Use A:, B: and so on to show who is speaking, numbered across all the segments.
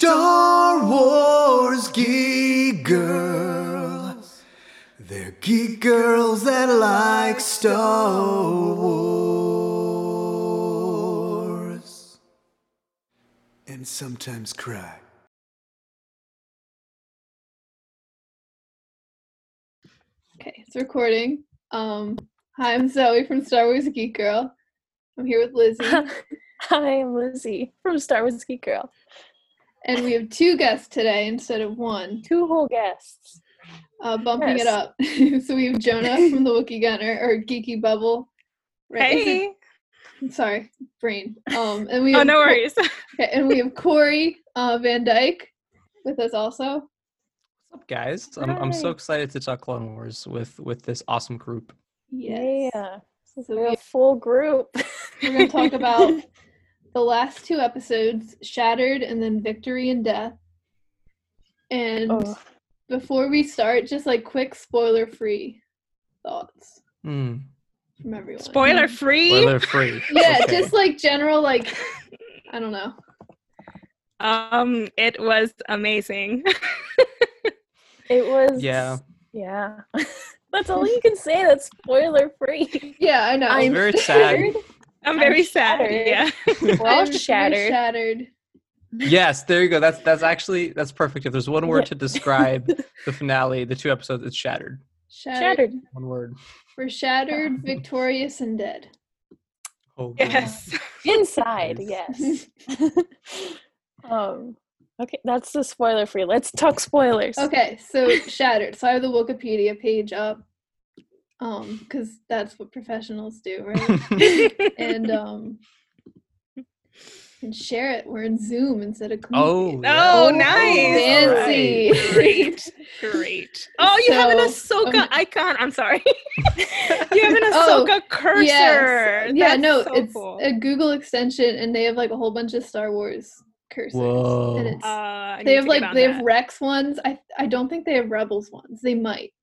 A: Star Wars geek girls. They're geek girls that like Star Wars. And sometimes cry.
B: Okay, it's recording. Um, hi, I'm Zoe from Star Wars Geek Girl. I'm here with Lizzie,
C: Hi, I'm Lizzie from Star Wars Geek Girl.
B: and we have two guests today instead of one,
C: Two whole guests.
B: uh, bumping
C: Yes.
B: it up. so we have Jonah from the Wookiee Gunner or Geeky Bubble. Right? is
D: Hey.
B: it- sorry, brain. Um, and we
D: Oh,
B: have
D: no
B: Co-
D: worries. What's
B: okay, and we have Corey uh, Van Dyke with us also.
E: What's up, guys? I'm, I'm so
C: Hi.
E: excited to talk Clone Wars with with this awesome group.
C: Yeah. This is
B: So
C: a real
B: we-
C: full group.
B: We're going to talk about the last two episodes, Shattered and then Victory and Death. And
C: Oh,
B: before we start, just like quick spoiler free thoughts
E: Hmm.
B: from everyone.
D: Spoiler free.
E: Spoiler free.
B: Yeah,
E: Okay.
B: just like general, like, I don't know.
D: Um, it was amazing.
C: it was.
E: yeah.
C: Yeah. That's all you can say. That's spoiler free.
B: Yeah, I know.
C: I'm
E: very sad.
C: shattered.
D: I'm very sad.
C: shattered.
D: Yeah.
C: We're all
B: I'm
C: shattered.
B: Shattered.
E: Yes, there you go. That's that's actually that's perfect. If there's one word
C: Yeah.
E: to describe the finale, the two episodes, it's shattered.
B: Shattered.
C: Shattered.
E: One word.
B: We're shattered, victorious, and dead.
E: Oh, goodness.
D: Yes.
C: Inside.
B: Yes.
C: Yes. um. Okay, that's the spoiler free. Let's talk spoilers.
B: Okay, so shattered. So I have the Wikipedia page up. Um, because that's what professionals do, right? and um and share it. We're in Zoom instead of Google.
E: oh.
D: Oh,
E: yeah.
D: nice.
E: All right.
B: Fancy.
D: Great. Great. Oh, you have an
B: So,
D: Ahsoka
B: um,
D: icon. I'm sorry. you have an
B: Oh,
D: Ahsoka cursor.
B: Yes. Yeah,
D: That's
B: no,
D: so
B: it's
D: cool.
B: a Google extension and they have like a whole bunch of Star Wars cursors.
E: Whoa.
B: And it's
D: Uh, I
B: they
D: need
B: have
D: to get
B: like
D: on
B: they
D: that.
B: have Rex ones. I I don't think they have Rebels ones. They might.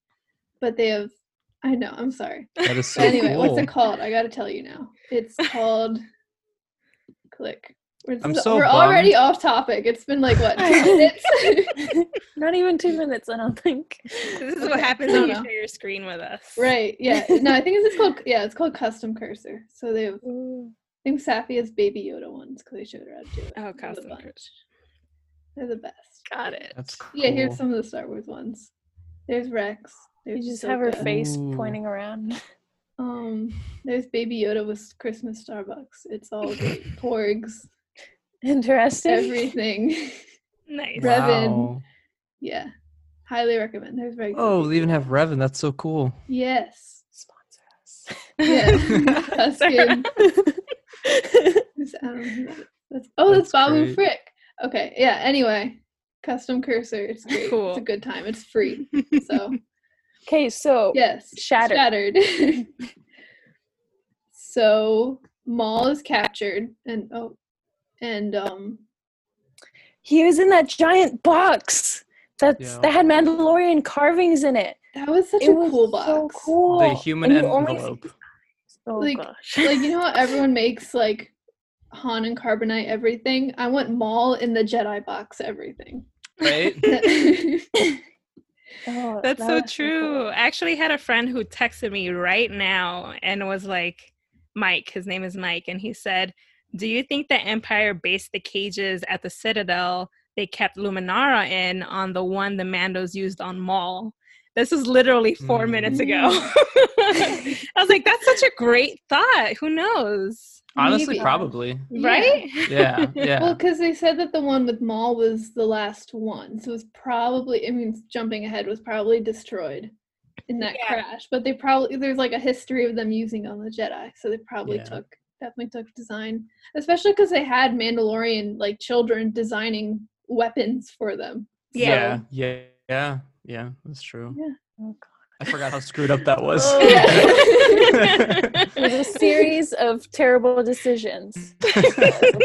B: But they have I know, I'm sorry.
E: That is so
B: But Oh. anyway,
E: cool.
B: what's it called? I gotta tell you now. It's called Click. We're,
E: I'm
B: so-
E: so
B: we're
E: bummed.
B: already off topic. It's been like what two minutes?
C: Not even two minutes, I don't think.
D: This is
B: Okay.
D: what happens
B: No,
D: when you
B: no.
D: share your screen with us.
B: Right. Yeah. No, I think it's called. Yeah, it's called custom cursor. So they, I
C: Ooh.
B: think Safi has baby Yoda ones because they showed her how to do it.
D: Oh,
B: There's a
D: custom
B: bunch.
D: cursor.
B: They're the best.
D: Got it.
E: That's cool.
B: Yeah. Here's some of the Star Wars ones. There's Rex.
C: You
B: There's
C: just have her
B: Ahsoka.
C: face
E: Ooh.
C: pointing around.
B: Um. There's baby Yoda with Christmas Starbucks. It's all great. Porgs.
C: Interesting.
B: Everything.
D: Nice.
B: Right. Revan.
E: Wow.
B: yeah. Highly recommend. There's very.
E: Oh, they even have Revan. That's so cool.
B: Yes.
C: Sponsor
B: Yeah. Tuscan.
C: us.
B: Who's Adam? Who that is. That's, oh, that's,
E: That's
B: Babu
E: great.
B: Frick. Okay, yeah. Anyway, custom cursor. It's great.
D: Cool.
B: It's a good time. It's free. So
C: okay, so
B: yes,
C: Shattered.
B: Shattered. so Maul is captured, and oh, and um,
C: he was in that giant box that's
E: Yeah.
C: that had Mandalorian carvings in it.
B: that was such
C: it
B: a
C: was
B: cool
C: so
B: box.
C: cool.
E: The human
C: and you only
E: envelope.
C: see- Oh
B: Like-
C: gosh.
B: Like you know how everyone makes like Han and Carbonite everything. I want Maul in the Jedi box everything.
E: Right?
C: Oh,
D: That's
C: that
D: so
C: was
D: true.
C: cool.
D: I actually had a friend who texted me right now and was like, Mike, his name is Mike, and he said, Do you think the Empire based the cages at the Citadel they kept Luminara in on the one the Mandos used on Maul? This is literally four
E: Mm.
D: minutes ago.
C: Mm.
D: I was like, That's such a great thought. Who knows?
E: Honestly,
B: Maybe.
E: probably.
B: Yeah.
D: Right?
E: Yeah. Yeah.
B: Well, because they said that the one with Maul was the last one, so it was probably. I mean, jumping ahead was probably destroyed in that
D: Yeah.
B: crash. But they probably there's like a history of them using on the Jedi, so they probably
E: Yeah.
B: took definitely took design, especially because they had Mandalorian like children designing weapons for them.
E: yeah. Yeah. Yeah. Yeah. That's true.
B: Yeah.
C: Oh, God.
E: I forgot how screwed up that was.
C: Oh. It was
D: Yeah.
C: a series of terrible decisions.
B: So,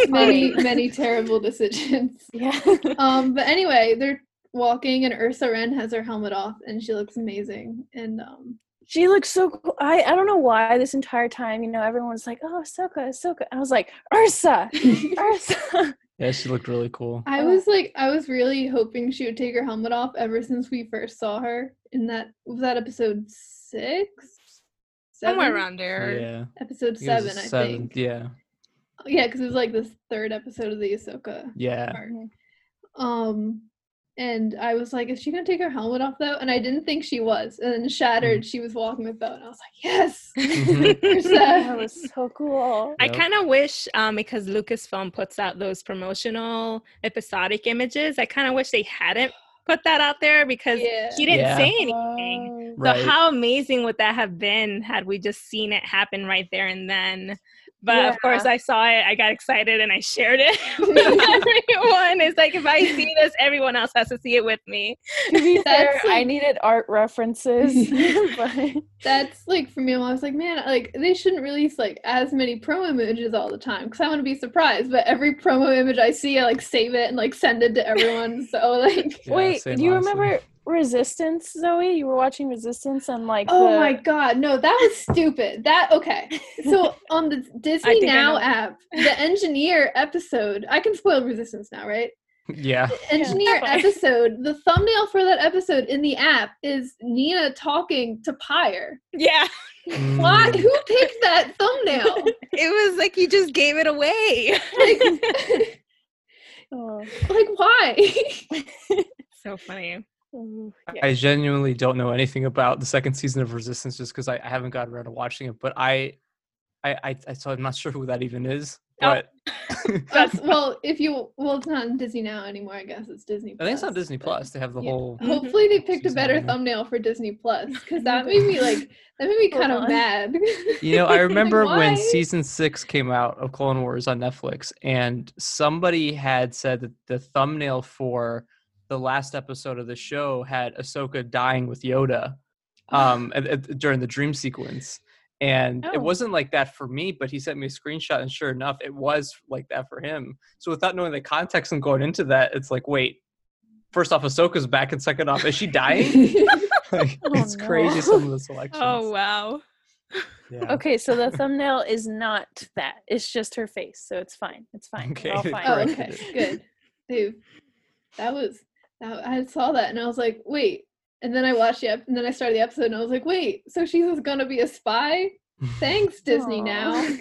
B: many
C: Funny.
B: many terrible decisions.
C: Yeah.
B: Um, but anyway, they're walking, and Ursa Ren has her helmet off, and she looks amazing. And um,
C: She looks so cool. I, I don't know why this entire time, you know, everyone was like, oh, Ahsoka, Ahsoka. I was like, Ursa, Ursa.
E: Yeah, she looked really cool.
D: Oh.
B: I was like, I was really hoping she would take her helmet off ever since we first saw her in that was that episode six, seven?
D: Somewhere around there.
E: Yeah.
B: episode
E: I think it
B: seven,
E: was
B: I
E: a
B: think.
E: Yeah.
B: Yeah, because it was like this third episode of the Ahsoka
E: Yeah.
B: arc. Um, and I was like, is she gonna take her helmet off though? And I didn't think she was. And then shattered,
E: Mm-hmm.
B: she was walking with Bo, and I was like, yes. Where's
C: that
B: that?
C: was so cool.
D: I
E: Yep.
D: kind of wish, um, because Lucasfilm puts out those promotional episodic images, I kind of wish they hadn't put that out there because
B: Yeah.
D: he didn't
E: Yeah.
D: say anything.
E: Right.
D: So how amazing would that have been had we just seen it happen right there and then? But of course, I saw it. I got excited and I shared it with everyone. It's like if I see this, everyone else has to see it with me.
C: to be fair,
B: That's
C: I
B: like-
C: needed art references. but
B: That's like for me. I was like, man, like they shouldn't release like as many promo images all the time because I want to be surprised. But every promo image I see, I like save it and like send it to everyone. so like,
E: Yeah,
C: wait,
E: same,
C: do you
E: honestly.
C: remember Resistance, Zoe? You were watching Resistance and like
B: oh
C: the-
B: my god, no, that was stupid. That okay. So on the Disney
D: think I
B: Now
D: know.
B: app, the engineer episode, I can spoil Resistance now, right?
E: Yeah.
B: engineer
C: Okay.
B: episode, the thumbnail for that episode in the app is Nina talking to Pyre.
D: Yeah,
B: Why?
E: Mm.
B: Who picked that thumbnail?
D: it was like you just gave it away.
B: like,
C: Oh,
B: like why?
D: so funny.
C: oh, yeah.
E: I genuinely don't know anything about the second season of Resistance just because I, I haven't gotten around to watching it. But I, I, I, I so I'm not sure who that even is.
D: Oh.
E: But
B: That's well, if you well, it's not on Disney now anymore. I guess it's Disney.
E: I think it's on Disney
B: but-
E: Plus. They have the
B: yeah.
E: whole.
C: Mm-hmm.
D: Mhm.
B: Hopefully, they picked a
E: Season
B: better
E: nine.
B: thumbnail for Disney Plus because that made me like that made me
C: Hold
B: kind of
C: on.
B: mad.
E: You know, I remember
B: why?
E: when season six came out of Clone Wars on Netflix, and somebody had said that the thumbnail for the last episode of the show had Ahsoka dying with Yoda um, at- at- during the dream sequence. And
C: Oh.
E: it wasn't like that for me, but he sent me a screenshot, and sure enough, it was like that for him. So without knowing the context and going into that, it's like, wait, first off, Ahsoka's back, and second off, is she dying? like,
C: Oh,
E: it's
C: no.
E: crazy some of the selections.
D: Oh wow.
E: yeah.
C: Okay, so the thumbnail is not that. It's just her face, so it's fine. It's fine.
E: Okay,
C: We're all
E: they
C: fine.
B: Oh,
E: corrected
B: okay, good. Dude, that was that, I saw that and I was like, wait. And then I watched the ep- and then I started the episode and I was like, wait. So she's just gonna be a spy? Thanks, Disney.
C: Aw.
B: Now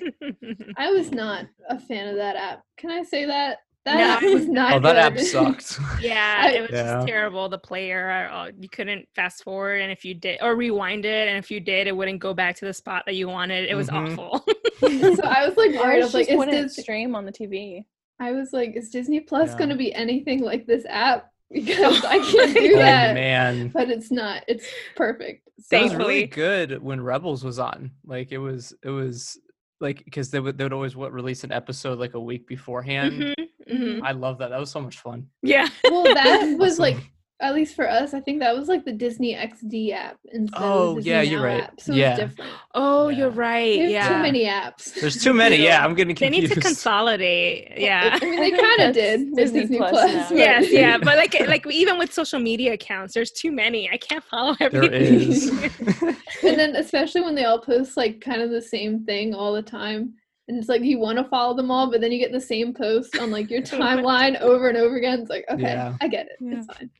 B: I was not a fan of that app. Can I say that? That
D: No.
B: app was not.
E: Oh, that app
B: good.
E: sucked.
D: Yeah,
B: I-
D: it was
E: Yeah.
D: just terrible. The player, uh, you couldn't fast forward, and if you did, or rewind it, and if you did, it wouldn't go back to the spot that you wanted. It was
E: Mhm.
D: awful.
B: so I was like worried. Oh, I
C: Ours
B: was like,
C: just
B: is
C: wouldn't
B: Dis-
C: stream on the TV.
B: I was like, is Disney Plus
E: Yeah.
B: gonna be anything like this app? Because I can't
E: oh
B: do that.
E: man,
B: But it's not. It's perfect. So,
E: that was really
D: Thankfully.
E: good when Rebels was on. Like it was, it was like because they would they would always what release an episode like a week beforehand.
D: Mm-hmm. hmm
E: I love that. That was so much fun.
D: Yeah.
B: well, that was
E: Awesome.
B: like at least for us, I think that was like the Disney XD app instead
E: Oh,
B: of the Disney
E: yeah, you're
B: Now
E: right.
B: app. So
E: Yeah.
B: it's different.
D: Oh, you're
E: Yeah.
D: right.
B: They have
D: yeah.
B: too many apps.
E: There's too many. Yeah, I'm getting
D: They need
E: confused.
D: to consolidate. Yeah.
B: I mean,
C: I
B: they
C: think
B: kind
C: that's
B: of did with
C: Disney
B: Disney,
C: Plus
B: Plus.
C: now.
B: but-
D: Yes, yeah, but like, like even with social media accounts, there's too many. I can't follow everything.
E: there is.
B: and then especially when they all post like kind of the same thing all the time. And it's like you want to follow them all, but then you get the same post on like your
D: Oh my
B: timeline over and over again. It's like, okay,
E: Yeah.
B: I get it.
D: Yeah.
B: It's fine.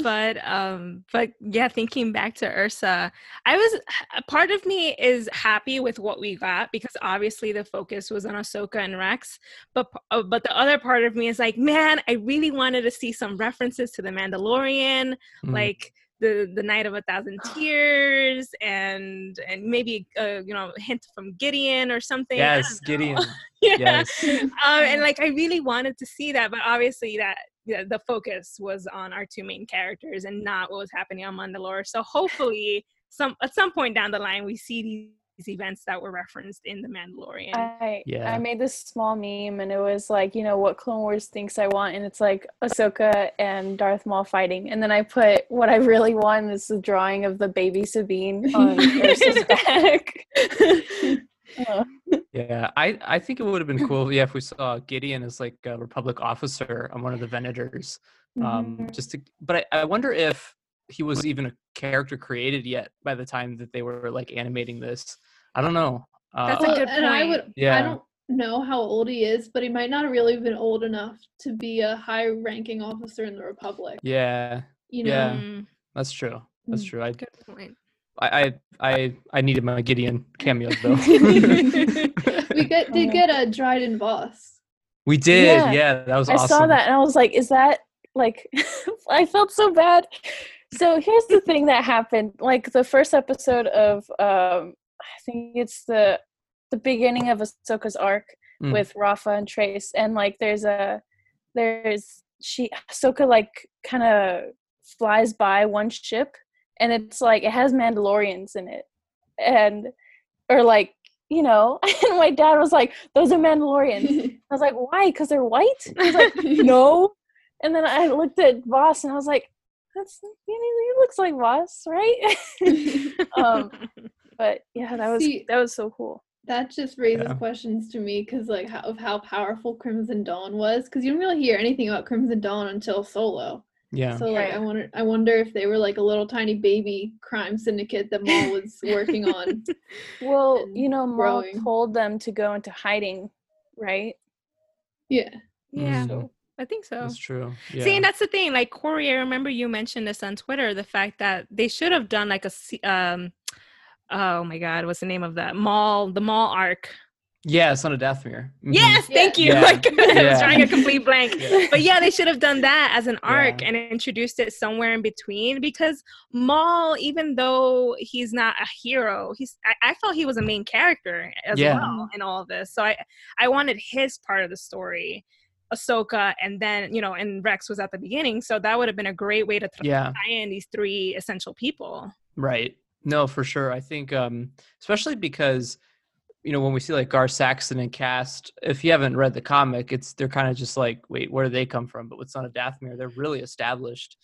D: but um but yeah thinking back to ursa i was a part of me is happy with what we got because obviously the focus was on ahsoka and rex but p- uh, but the other part of me is like man i really wanted to see some references to the mandalorian
E: Mm.
D: like the the night of a thousand tears and and maybe uh, you know a hint from gideon or something I
E: yes,
D: don't know.
E: Gideon.
D: yeah
E: Yes.
D: um, and like I really wanted to see that, but obviously that yeah, the focus was on our two main characters and not what was happening on Mandalore. So hopefully, some at some point down the line, we see these, events that were referenced in the Mandalorian.
C: I
E: Yeah.
C: I made this small meme and it was like, you know, what Clone Wars thinks I want, and it's like Ahsoka and Darth Maul fighting. And then I put what I really want is the drawing of the baby Sabine on Ursa's back. Oh,
E: Yeah, I, I think it would have been cool. Yeah, if we saw Gideon as like a Republic officer on one of the Venators. um
C: mhm.
E: just to but I, I wonder if he was even a character created yet by the time that they were like animating this i don't know uh,
D: That's a
B: Well,
D: good
B: and I
D: point.
B: would I
E: yeah
B: don't know how old he is, but he might not have really have been old enough to be a high ranking officer in the Republic.
E: Yeah,
B: You know?
E: Yeah.
D: Mm,
E: that's true. That's
B: Mm.
E: true. I
D: good point.
E: I I I, I needed my Gideon cameo though.
B: We get, did
C: Oh.
B: get a Dryden Voss.
E: we did.
C: Yeah,
E: Yeah, that was
C: I
E: awesome.
C: saw that and I was like, is that like I felt so bad. So here's the thing that happened. Like the first episode of um I think it's the the beginning of Ahsoka's arc
E: Mm.
C: with Rafa and Trace and like there's a there's she Ahsoka like kind of flies by one ship and it's like it has Mandalorians in it. And or like, you know, and my dad was like, those are Mandalorians. I was like, why? Because they're white? He's like, no. And then I looked at Voss and I was like, that's he- he looks like Voss, right? um, but yeah, that was
B: See-
C: that was so cool.
B: that just raises
E: Yeah.
B: questions to me because like how, of how powerful crimson dawn was because you don't really hear anything about crimson dawn until solo
E: yeah.
B: so like i
C: Right.
B: wonder i wonder if they were like a little tiny baby crime syndicate that maul was working on
C: Well,
B: and
C: you know, Maul
B: growing.
C: told them to go into hiding, right?
B: yeah
D: Yeah,
E: Mm,
D: I think so.
E: that's true. Yeah.
D: See, and that's the thing. Like Corey, I remember you mentioned this on Twitter. The fact that they should have done like a se- um, oh my God, what's the name of that mall? The mall arc.
E: yeah, Son of Dathmir. Mhm.
D: Yes, thank you.
E: Yeah.
D: Like I
E: Yeah.
D: was drawing a complete blank.
E: Yeah.
D: But yeah, they should have done that as an arc
E: Yeah.
D: and introduced it somewhere in between because Maul, even though he's not a hero, he's I, I felt he was a main character as
E: Yeah.
D: well in all of this. So I I wanted his part of the story. Ahsoka and then you know and Rex was at the beginning, so that would have been a great way to th-
E: Yeah.
D: tie in these three essential people.
E: Right. No, for sure. I think, um, especially because, you know, when we see like Gar Saxon and Cast, if you haven't read the comic, it's they're kind of just like, wait, where do they come from? But with Son of Dathmir, they're really established.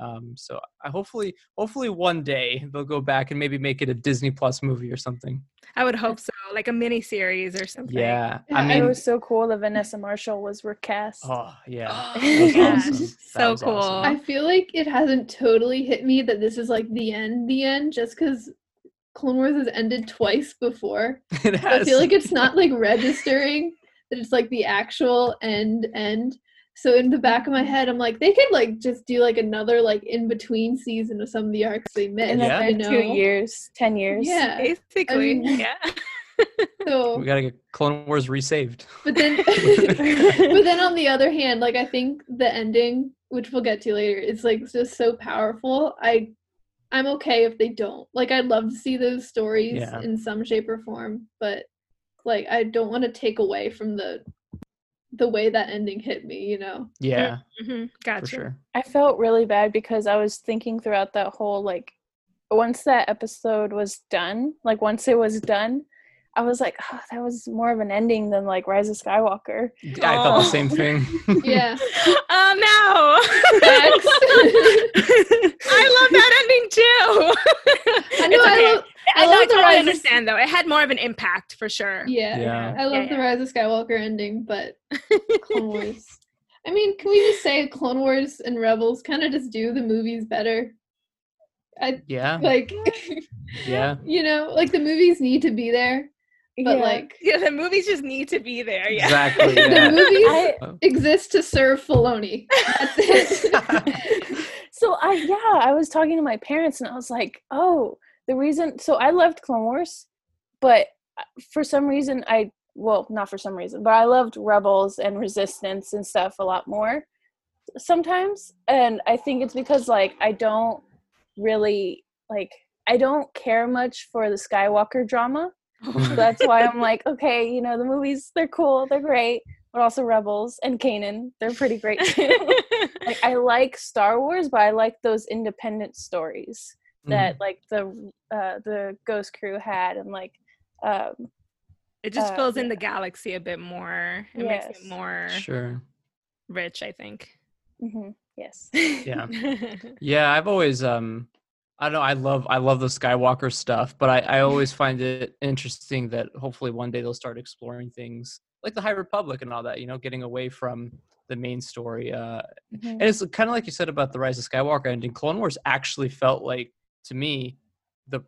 E: Um, so I hopefully, hopefully one day they'll go back and maybe make it a Disney Plus movie or something.
D: I would hope so, like a mini series or something.
E: Yeah. I
B: Yeah,
C: it
E: mean,
C: was so cool that Vanessa Marshall was recast.
E: oh yeah,
D: Oh,
E: that was
D: yeah.
E: awesome.
D: So
E: That was
D: cool.
E: awesome.
B: i feel like it hasn't totally hit me that this is like the end the end just because clone wars has ended twice before
E: It
B: I
E: has-
B: feel like it's not like registering that it's like the actual end end. So in the back of my head, I'm like, they could like just do like another like in between season of some of the arcs they missed.
C: In
E: Yeah.
C: the
B: You
C: next two
B: know?
C: years, ten years.
B: Yeah.
D: Basically,
B: I mean-
D: yeah.
E: we
B: So,
E: gotta get Clone Wars resaved.
B: but then, but then on the other hand, like I think the ending, which we'll get to later, is like just so powerful. I, I'm okay if they don't. Like I'd love to see those stories
E: Yeah.
B: in some shape or form, but like I don't want to take away from the, the way that ending hit me. You know.
E: Yeah,
D: Mhm, Gotcha.
E: for sure.
C: I felt really bad because I was thinking throughout that whole like once that episode was done, like once it was done, I was like, oh, that was more of an ending than like Rise of Skywalker.
E: I thought the
D: Oh.
E: same thing.
B: Yeah. Facts.
D: Uh, Oh no! I love that ending too.
B: I know.
D: It's okay.
B: I love. I
D: I, know,
B: love the
D: I totally
B: rise of-
D: understand though. It had more of an impact for sure.
B: Yeah.
E: Yeah.
B: I love
D: Yeah,
B: the
D: yeah.
B: Rise of Skywalker ending, but Clone Wars. I mean, can we just say Clone Wars and Rebels kind of just do the movies better? I
E: Yeah.
B: like,
E: Um, Yeah.
B: you know, like the movies need to be there, but
C: Yeah.
B: like
D: Yeah, the movies just need to be there. Yeah.
E: Exactly, yeah.
B: the
E: Oh,
B: movies
C: I
B: exist to serve Filoni. That's it.
C: so I yeah, I was talking to my parents and I was like, oh, the reason so I loved Clone Wars, but uh, for some reason I well, not for some reason, but I loved Rebels and Resistance and stuff a lot more sometimes. And I think it's because like I don't really like I don't care much for the Skywalker drama. So that's why I'm like, okay, you know, the movies they're cool, they're great, but also Rebels and Kanan, they're pretty great too. like I like Star Wars, but I like those independent stories
E: mm, Mm-hmm.
C: that like the uh, the Ghost Crew had, and like um,
D: it just
C: Uh,
D: fills in
C: yeah.
D: the galaxy a bit more. It makes it
C: Yes.
D: more
E: sure.
D: rich, I think.
C: mhm, yes,
E: Yeah. Yeah, I've always um I don't know, I love I love the Skywalker stuff, but I, I always find it interesting that hopefully one day they'll start exploring things like the High Republic and all that, you know, getting away from the main story. Uh
C: Mhm.
E: and it's kinda like you said about the Rise of Skywalker ending, Clone Wars actually felt like to me the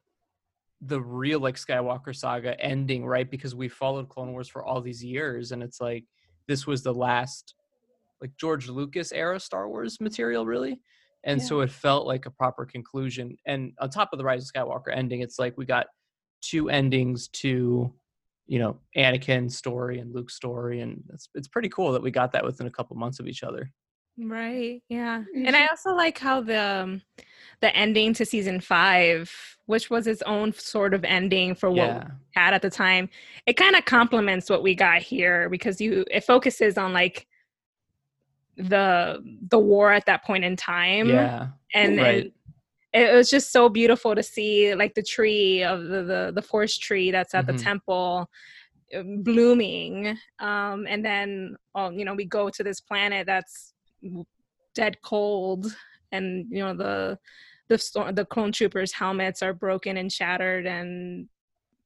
E: the real like Skywalker saga ending, right? Because we followed Clone Wars for all these years, and it's like this was the last like George Lucas era Star Wars material, really. And
B: Yeah.
E: so it felt like a proper conclusion. And on top of the Rise of Skywalker ending, it's like we got two endings to, you know, Anakin's story and Luke's story, and it's it's pretty cool that we got that within a couple months of each other.
D: Right. Yeah.
B: Mhm.
D: And I also like how the um, the ending to season 5, which was its own sort of ending for what
E: yeah,
D: we had at the time, it kind of complements what we got here because you it focuses on like the the war at that point in time
E: yeah,
D: and,
E: right.
D: and it was just so beautiful to see like the tree of the the, the forest tree that's at
E: Mhm.
D: the temple uh, blooming um and then um, you know we go to this planet that's w- dead cold and you know the the sto- the clone troopers helmets are broken and shattered and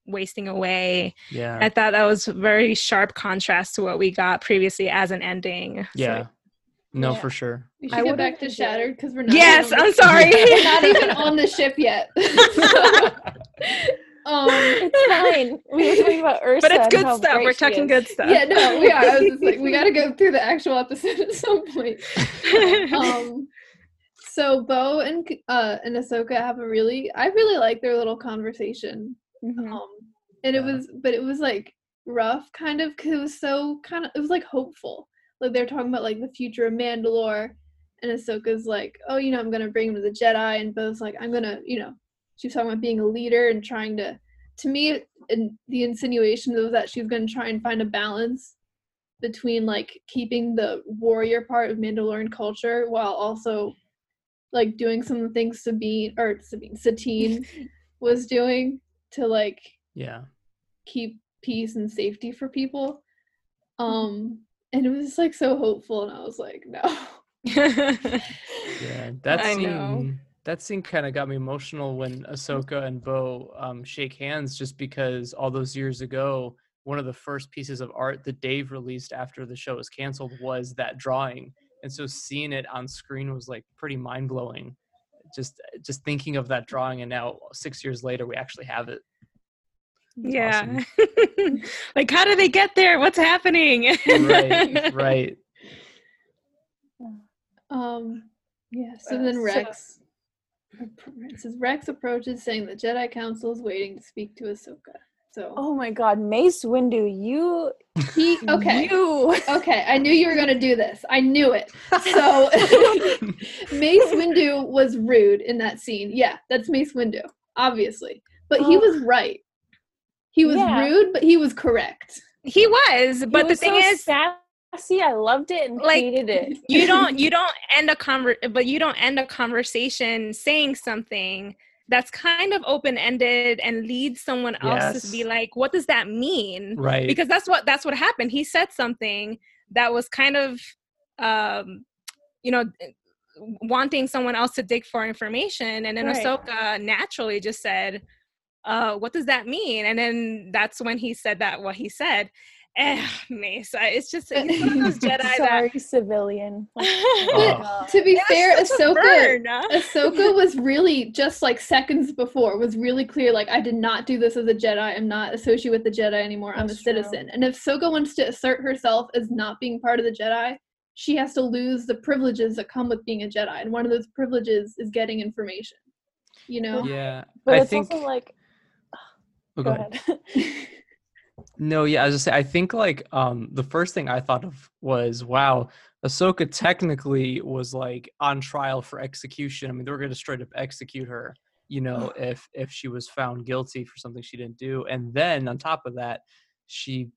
D: wasting away
E: yeah,
D: i thought that was very sharp contrast to what we got previously as an ending So-
E: yeah. No,
B: Yeah.
E: for sure.
B: We
C: I
B: should go
C: would
B: back to
C: enjoy-
B: Shattered because we're not. even
D: yes
B: on the-
D: i'm sorry
B: We're not even on the ship yet. um,
C: It's fine. We were talking about Ursa.
D: but it's
C: and
D: good
C: how
D: stuff
C: great
D: we're
C: she
D: talking
C: is.
D: good stuff
B: yeah, no, we are. I was just like, we got to go through the actual episode at some point. um so bo and K- uh and ahsoka have a really i really like their little conversation
D: Oh.
C: Mhm.
B: um and it
E: Yeah.
B: was but it was like rough kind of because it was so kind of it was like hopeful like they're talking about like the future of mandalore and ahsoka's like oh you know i'm gonna bring him to the jedi and bo's like i'm gonna you know she was talking about being a leader and trying to to me and the insinuation was that she was going to try and find a balance between like keeping the warrior part of Mandalorian culture while also like doing some of the things Sabine or Sabine Satine was doing to like
E: Yeah,
B: keep peace and safety for people.
D: Mm-hmm.
B: Um and it was just, like so hopeful and I was like, no.
E: yeah. That
D: I
E: scene,
D: know.
E: that scene kind of got me emotional when Ahsoka and Bo um, shake hands, just because all those years ago, one of the first pieces of art that Dave released after the show was canceled was that drawing, and so seeing it on screen was like pretty mind blowing. Just, just thinking of that drawing, and now six years later, we actually have it.
D: Yeah. like, how do they get there? What's happening?
E: Right, right.
B: Um yeah, so
C: Uh,
B: then
C: so-
B: Rex it says Rex approaches saying the Jedi Council is waiting to speak to Ahsoka. So
C: Oh my God, Mace Windu, you.
B: he okay.
C: You.
B: Okay, I knew you were gonna do this. I knew it. So Mace Windu was rude in that scene. Yeah, that's Mace Windu, obviously. But he
C: Oh.
B: was right. He was
C: Yeah.
B: rude, but he was correct.
D: he was, but
C: It
D: the
C: was
D: thing
C: so
D: is,
C: sassy. I loved it and
D: Like-
C: hated it.
D: you don't you don't end a conver- but you don't end a conversation saying something that's kind of open ended and leads someone else
E: Yes.
D: to be like, what does that mean?
E: right.
D: Because that's what that's what happened. He said something that was kind of, um, you know. Wanting someone else to dig for information, and then
C: Right.
D: Ahsoka naturally just said, uh, what does that mean? And then that's when he said that what he said. Eh, Mace, I- it's just he's one of those Jedi that.
C: Sorry, civilian.
E: Oh.
B: To be
D: It was
B: fair,
D: such a
B: Ahsoka
D: burn, huh?
B: Ahsoka was really just like seconds before was really clear like I did not do this as a Jedi. I'm not associated with the Jedi anymore. I'm
C: That's
B: a
C: true.
B: citizen. And if Ahsoka wants to assert herself as not being part of the Jedi, she has to lose the privileges that come with being a Jedi. And one of those privileges is getting information. You know?
E: yeah,
C: But
E: I
C: it's
E: think.
C: also like,
E: oh,
C: go ahead.
E: No, yeah, I was just say I think like um the first thing I thought of was wow, Ahsoka technically was like on trial for execution. I mean, they were gonna straight up execute her, you know, if if she was found guilty for something she didn't do. And then on top of that, she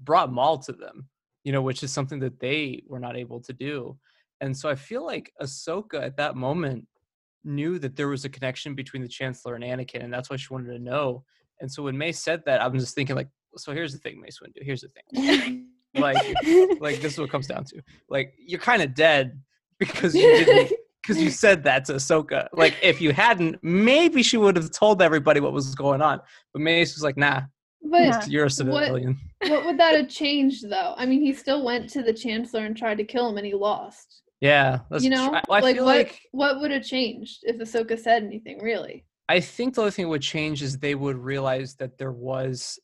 E: brought Maul to them, you know, which is something that they were not able to do. And so I feel like Ahsoka at that moment knew that there was a connection between the Chancellor and Anakin, and that's why she wanted to know. And so when May said that, I'm just thinking like so here's the thing, Mace Windu. Here's the thing. Like, like this is what it comes down to. Like, you're kind of dead because you didn't, because you said that to Ahsoka. Like, if you hadn't, maybe she would have told everybody what was going on. But Mace was like, nah,
B: but
C: Yeah.
E: you're a civilian.
B: what would that have changed though? I mean, he still went to the chancellor and tried to kill him, and he lost.
E: Yeah, that's
B: you
E: tr-
B: know,
E: I, I
B: like
E: feel
B: what
E: like
B: what would have changed if Ahsoka said anything really?
E: I think the other thing that would change is they would realize that there was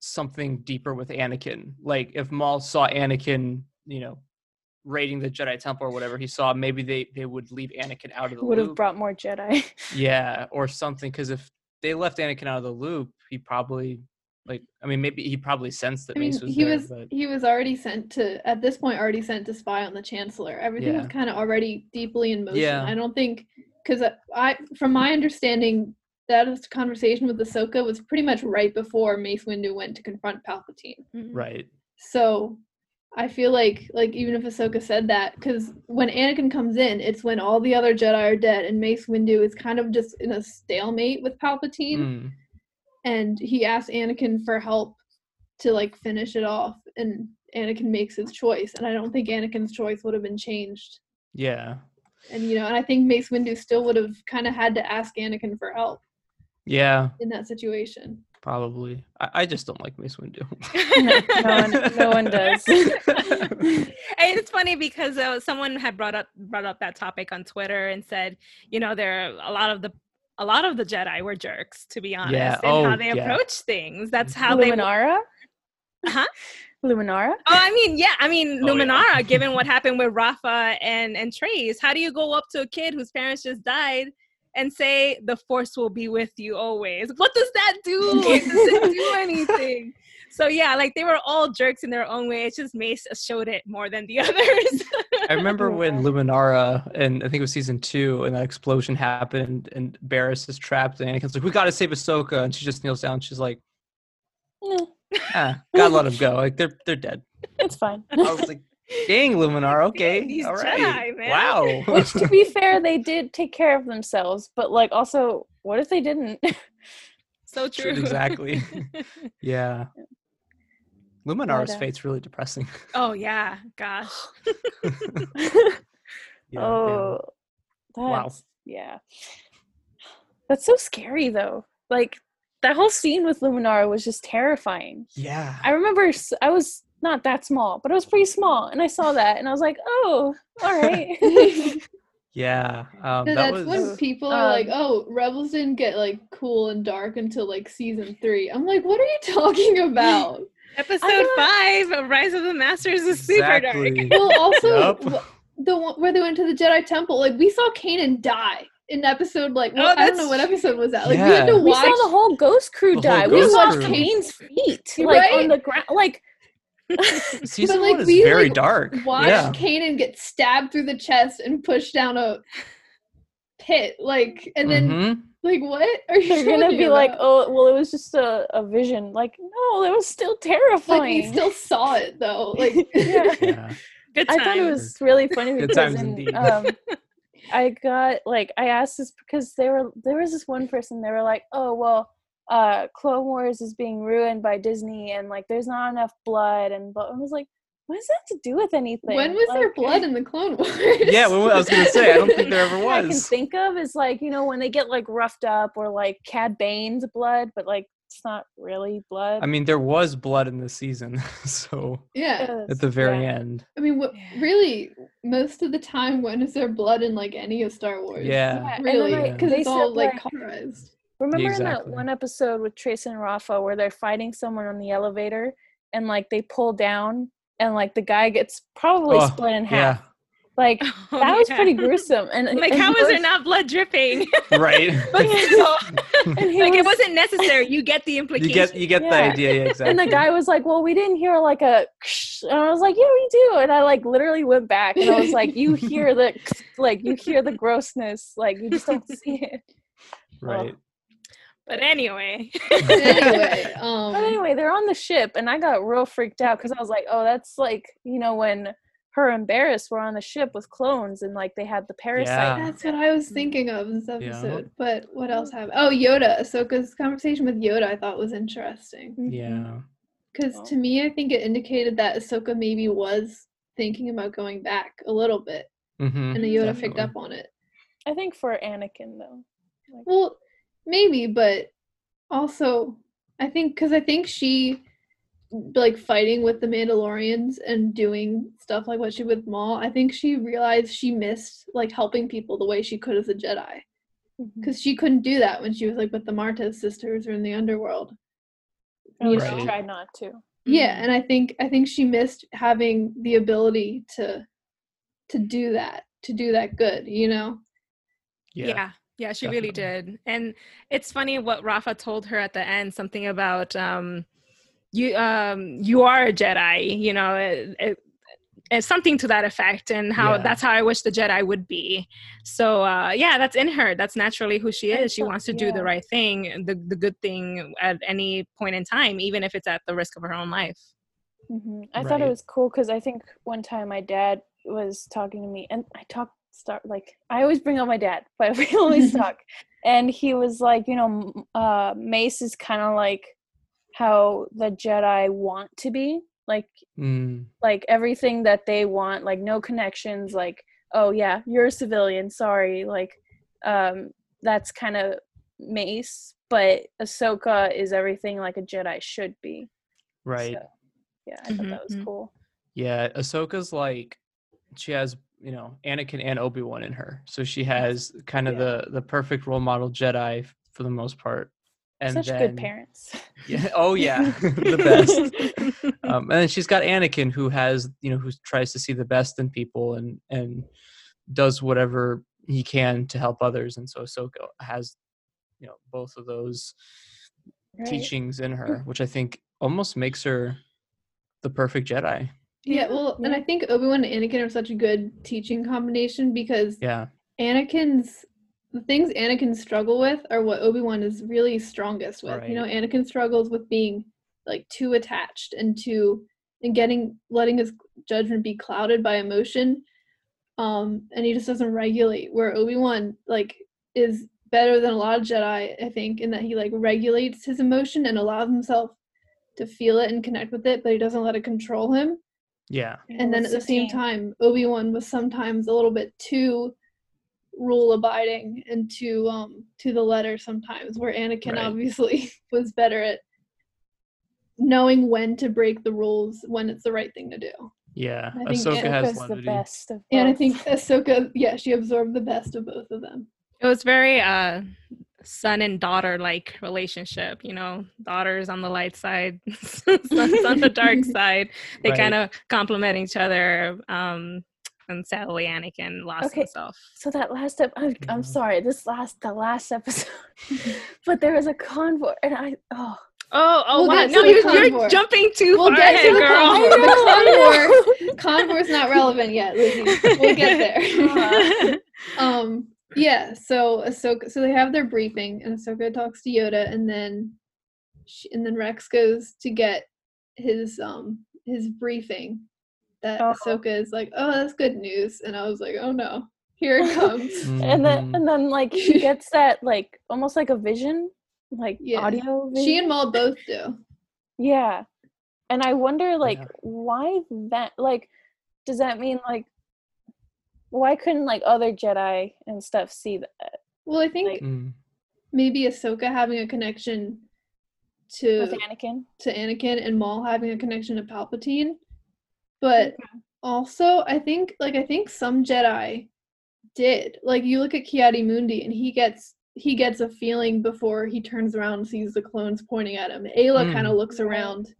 E: something deeper with Anakin. Like if Maul saw Anakin, you know, raiding the Jedi Temple or whatever he saw, maybe they they would leave Anakin out of the
C: Would have
E: loop.
C: brought more Jedi.
E: yeah, or something. Because if they left Anakin out of the loop, he probably like I mean maybe he probably sensed that
B: I mean,
E: Mace was
B: he
E: there,
B: was
E: but
B: he was already sent to at this point already sent to spy on the chancellor. Everything was
E: Yeah.
B: kind of already deeply in motion.
E: Yeah.
B: I don't think because I, from my understanding, that is- conversation with Ahsoka was pretty much right before Mace Windu went to confront Palpatine.
E: right.
B: So I feel like like even if Ahsoka said that, because when Anakin comes in, it's when all the other Jedi are dead, and Mace Windu is kind of just in a stalemate with Palpatine
E: Mm,
B: and he asks Anakin for help to like finish it off and Anakin makes his choice and I don't think Anakin's choice would have been changed.
E: yeah.
B: And you know, and I think Mace Windu still would have kind of had to ask Anakin for help
E: Yeah.
B: in that situation.
E: Probably. I, I just don't like Mace Windu.
C: no, one, no one does.
D: And it's funny because uh, someone had brought up brought up that topic on Twitter and said, you know, there are a lot of the a lot of the Jedi were jerks, to be honest, and
E: Oh,
D: how they
E: yeah.
D: approach things. That's how they. Oh,
C: Luminara?
D: Huh?
C: Luminara?
D: I mean, yeah, I mean,
E: Oh, yeah.
D: Luminara, given what happened with Rafa and and Trace, how do you go up to a kid whose parents just died and say the Force will be with you always? What does that do? It doesn't do anything. So yeah, like they were all jerks in their own way. It's just Mace showed it more than the others.
E: I
B: Oh,
E: remember when Luminara and I think it was season two, and that explosion happened, and Barris is trapped, and Anakin's like, "We got to save Ahsoka," and she just kneels down. She's like,
C: No,
E: "Ah, gotta let them go. Like they're they're dead."
C: it's fine.
E: I was like, "Dang, Luminara. Okay,
D: these
E: all right.
D: Jedi, man."
E: Wow."
C: Which, to be fair, they did take care of themselves, but like, also, what if they didn't?
D: so
E: True,
D: true.
E: exactly. yeah. Luminara's
C: What a-
E: fate's really depressing.
D: oh yeah, gosh.
E: Yeah,
C: oh, that's,
E: Wow.
C: yeah. That's so scary, though. Like that whole scene with Luminara was just terrifying.
E: Yeah.
C: I remember s- I was not that small, but I was pretty small, and I saw that, and I was like, "Oh, all right."
E: Yeah. Um,
B: So
E: that
B: that's
E: was.
B: when people are
C: um,
B: like, "Oh, Rebels didn't get like cool and dark until like season 3." I'm like, "What are you talking about?"
D: Episode
C: don't-
D: five of Rise of the Masters is super dark.
E: exactly.
B: well, also
E: Yup.
B: wh- the one where they went to the Jedi temple, like we saw Kanan die in episode like
D: Oh,
B: well, I don't know
D: that's
B: what episode was that. Like we had
E: Yeah.
B: to
C: we
B: watch
C: saw the whole ghost crew
E: The whole
C: die. We
E: ghost
C: saw
E: crew.
C: Kane's feet, like
B: Right?
C: on the ground. Like
E: Season
B: like,
E: one is
B: we,
E: very
B: like,
E: dark.
B: watched
E: Yeah.
B: Kanan get stabbed through the chest and pushed down a pit. Like and then
E: Mhm.
B: like what are you
C: they're gonna
B: talking
C: be like,
B: about?
C: "Oh, well, it was just a, a vision." Like, no, it was still terrifying.
B: like we still saw it though. Like
C: "Oh, Yeah.
E: Yeah.
D: Good
C: I thought it
D: times.
C: was really funny
E: Good
C: because
E: times
C: in,
E: indeed.
C: um, I got like I asked this because they were there was this one person they were like, oh well, uh, Clone Wars is being ruined by Disney and like there's not enough blood and but I was like, what does that have to do with anything?
B: when was there
C: Like,
B: blood in the Clone Wars?
E: Yeah, well, I was gonna say I don't think there ever
C: all I can
E: was.
C: think of is like you know when they get like roughed up or like Cad Bane's blood, but like it's not really blood.
E: I mean, there was blood in the season, so
B: yeah.
C: Ugh,
E: at the very
C: yeah.
E: end,
B: I mean, what,
D: Yeah.
B: really, most of the time, when is there blood in like any of Star Wars?
E: yeah,
C: and then,
B: really,
C: like,
B: because
C: they
B: it's all
C: said,
B: like
C: like-
B: colorized.
C: Remember in that
E: exactly.
C: one episode with Trace and Rafa where they're fighting someone on the elevator and like they pull down and like the guy gets probably
E: Oh,
C: split in
E: yeah,
C: half. Like
D: Oh,
C: that was
D: yeah.
C: pretty gruesome. And
D: Like,
C: and
D: how
C: he
D: is there
C: was-
D: not blood dripping?
E: right.
D: but still,
C: And he
D: like it
C: was-
D: wasn't necessary. You get the
E: you
D: implication.
E: get you get the
C: Yeah.
E: idea, yeah, exactly.
C: And the guy was like, "Well, we didn't hear like a," ksh," and I was like, "Yeah, we do." And I like literally went back and I was like, "You hear the ksh," like you hear the grossness, like you just don't see it."
E: right.
D: but anyway,
B: But anyway,
E: Oh,
B: um,
C: But anyway, they're on the ship, and I got real freaked out because I was like, "Oh, that's like you know when her and Barris were on the ship with clones, and like they had the parasite."
E: Yeah.
B: that's what I was thinking of in this episode. But what else happened? Oh, Yoda. Ahsoka's conversation with Yoda, I thought was interesting
C: Mhm.
E: Yeah,
B: because
C: Oh.
B: to me, I think it indicated that Ahsoka maybe was thinking about going back a little bit,
E: mm-hmm.
B: and Yoda picked
E: definitely.
B: up on it.
C: I think for Anakin though.
B: Well, maybe, but also I think because I think she like fighting with the Mandalorians and doing stuff like what she did with Maul. I think she realized she missed like helping people the way she could as a Jedi. because she couldn't do that when she was like with the Marta sisters or in the underworld.
C: Or at
E: Right.
C: least try not to.
B: Yeah, and I think I think she missed having the ability to to do that, to do that good, you know.
D: Yeah. yeah. she really did. And it's funny what Rafa told her at the end, something about um you um you are a Jedi, you know, it, it, it's something to that effect and how
E: Yeah.
D: that's how I wish the Jedi would be. So uh yeah, that's in her. That's naturally who she is. She
C: That's-
D: wants to do
C: yeah.
D: the right thing, the the good thing at any point in time, even if it's at the risk of her own life.
C: hmm I thought it
E: Right.
C: was cool because I think one time my dad was talking to me, and I talked start like I always bring up my dad, but we always talk. And he was like, you know, m- uh, Mace is kind of like how the Jedi want to be, like
E: Mm,
C: like everything that they want, like no connections, like oh yeah, you're a civilian, sorry, like um, that's kind of Mace, but Ahsoka is everything like a Jedi should be.
E: right.
C: So, yeah, I
B: Mm-hmm,
C: thought
D: Mhm,
C: that was
D: mhm.
C: cool.
E: Yeah, Ahsoka's like she has, you know, Anakin and Obi Wan in her, so she has kind of
C: Yeah.
E: the the perfect role model Jedi f- for the most part. And
C: Such
E: then,
C: good parents.
E: Yeah, oh yeah, the best. Um, and then she's got Anakin, who has, you know, who tries to see the best in people and and does whatever he can to help others. And so Ahsoka has, you know, both of those
C: Right. Mm.
E: teachings in her, which I think almost makes her the perfect Jedi.
B: Yeah,
C: Yeah,
B: well, and I think Obi-Wan and Anakin are such a good teaching combination because
E: Yeah,
B: Anakin's the things Anakin struggle with are what Obi-Wan is really strongest with. You know,
E: Right.
B: Anakin struggles with being like too attached and too and getting letting his judgment be clouded by emotion. Um and he just doesn't regulate where Obi-Wan like is better than a lot of Jedi, I think, in that he like regulates his emotion and allows himself to feel it and connect with it, but he doesn't let it control him
E: yeah,
B: and then at
C: was
B: the same
C: 16.
B: time obi-wan was sometimes a little bit too rule abiding and too um to the letter sometimes where anakin
E: Right.
B: obviously was better at knowing when to break the rules when it's the right thing to do
E: yeah.
B: I think
E: Ahsoka has
C: Ahsoka's the
E: levity.
C: best of
B: and i
C: both.
B: think ahsoka yeah she absorbed the best of both of them
D: It was very uh son and daughter like relationship, you know, daughter's on the light side, son's on the dark side. They
E: Right.
D: kind of complement each other. Um and sadly Anakin lost
C: Okay.
D: himself.
C: so that last ep- oh, I'm,
E: Yeah.
C: I'm sorry, this last the last episode, but there was a convoy, and I oh
D: Oh, oh
B: We'll
D: wow.
B: get to
D: No,
B: the
D: you're,
B: convour.
D: you're jumping too
B: We'll
D: far
B: get to
D: ahead,
B: the
D: girl.
B: convour. The
C: I know.
B: convore's not relevant yet lizzie we'll get there um yeah so ahsoka so they have their briefing and ahsoka talks to yoda and then she, and then rex goes to get his um his briefing that
C: Oh.
B: ahsoka is like oh that's good news and i was like oh no here it comes
C: and then
E: Mhm.
C: and then like she gets that like almost like a vision, like
B: Yeah.
C: audio. Vision.
B: she and maul both do
C: yeah, and I wonder like
E: Yeah.
C: why that like does that mean like why couldn't like other Jedi and stuff see uh, that?
B: well i think
C: Like-
E: Mm.
B: maybe ahsoka having a connection
C: with
B: to
C: Anakin.
B: to Anakin and Maul having a connection to Palpatine. But also, I think like I think some Jedi did. Like you look at Kiadi Mundi and he gets he gets a feeling before he turns around and sees the clones pointing at him. Ayla
E: Mm.
B: kind of looks
C: Right.
B: around.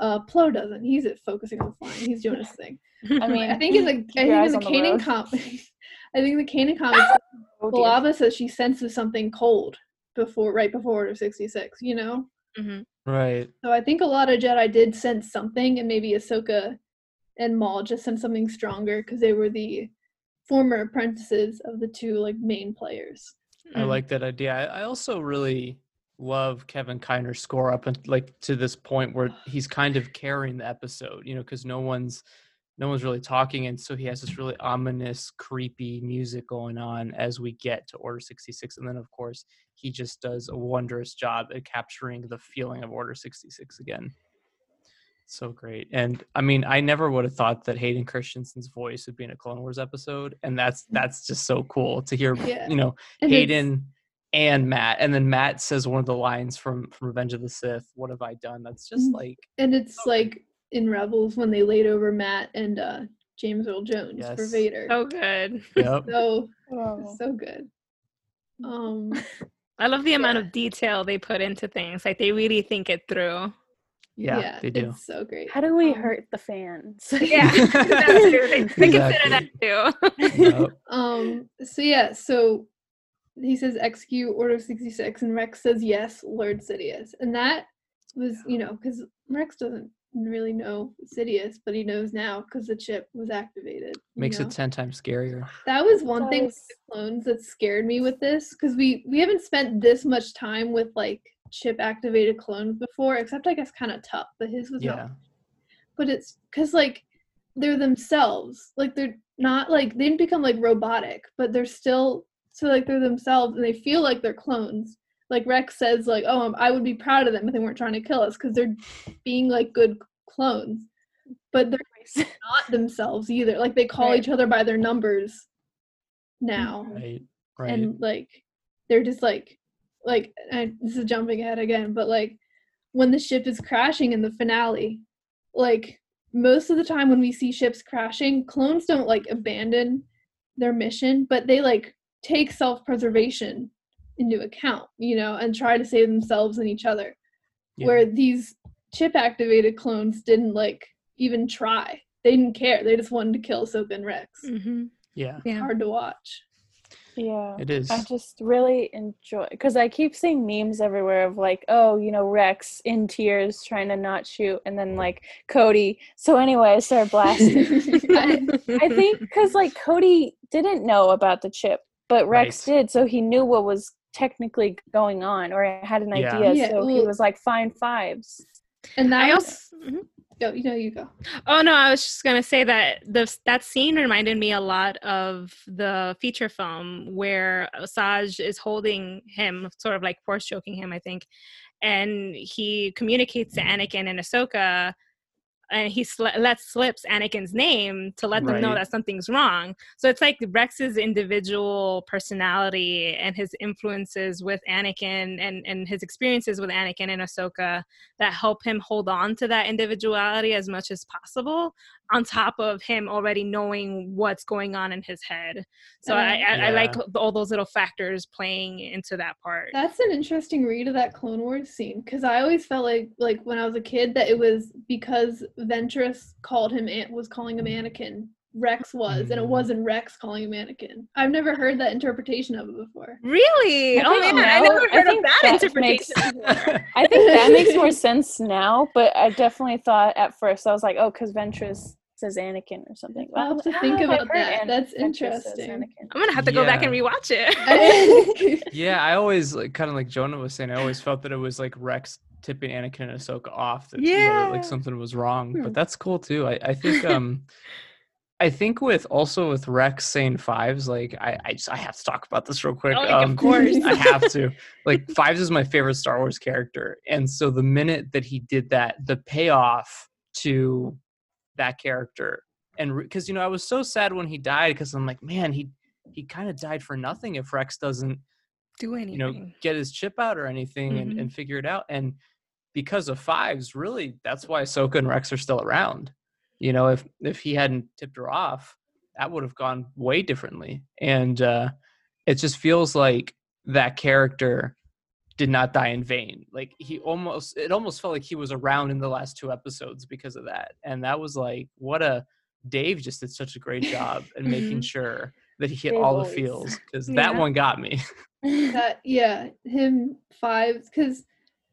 B: Uh Plo doesn't. He's at focusing on flying. He's doing his thing.
C: I mean,
B: I think in the I
C: your
B: think
C: eyes
B: in the
C: on the
B: Kanan
C: road.
B: com I think the Kanan comics
C: oh dear.
B: Balava says she senses something cold before right before Order sixty six, you know?
D: Mhm.
E: mm, right,
B: So I think a lot of Jedi did sense something, and maybe Ahsoka and Maul just sensed something stronger because they were the former apprentices of the two like main players.
E: I
D: Mm.
E: like that idea. I, I also really love Kevin Kiner's score up and like to this point where he's kind of carrying the episode, you know, because no one's no one's really talking, and so he has this really ominous, creepy music going on as we get to Order sixty six, and then of course he just does a wondrous job at capturing the feeling of Order sixty six again. So great, and I mean, I never would have thought that Hayden Christensen's voice would be in a Clone Wars episode, and that's that's just so cool to hear.
B: Yeah.
E: You know,
B: And it's-
E: Hayden and Matt, and then Matt says one of the lines from from Revenge of the Sith. What have I done? That's just
B: Mm.
E: like
B: and it's like in Rebels when they laid over Matt and uh, James Earl Jones for
D: Oh.
E: Yes.
B: Vader.
D: so good.
E: yep.
B: So
C: Oh.
B: so good. Um,
D: I love the amount of detail they put into things. Like they really think it through.
E: Yeah, they do.
B: It's so great.
C: How do we
B: Um,
C: hurt the fans?
D: Yeah, that too. They, they consider that too.
E: Yep.
B: Um. So yeah. So he says execute Order sixty six, and Rex says yes, Lord Sidious, and that was you know because Rex doesn't really know Sidious, but he knows now because the chip was activated. you
E: Makes
B: know?
E: it ten times scarier.
B: That was one thing with
C: Guys.
B: the clones that scared me with this because we we haven't spent this much time with like chip activated clones before, except I guess kind of tough, but his was not
E: Yeah.
B: but it's because like they're themselves like they're not like they didn't become like robotic but they're still so like they're themselves and they feel like they're clones like rex says like oh um, i would be proud of them if they weren't trying to kill us because they're being like good clones but they're not themselves either like they call
C: Right.
B: each other by their numbers now
E: Right. Right.
B: and like they're just like like I, this is jumping ahead again but like when the ship is crashing in the finale like most of the time when we see ships crashing clones don't like abandon their mission but they like take self-preservation into account you know and try to save themselves and each other
E: Yeah.
B: where these chip activated clones didn't like even try they didn't care they just wanted to kill soap and rex
D: Mm-hmm.
E: Mm, yeah.
D: Yeah.
B: hard to watch
C: yeah.
E: It is.
C: I just really enjoy because I keep seeing memes everywhere of like, oh, you know, Rex in tears trying to not shoot, and
E: Mm.
C: then like Cody. So anyway, I started blasting. I think because like Cody didn't know about the chip, but Rex
E: Right.
C: did, so he knew what was technically going on or had an
E: Yeah.
C: idea.
B: Yeah,
C: so he
B: well-
C: was like, "Fine fives."
B: and that
D: I
B: was-
D: also. mhm.
B: Go, you know, you go.
D: Oh no, I was just gonna say that the that scene reminded me a lot of the feature film where Osage is holding him, sort of like force choking him, I think, and he communicates to Anakin and Ahsoka, and he sl- lets slips Anakin's name to let them know
E: Right.
D: that something's wrong. So it's like Rex's individual personality and his influences with Anakin and and his experiences with Anakin and Ahsoka that help him hold on to that individuality as much as possible on top of him already knowing what's going on in his head so I, I, I
E: Yeah.
D: like th- all those little factors playing into that part
B: That's an interesting read of that Clone Wars scene because I always felt like, like when I was a kid, that it was because Ventress called him Ant was calling him Anakin. Rex was, and it
E: Mm.
B: wasn't Rex calling him Anakin. I've never heard that interpretation of it before.
D: really
C: I
D: oh
C: think
D: man i
C: now-
D: never
C: I
D: heard of
C: think
D: that,
C: that
D: interpretation before.
C: I think that makes more sense now, but I definitely thought at first I was like, "Oh, because Ventress says Anakin or something."
B: I'll have to
C: I
B: think
C: don't know if
B: about
C: I've heard
B: that.
C: An-
B: That's
C: Ventress says
B: interesting.
C: Anakin.
D: i'm gonna have to go back
E: Yeah.
D: and rewatch it
B: I-
E: yeah, I always like kind of like Jonah was saying. I always felt that it was like Rex tipping Anakin and Ahsoka off. That, you know, that,
D: Yeah.
E: like something was wrong.
D: Hmm.
E: But that's cool too. I, I think um, I think with also with Rex saying fives, like I I just I have to talk about this real quick.
D: Oh, like,
E: um,
D: of course
E: I have to. Like Fives is my favorite Star Wars character, and so the minute that he did that, the payoff to that character, and because you know I was so sad when he died, because I'm like, man, he he kind of died for nothing if Rex doesn't
D: do anything
E: you know get his chip out or anything and,
D: Mhm.
E: and figure it out. And because of Fives, really, that's why Ahsoka and Rex are still around. You know, if if he hadn't tipped her off, that would have gone way differently. And uh, it just feels like that character did not die in vain. Like he almost, it almost felt like he was around in the last two episodes because of that. And that was like, what a Dave just did such a great job in making
D: Mhm.
E: sure that he hit
C: Dave
E: all
C: always.
E: the feels because that
D: Yeah.
E: one got me.
B: that yeah him fives because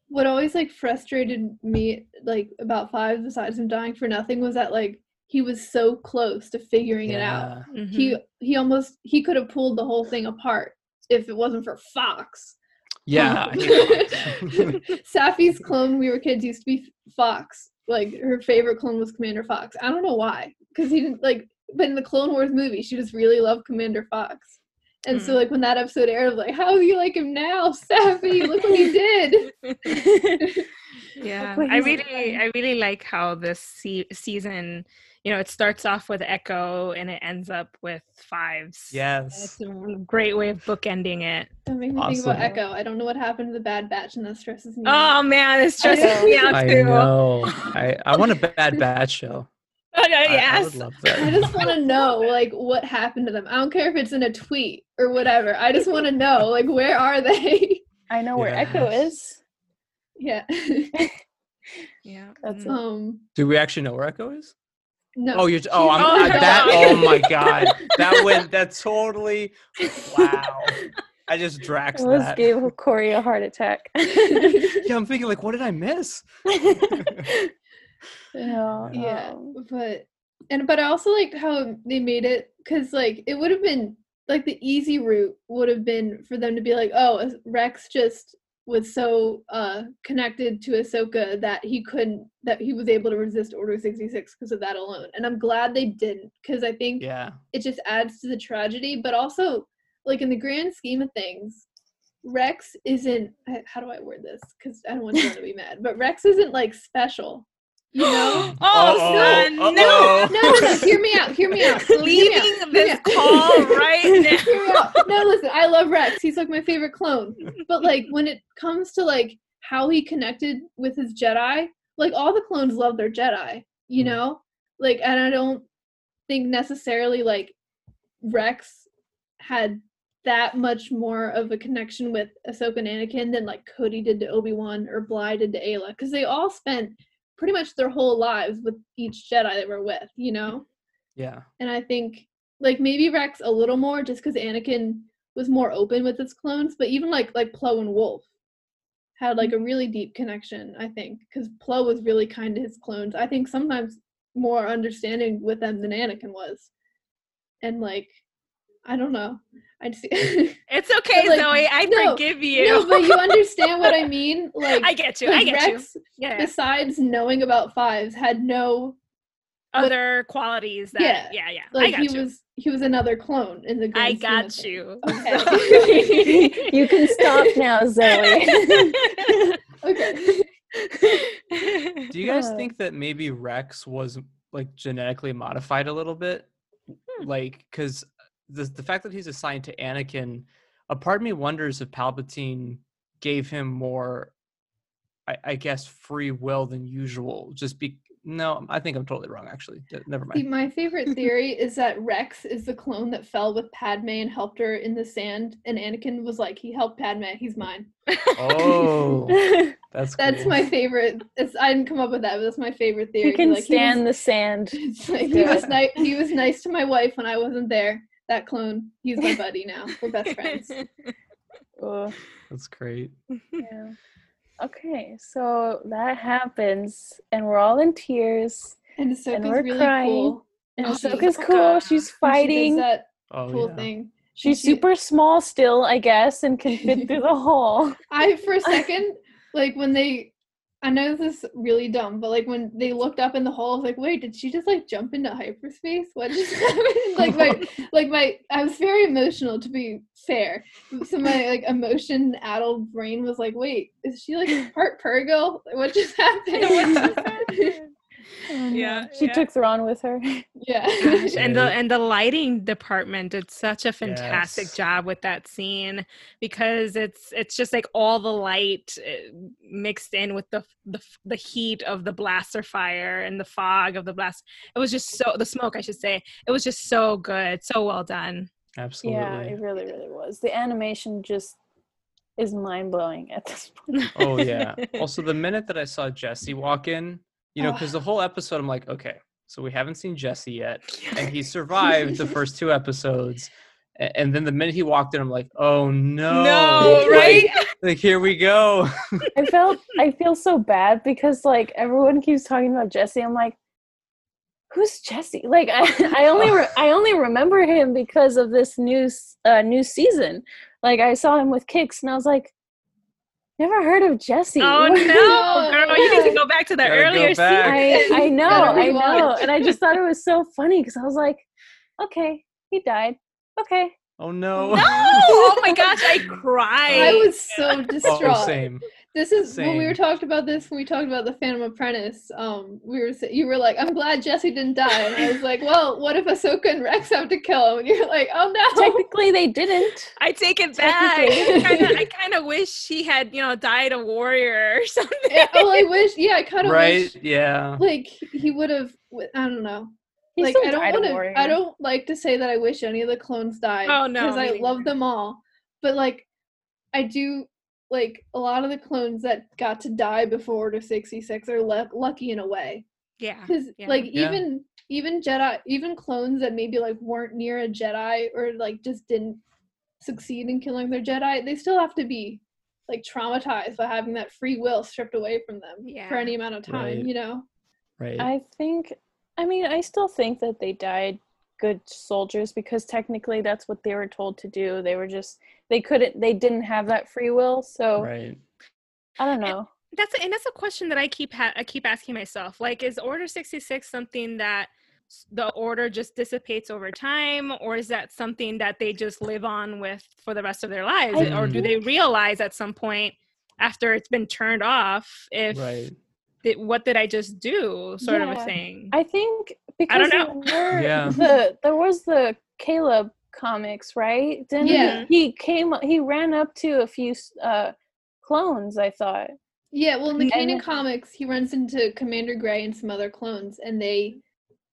B: what always like frustrated me like about fives besides him dying for nothing was that like he was so close to figuring it out he he almost he could have pulled the whole thing apart if it wasn't for fox
E: Yeah.
B: Um,
E: I know.
B: safi's clone when we were kids used to be fox like her favorite clone was commander fox i don't know why because he didn't like but in the clone wars movie she just really loved commander fox and so
D: Mm.
B: like when that episode aired I was like how do you like him now safi look what he did
D: Mm-hmm. yeah
C: what
D: i
C: he's
D: really i really like how this se- season you know it starts off with echo and it ends up with fives And
E: yes.
D: it's a great way of bookending it
B: That makes me think
E: Awesome.
B: about Echo. I don't know what happened to the Bad Batch, and that stresses me.
D: oh man it's
B: I
D: stressing
B: know.
D: me out
E: I
D: too
E: know. I, I want a bad bad show. I, I
D: uh, yes.
E: would love
B: I
E: that.
B: just want to know like what happened to them. I don't care if it's in a tweet or whatever. I just want to know like where are they?
C: I know where
E: Yeah.
C: Echo is.
B: yeah.
D: yeah.
C: That's
D: Mm.
B: um.
E: Do we actually know where Echo is?
B: No.
E: Oh, you're. Oh, I'm.
D: Oh my
E: I- that.
D: God.
E: Oh my god. That went. That totally. Wow. I just draxed
C: Liz
E: that.
C: gave Corey a heart attack.
E: Yeah, I'm thinking like, what did I miss?
C: no,
B: Yeah.
C: um,
B: but and but I also liked how they made it because like it would have been like the easy route would have been for them to be like, oh, Rex just was so uh connected to Ahsoka that he couldn't that he was able to resist Order sixty six because of that alone. And I'm glad they didn't because I think
E: Yeah.
B: it just adds to the tragedy but also like in the grand scheme of things rex isn't I- how do i word this because i don't want anyone to be mad but rex isn't like special you know
D: Oh,
E: Uh-oh,
D: son,
E: uh-oh.
D: no.
B: no no no hear me out hear me out hear me out,
D: Leaving this
B: yeah.
D: call right now.
B: hear me out. no listen i love rex he's like my favorite clone but like when it comes to like how he connected with his jedi like all the clones love their jedi you
E: Mhm.
B: know like and i don't think necessarily like rex had that much more of a connection with Ahsoka and Anakin than like Cody did to Obi Wan or Bly did to Ayla, because they all spent pretty much their whole lives with each Jedi they were with, you know.
E: Yeah.
B: And I think like maybe Rex a little more just because Anakin was more open with his clones, but even like like Plo and Wolf had like a really deep connection, I think, because Plo was really kind to his clones. I think sometimes more understanding with them than Anakin was. And like I don't know. I just
D: It's okay,
B: But, like,
D: Zoe. I
B: no,
D: forgive you.
B: No, but you understand what I mean? Like
D: I get you. I
B: 'cause
D: get you.
B: Rex,
D: Yeah.
B: besides knowing about fives, had no
D: Other qualities that.
B: Yeah,
D: Yeah. Yeah. yeah. I
B: like
D: got
B: he
D: you.
B: was he was another clone in the grand
D: I
B: scheme of
D: got
B: things.
D: you.
B: Okay.
C: you can stop now, Zoe.
B: Okay.
E: Do you guys
C: Yeah.
E: think that maybe Rex was like genetically modified a little bit?
B: Hmm.
E: Like, because the, the fact that he's assigned to Anakin, a part of me wonders if Palpatine gave him more, I, I guess, free will than usual. Just be, no, I think I'm totally wrong, actually. D- Never
B: See,
E: mind.
B: my favorite theory is that Rex is the clone that fell with Padme and helped her in the sand, and Anakin was like, "He helped Padme. He's mine."
E: Oh, that's
B: That's
E: cool.
B: my favorite. It's, I didn't come up with that, but that's my favorite theory.
C: you can
B: Like, he was-
C: stand the sand.
B: it's like, he was
C: Yeah.
B: nice. He was nice to my wife when I wasn't there. That clone. He's my buddy now. We're best friends.
C: Ugh,
E: That's great.
C: yeah. Okay, so that happens, and we're all in tears.
B: And Ahsoka's
C: we're
B: really
C: crying.
B: cool.
C: And
B: Oh,
C: Ahsoka's
D: Ahsoka.
C: cool.
B: when
C: She's
B: She does
C: fighting.
B: that
E: Oh,
B: cool
E: yeah.
B: thing.
C: She's
B: uh, she-
C: super small still, I guess, and can fit through the hole.
B: I for a second, like when they, I know this is really dumb, but like when they looked up in the hole, I was like, wait, did she just like jump into hyperspace? What just happened? like my, like my, I was very emotional to be fair. So my like emotion addled brain was like, wait, is she like part Purgle? Like, What just happened?
D: Yeah,
C: Oh, She
D: yeah.
C: took Thrawn with her.
B: yeah.
D: Gosh, and the and the lighting department did such a fantastic
E: Yes.
D: job with that scene because it's it's just like all the light uh, mixed in with the, the f- the heat of the blaster fire and the fog of the blast. It was just so the smoke, I should say. It was just so good, so well done.
E: Absolutely.
C: Yeah, it really, really was. The animation just is mind blowing at this point.
E: Oh yeah. Also, the minute that I saw Jesse walk in, you know,
B: Ugh.
E: because the whole episode, I'm like, okay, so we haven't seen Jesse yet, and he survived the first two episodes, a- and then the minute he walked in, I'm like, oh no,
D: no,
E: Like-
D: right?
E: Like, here we go.
C: I felt I feel so bad because like everyone keeps talking about Jesse. I'm like, who's Jesse? Like I, I only re- I only remember him because of this new s- uh, new season. Like I saw him with Kicks, and I was like, never heard of Jesse.
D: Oh no, girl, you need to go back to the
E: Gotta go
D: earlier
E: back.
D: scene.
C: I, I know,
B: Gotta
C: I know,
B: rewatch.
C: and I just thought it was so funny because I was like, okay, he died. Okay,
E: Oh no.
D: No! Oh my gosh, I cried.
B: I was so
E: Oh,
B: distraught.
E: same.
B: This is when we were
E: Same.
B: talking about this when we talked about the Phantom Apprentice. Um, we were sa- you were like, "I'm glad Jesse didn't die," and I was like, "Well, what if Ahsoka and Rex have to kill him?" And you're like, "Oh no!"
C: Technically, they didn't.
D: I take it back. I
B: Technically.
D: kinda- I kind of wish she had, you know, died a warrior or something.
B: Yeah, well, I wish. Yeah, I kind of
E: Right?
B: wish
E: Yeah.
B: like he would have. I don't know.
C: He
B: like
C: still
B: I don't
C: died a
B: want to. I
C: warrior.
B: don't like to say that I wish any of the clones died.
D: Oh, no,
B: because
D: me
B: I
D: neither.
B: love them all. But like, I do like a lot of the clones that got to die before Order sixty six are luck lucky in a way
D: Yeah.
B: because
D: Ah, yeah.
B: like
E: Yeah.
B: even even Jedi even clones that maybe like weren't near a Jedi or like just didn't succeed in killing their Jedi, they still have to be like traumatized by having that free will stripped away from them for
D: Yeah.
B: any amount of time.
E: Right.
B: You know.
E: Right.
C: I think, I mean, I still think that they died good soldiers because technically that's what they were told to do. They were just, they couldn't, they didn't have that free will. So
E: right.
C: I don't know.
D: That's and that's a question that I keep ha- I keep asking myself. Like, is Order sixty six something that s- the order just dissipates over time, or is that something that they just live on with for the rest of their lives,
C: I
D: or do they realize at some point after it's been turned off if
E: Right.
D: th- what did I just do, sort of a
C: Yeah.
D: thing?
C: I think
D: I
C: because
D: don't know.
C: there, were
E: Yeah.
C: the, there was the Caleb comics, right? Didn't he-
B: Yeah.
C: he, came, he ran up to a few uh, clones, I thought.
B: Yeah, well, in the
C: And-
B: Kanan comics, he runs into Commander Gray and some other clones, and they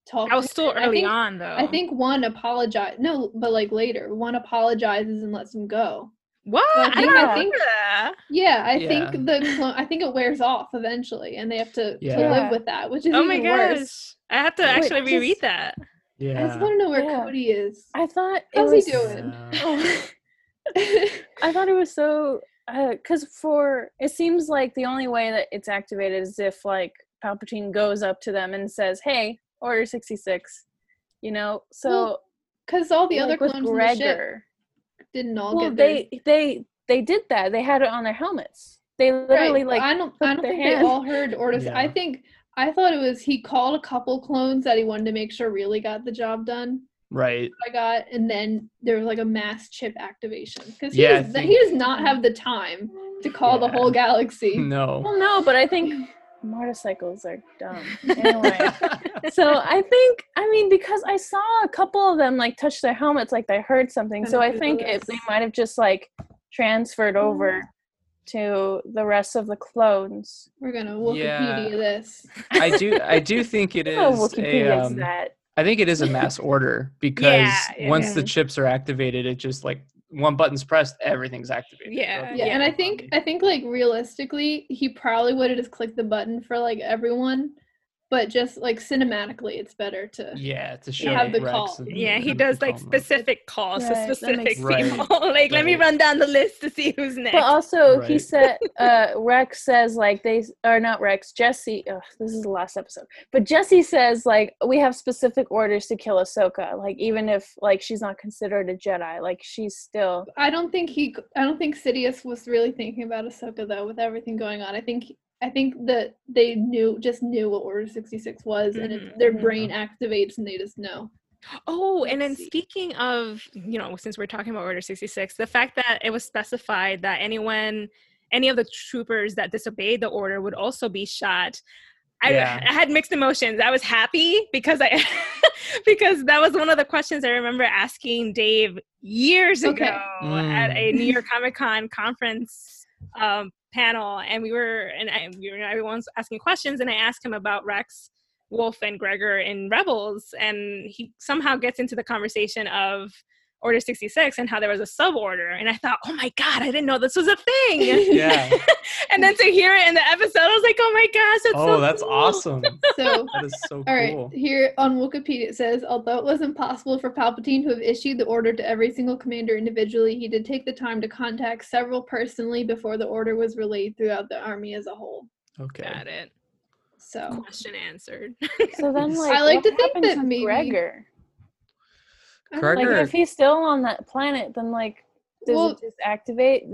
B: talk.
D: That
B: to
D: was still
B: him. I
D: early
B: think-
D: on, though.
B: I think one apologized. No, but like later, one apologizes and lets him go.
D: what
B: So I
D: I,
B: think-
D: don't
B: I
D: remember
B: think-
D: that.
B: Yeah, I
E: Yeah.
B: think the clone. I think it wears off eventually, and they have to, to
E: Yeah.
B: live with that, which is
D: Oh my
B: even
D: gosh,
B: worse.
D: I have to
C: Wait,
D: actually
C: just-
D: reread that.
B: I just
E: Yeah.
B: want to know where
C: Yeah.
B: Cody is.
C: I thought it
B: How's
C: was,
B: he doing?
E: Yeah.
C: I thought it was so because for it seems like the only way that it's activated is if like Palpatine goes up to them and says, "Hey, Order sixty six, you know. So
B: Well, Because all the other
C: like, with
B: clones in the ship didn't all
C: well,
B: get their-
C: they they they did that. They had it on their helmets. They
B: Right,
C: literally
B: but
C: like
B: I don't
C: put
B: I don't
C: their
B: think
C: hand-
B: they all heard orders. I
E: Yeah.
B: think I thought it was he called a couple clones that he wanted to make sure really got the job done.
E: Right.
B: I got, and then there was like a mass chip activation because he,
E: Yeah, I
B: does- he
E: think-
B: does not have the time to call the
E: Yeah.
B: whole galaxy.
E: No.
C: well, no, but I think motorcycles are dumb. Anyway. so I think I mean because I saw a couple of them like touch their helmets like they heard something. So I think it, they
B: Ridiculous. Mm-hmm.
C: might have just like transferred over to the rest of the clones.
B: We're gonna
E: Yeah.
B: Wikipedia this.
E: I do. I do think it is.
C: Oh,
E: a,
C: Wikipedia is
E: um,
C: that.
E: I think it is a mass order because
D: yeah,
E: once the
D: yeah.
E: chips are activated, it just like one button's pressed, everything's activated. So
D: Yeah,
E: it's
B: Yeah,
E: all
B: and I
E: on
B: think
E: you.
B: I think like realistically, he probably would have just clicked the button for like everyone, but just like cinematically, it's better to.
E: yeah to show
B: have the
E: Rex
B: call.
E: and-
D: Yeah, he
E: and
D: does
E: the
D: like
E: Palmer.
D: specific calls
C: Right,
D: to
C: that makes
D: specific people.
E: Right.
D: like, let me
E: Right.
D: run down the list to see who's next.
C: But also he
E: Right.
C: said uh, Rex says like they are not Rex. Jesse. Ugh, this is the last episode. But Jesse says like we have specific orders to kill Ahsoka. Like even if like she's not considered a Jedi, like she's still
B: I don't think he. I don't think Sidious was really thinking about Ahsoka though, with everything going on. I think I think that they knew just knew what Order sixty six was, and
D: Mhm,
E: Mm-hmm.
B: it, their
D: mhm.
B: brain activates, and they just know.
D: oh, and
B: let's
D: then
B: see.
D: speaking of, you know, since we're talking about Order 66, the fact that it was specified that anyone, any of the troopers that disobeyed the order would also be shot. I,
E: Yeah.
D: I had mixed emotions. I was happy because I because that was one of the questions I remember asking Dave years
B: Okay.
D: ago at
E: Mm.
D: a New York Comic Con conference um, panel, and we were and I, we were, everyone's asking questions, and I asked him about Rex, Wolf, and Gregor in Rebels, and he somehow gets into the conversation of Order sixty six and how there was a sub order, and I thought, oh my god, I didn't know this was a thing,
E: Yeah.
D: and then to hear it in the episode, I was like, oh my gosh, that's so
E: Oh, that's
D: cool."
E: awesome.
B: So
E: That is so
B: All right,
E: cool.
B: here on Wikipedia it says, although it was impossible for Palpatine to have issued the order to every single commander individually, he did take the time to contact several personally before the order was relayed throughout the army as a whole.
E: Okay.
D: Got it.
B: So
D: Question answered.
C: So then,
E: Yes.
C: like,
B: I like
C: what
B: to think
C: happened
B: that
C: to
B: maybe-
C: Gregor?
B: I don't
E: Gregor-
C: Like,
E: Sure.
C: if he's still on that planet, then like, does
B: Well-
C: it just activate?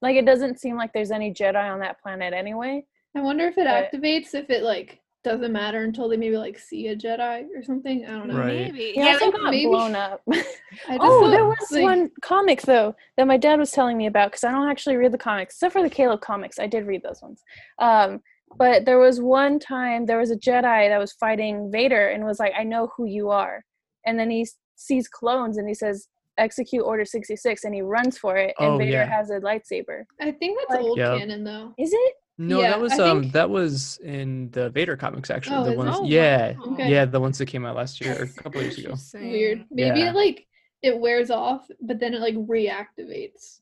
C: Like, it doesn't seem like there's any Jedi on that planet anyway.
B: I wonder if it
C: But-
B: activates if it like doesn't matter until they maybe like see a Jedi or something. I don't know.
E: Right.
D: Maybe.
C: He also
D: like,
C: got
B: maybe-
C: blown up.
B: I just
C: Oh,
B: thought,
C: there was
B: like-
C: one comic though that my dad was telling me about because I don't actually read the comics, except for the Caleb comics. I did read those ones. Um, but there was one time there was a Jedi that was fighting Vader and was like, "I know who you are," and then he s- sees clones and he says, "Execute Order 66," and he runs for it, and
E: Oh,
C: Vader
E: yeah.
C: has a lightsaber.
B: I think that's
C: Like-
B: old
E: Yeah.
B: canon though.
C: Is it?
E: No,
B: Yeah,
E: that was
B: I
E: um
B: think-
E: that was in the Vader comics actually.
B: Oh,
E: the
B: is
E: ones
B: it?
D: Oh,
E: yeah.
D: wow.
B: Okay.
E: Yeah, the ones that came out last year or a couple years ago.
D: Interesting.
B: Weird. Maybe
E: Yeah.
B: it like it wears off, but then it like reactivates.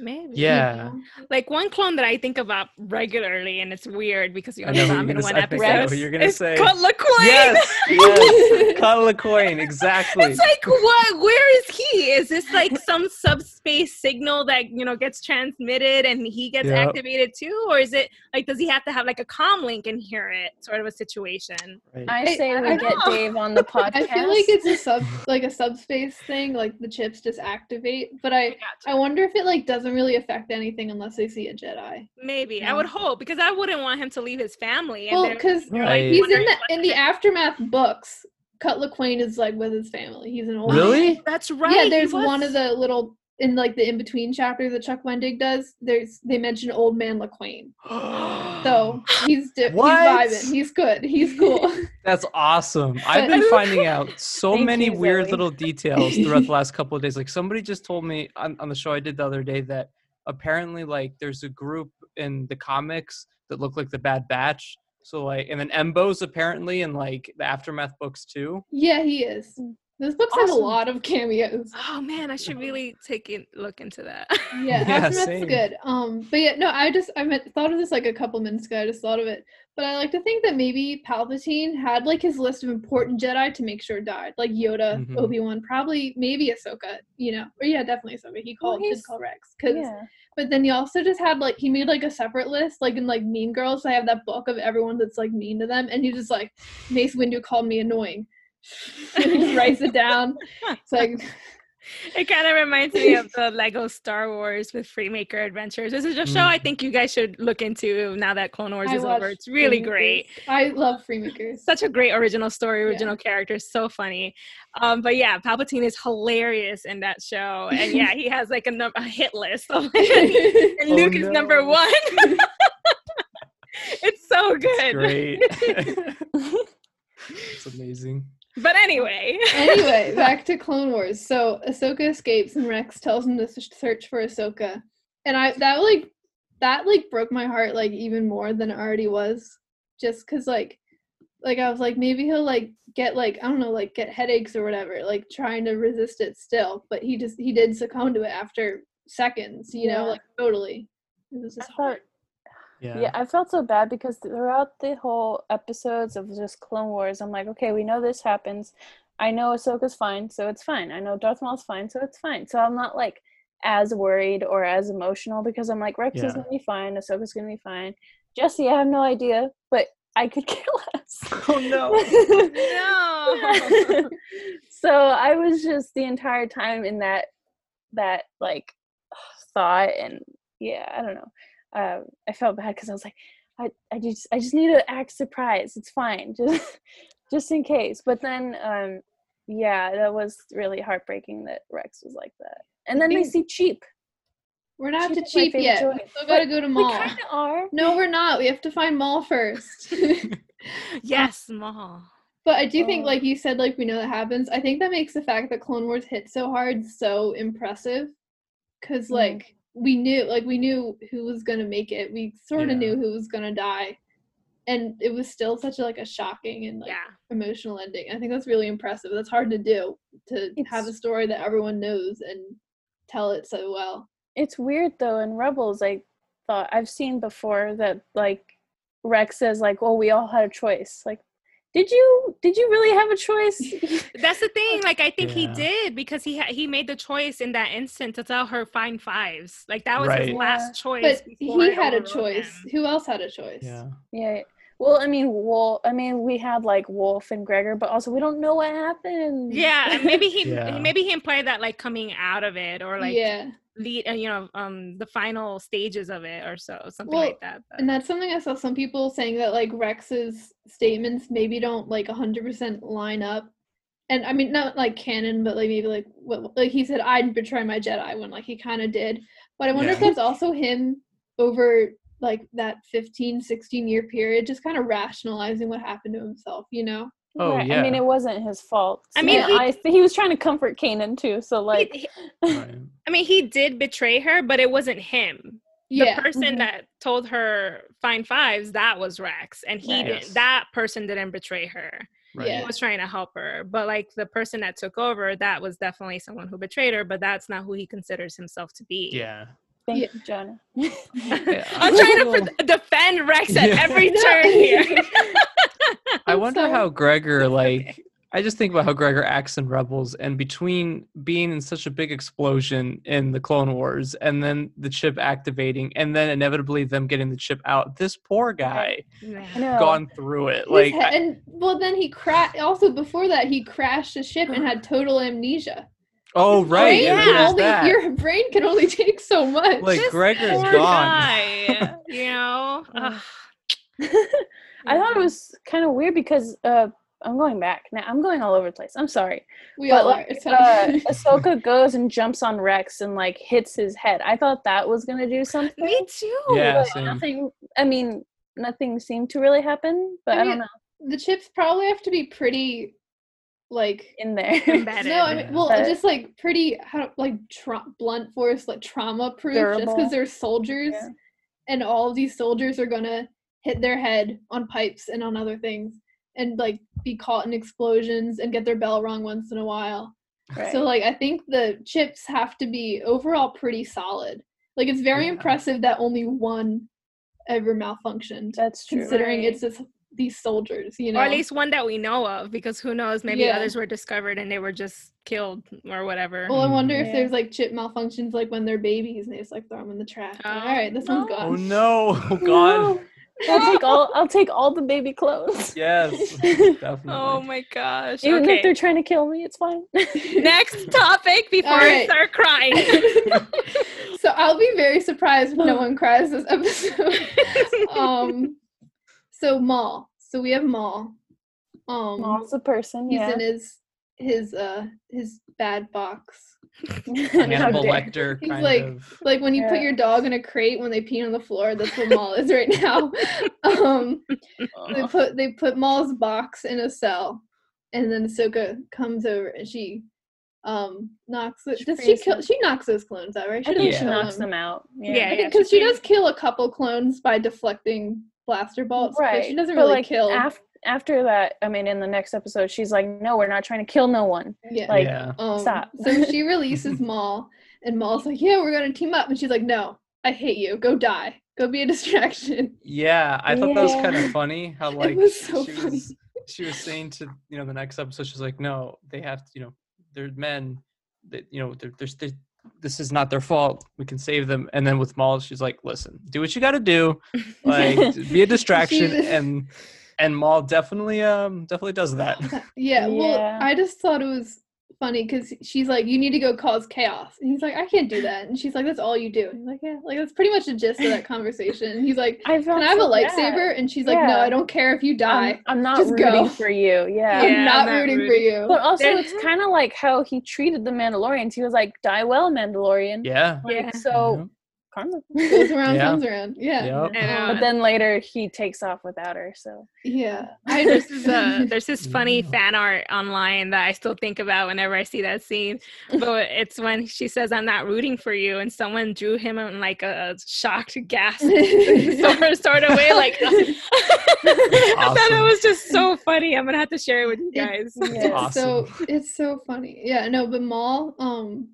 D: Maybe.
B: you
E: Yeah.
B: know?
D: Like one clone that I think about regularly, and it's weird because you
E: I
D: only
E: know who
D: saw
E: you're
D: him in
E: gonna
D: one
E: say- I think I know
D: episode.
E: who you're gonna
D: it's
E: say.
D: called LaQuaid.
E: Yes, yes. Cuddle a coin, exactly.
D: It's like what? Where is he? Is this like some subspace signal that you know gets transmitted and he gets
E: Yep.
D: activated too, or is it like does he have to have like a comm link and hear it? Sort of a situation.
E: Right.
C: I say we
B: I
C: get
D: know.
C: Dave on the podcast.
B: I feel like it's a sub like a subspace thing, like the chips just activate. But I I wonder if it like doesn't really affect anything unless they see a Jedi.
D: Maybe
C: Yeah.
D: I would hope because I wouldn't want him to leave his family.
B: Well,
D: they're-
B: because
D: they're,
E: Right.
B: he's
D: wondering
B: in the
D: what
B: in the
D: happened.
B: aftermath books. Cutler Quain is like with his family. He's an old man.
E: Really?
D: That's right.
B: Yeah,
D: he
B: there's one
D: was-
B: of the little in like the in between chapter that Chuck Wendig does. There's they mention Old Man LaQuain, so he's di- he's
E: What?
B: vibing. He's good. He's cool.
E: That's awesome. I've been finding out so
C: Thank
E: many
C: you,
E: weird
C: Zoe.
E: little details throughout the last couple of days. Like somebody just told me on, on the show I did the other day that apparently like there's a group in the comics that look like the Bad Batch. So like and then Embo's apparently in like the aftermath books too.
B: yeah, he is. Those books have a
E: Awesome.
B: lot of cameos.
D: Oh man, I should really take a look into that.
B: Yeah,
E: Yeah,
B: Aftermath's
E: same.
B: good. Um, but yeah, no, I just I meant, thought of this like a couple minutes ago. I just thought of it, but I like to think that maybe Palpatine had like his list of important Jedi to make sure died, like Yoda,
D: Mm-hmm.
E: Mhm.
B: Obi Wan, probably maybe Ahsoka. You know, or yeah, definitely Ahsoka. He
C: Well,
B: called did
C: he's-
B: call Rex because.
C: yeah.
B: But then he also just had like he made like a separate list, like in like Mean Girls. I have that book of everyone that's like mean to them, and he just like Mace Windu called me annoying. and he just writes it down. It's like
D: It kind of reminds me of the Lego Star Wars with Freemaker Adventures. This is a show I
E: Mhm.
D: think you guys should look into now that Clone Wars
B: I
D: is over.
B: watched
D: It's really
B: Freemakers.
D: great.
B: I love Freemakers.
D: Such a great original story,
B: Yeah.
D: original characters, so funny. Um, but yeah, Palpatine is hilarious in that show, and yeah, he has like a, num- a hit list, of and
E: Oh,
D: Luke is number
E: no.
D: one. it's so
E: It's
D: good.
E: great. it's amazing.
D: But anyway,
B: anyway, back to Clone Wars. So Ahsoka escapes, and Rex tells him to s- search for Ahsoka. And I that like that like broke my heart like even more than it already was, just because like like I was like maybe he'll like get like I don't know like get headaches or whatever like trying to resist it still, but he just he did succumb to it after seconds, you
C: Yeah.
B: know, like totally. It was just
C: I
B: hard.
E: Yeah.
C: Yeah, I felt so bad because throughout the whole episodes of just Clone Wars, I'm like, okay, we know this happens. I know Ahsoka's fine, so it's fine. I know Darth Maul's fine, so it's fine. So I'm not like as worried or as emotional because I'm like, Rex
E: Yeah.
C: is gonna be fine. Ahsoka's gonna be fine. Jesse, I have no idea, but I could kill us.
E: Oh no.
C: no.
D: no.
C: so I was just the entire time in that that like thought and yeah, I don't know. Um, I felt bad because I was like, I, I just I just need to act surprised. It's fine, just just in case. But then, um, yeah, that was really heartbreaking that Rex was like that. And
B: I
C: then they
B: think-
C: see cheap.
B: We're not
C: Cheap
B: to
C: is my
B: cheap
C: favorite
B: yet.
C: joy.
B: We still gotta go to mall.
C: We kind of are.
B: No, we're not. We have to find mall first.
D: yes, Maul.
B: But I do
D: Um,
B: think,
C: Oh.
B: like you said, like we know that happens. I think that makes the fact that Clone Wars hit so hard so impressive, because
C: Mhm.
D: Mm-hmm.
B: like we knew, like we knew who was gonna make it. We sort
E: Yeah.
B: of knew who was gonna die, and it was still such a, like a shocking and like
D: Yeah.
B: emotional ending. I think that's really impressive. That's hard to do to have a
C: It's-
B: story that everyone knows and tell it so well.
C: It's weird though in Rebels I thought I've seen before that like Rex says like, "Well, we all had a choice." Like, did you did you really have a choice?
D: That's the thing. Like I think he
E: Yeah.
D: did because he ha- he made the choice in that instant to tell her fine fives. Like that was
E: Right.
D: his
C: Yeah.
D: last choice.
B: But
D: before
B: he
D: it
B: had a
D: overrode
B: choice.
D: him.
B: Who else had a choice?
E: Yeah.
C: yeah, Well, I mean, Wolf. I mean, we had like Wolf and Gregor, but also we don't know what happened.
D: Yeah, maybe he
E: Yeah.
D: maybe he implied that like coming out of it or like
B: yeah.
D: lead uh, you know um the final stages of it or so something
B: Well,
D: like that. but-
B: And that's something I saw some people saying that like Rex's statements maybe don't like 100% line up. And I mean, not like canon, but like maybe like what, like he said, I'd betray my Jedi when like he kind of did. But I wonder if
E: Yeah.
B: that's also him over like that 15, 16 year period, just kind of rationalizing what happened to himself, you know?
E: Oh,
C: Right, I mean,
E: yeah.
C: it wasn't his fault.
D: I mean,
C: And
D: he-
C: I th- he was trying to comfort Kanan too. So like,
D: He- he-
E: Right.
D: I mean, he did betray her, but it wasn't him.
B: Yeah. mm-hmm.
D: The person
C: Mhm.
D: that told her fine fives that was Rex, and he
C: Right.
D: didn't
E: Yes.
D: that person didn't betray her.
E: Right.
D: He
B: Yeah.
D: was trying to help her, but like the person that took over, that was definitely someone who betrayed her. But that's not who he considers himself to be.
E: Yeah.
C: thank
B: Yeah.
C: you, Jonah.
D: I'm trying to pre- defend Rex at
E: Yeah.
D: every
B: No.
D: turn here.
E: I
B: I'm
E: wonder
B: sorry.
E: how Gregor like I just think about how Gregor acts in Rebels and between being in such a big explosion in the Clone Wars and then the chip activating and then inevitably them getting the chip out, this poor guy
C: I know.
E: gone through it.
B: His
E: Like
B: he-
E: I-
B: and well, then he crashed. Also, before that, he crashed a ship and had total amnesia.
E: oh right.
B: brain
E: and
B: can
E: there's
B: only,
E: that.
B: your brain can only take so much.
E: like
D: This
E: Gregor's
D: poor
E: gone.
D: guy. You know. Ugh.
C: I thought it was kind of weird because uh, I'm going back now. I'm going all over the place. I'm sorry.
B: we
C: But
B: all are.
C: like,
B: It's
C: uh,
B: fine.
C: Ahsoka goes and jumps on Rex and like hits his head. I thought that was gonna do something.
D: Me too.
E: Yeah,
C: but
E: same.
C: nothing. I mean, nothing seemed to really happen. But
B: I
C: I,
B: mean-
C: don't know.
B: the chips probably have to be pretty, like
C: In there,
D: Embedded.
B: no, I mean,
E: Yeah.
B: well,
C: But-
B: just like pretty, how, do- like tra- blunt force, like trauma proof, just
C: Durable.
B: because they're soldiers,
C: Yeah.
B: and all of these soldiers are gonna hit their head on pipes and on other things, and like be caught in explosions and get their bell rung once in a while.
C: Right.
B: So like I think the chips have to be overall pretty solid. Like it's very
E: Yeah.
B: impressive that only one ever malfunctioned,
C: that's true.
B: considering
D: Right.
B: it's just these soldiers, you know.
D: Or at least one that we know of, because who knows? Maybe
B: Yeah.
D: others were discovered and they were just killed or whatever.
B: well, I wonder
C: Yeah.
D: Mm-hmm.
B: if there's like chip malfunctions, like when they're babies and they just like throw them in the trash. Like, All right, this one's
D: no.
E: Oh
B: gone.
E: no. Oh god.
C: I'll take all. I'll take all the baby clothes.
E: Yes.
C: Even
E: Definitely.
D: oh my gosh.
C: if they're
D: Okay.
C: trying to kill me, it's fine.
D: Next topic before I
B: Alright.
D: start crying.
B: so I'll be very surprised if no one cries this episode. um, so Maul. So we have Maul. Um,
C: Mom's a person.
B: he's
C: Yeah.
B: in his his uh his bad box.
E: Hannibal
B: dare.
E: Lecter
B: He's
E: kind
B: like-
E: of
B: Like when you put
C: Yeah.
B: your dog in a crate when they pee on the floor, that's what Maul is right now. Um, they put they put Maul's box in a cell, and then Ahsoka comes over and she um knocks. The,
C: She
B: does she
C: frees
B: kill?
C: them.
B: She knocks those clones out, right? Um,
C: I think
E: Yeah.
C: she knocks them out.
D: Yeah.
B: because she
D: she
B: does kill a couple clones by deflecting blaster bolts,
C: Right.
B: but she doesn't
C: but,
B: really
C: like,
B: kill.
C: Af- after that, I mean, in the next episode, she's like, "No, we're not trying to kill no one."
B: yeah.
C: like-
E: yeah.
B: Um,
C: Stop.
B: so she releases Maul, and Maul's like, "Yeah, we're gonna team up," and she's like, "No, I hate you. Go die. Go be a distraction."
E: Yeah, I thought that was kind
C: Yeah.
E: of funny how like
B: was so
E: she
B: funny.
E: was she was saying to you know the next episode she's like no they have to you know they're men that you know they're, they're, they this is not their fault we can save them and then with Maul she's like listen do what you got to do like be a distraction
B: was-
E: and and Maul definitely um definitely does that
B: Yeah,
C: Yeah.
B: well, I just thought it was funny because she's like, "You need to go cause chaos," and he's like, "I can't do that," and she's like, "That's all you do." And he's like, "Yeah, like that's pretty much the gist of that conversation." And he's like,
C: I
B: "Can I have a lightsaber?" And she's like, "No,
C: Yeah.
B: I don't care if you die.
C: I'm, Um, I'm not
B: Just
C: rooting
B: go.
C: for you. Yeah.
B: I'm
D: Yeah,
B: not
D: I'm not
B: rooting for
D: rooting.
B: you."
C: But also,
D: There-
C: it's kind of like how he treated the Mandalorians. He was like, "Die well, Mandalorian."
E: yeah Mm-hmm.
C: Like,
D: Yeah.
C: So karma.
B: goes around,
E: Yeah.
B: comes around. Yeah,
E: yeah
D: I know.
C: but then later, he takes off without her. So
B: yeah. I
D: there's
B: just
D: this, uh, there's this funny
E: Yeah.
D: fan art online that I still think about whenever I see that scene. But it's when she says, "I'm not rooting for you," and someone drew him in like a shocked gasp sort, sort of way. Like I thought
E: awesome.
D: that was just so funny. I'm gonna have to share it with you
B: It-
D: guys.
B: it's so it's so funny. Yeah, no, but Maul, um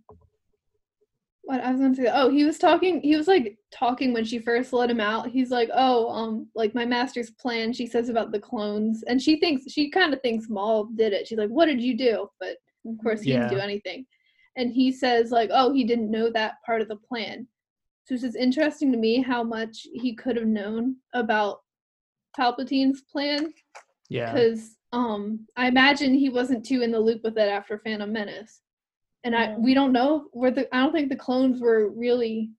B: what I was gonna say oh he was talking he was like talking when she first let him out. He's like, Oh, um, like my master's plan, she says about the clones and she thinks she kinda thinks Maul did it. She's like, What did you do? But of course he didn't do
E: Yeah.
B: anything. And he says, like, oh, he didn't know that part of the plan. So it's just interesting to me how much he could have known about Palpatine's plan
E: Yeah.
B: because um I imagine he wasn't too in the loop with it after Phantom Menace, and I
C: No.
B: we don't know where the I don't think the clones were really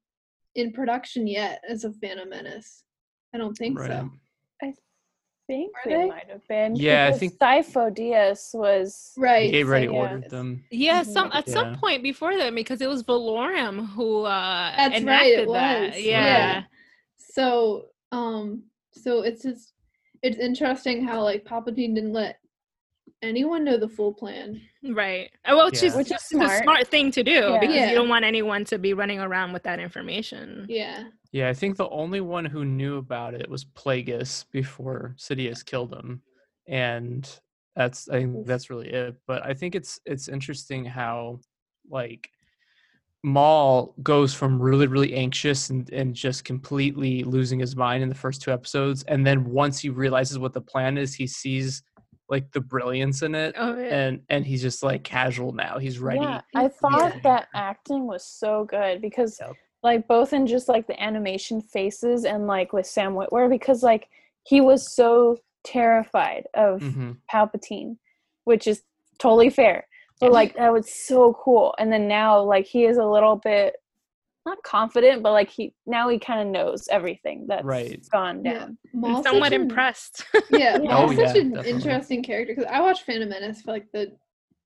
B: in production yet as of Phantom Menace. I don't think
E: Right.
B: so.
C: think
B: Are
C: they,
B: they?
C: might have been.
E: Yeah, I
C: because
E: think-
C: Sifo Dyas was.
B: Right.
E: He already
C: yeah.
E: ordered them.
D: Yeah,
C: Mhm.
D: some at some
E: Mm-hmm. Yeah.
D: point before that because it was Valorum who uh
B: That's right,
D: enacted
B: it
D: that.
B: was.
D: Yeah.
B: So um so it's just it's interesting how like Palpatine didn't let anyone know the full plan.
D: Right. Uh, Well, which
E: Yeah.
D: is
C: Which is
D: just a
C: smart.
D: smart thing to do
C: Yeah.
D: because
B: Yeah.
D: you don't want anyone to be running around with that information.
B: Yeah.
E: Yeah, I think the only one who knew about it was Plagueis before Sidious killed him, and that's I think that's really it. But I think it's it's interesting how like Maul goes from really really anxious and and just completely losing his mind in the first two episodes, and then once he realizes what the plan is, he sees like the brilliance in it,
D: Oh, yeah.
E: and and he's just like casual now. He's ready.
C: Yeah, I thought
E: Yeah.
C: that acting was so good because,
E: Yep.
C: like, both in just like the animation faces and like with Sam Witwer, because like he was so terrified of
E: hmm
C: Palpatine, which is totally fair. But like that was so cool. And then now like he is a little bit not confident, but like he now he kind of knows everything that's
E: Right.
C: gone
B: Yeah.
C: down.
D: I'm
B: Maul's
D: somewhat
B: such an-
D: impressed.
B: Yeah,
C: Yeah.
B: Maul's
E: Oh,
B: such
E: yeah,
B: an
E: definitely.
B: interesting character because I watched Phantom Menace for like the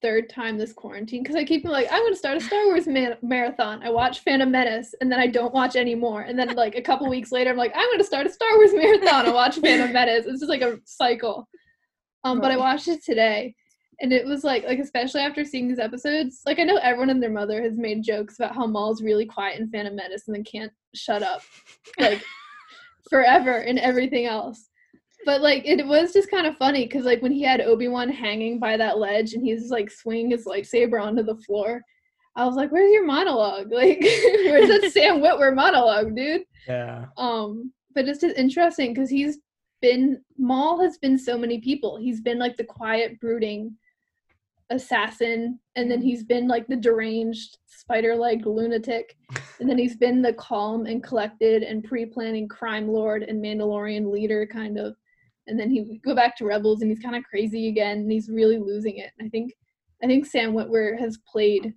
B: third time this quarantine because I keep being like I'm gonna start a Star Wars man- marathon. I watch Phantom Menace and then I don't watch anymore. And then like a couple weeks later, I'm like I'm gonna start a Star Wars marathon. I watch Phantom Menace. It's just like a cycle. Um, but I
C: Right.
B: watched it today, and it was like like especially after seeing these episodes. Like I know everyone and their mother has made jokes about how Maul's really quiet in Phantom Menace and then can't shut up, like forever and everything else. But like it was just kind of funny because like when he had Obi Wan hanging by that ledge and he's like swinging his lightsaber onto the floor, I was like, "Where's your monologue? Like, where's that Sam Witwer monologue, dude?"
E: Yeah.
B: Um, but it's just interesting because he's been Maul has been so many people. He's been like the quiet, brooding assassin, and then he's been like the deranged, spider-legged lunatic, and then he's been the calm and collected and pre-planning crime lord and Mandalorian leader kind of. And then he we go back to Rebels, and he's kind of crazy again, and he's really losing it. I think, I think Sam Witwer has played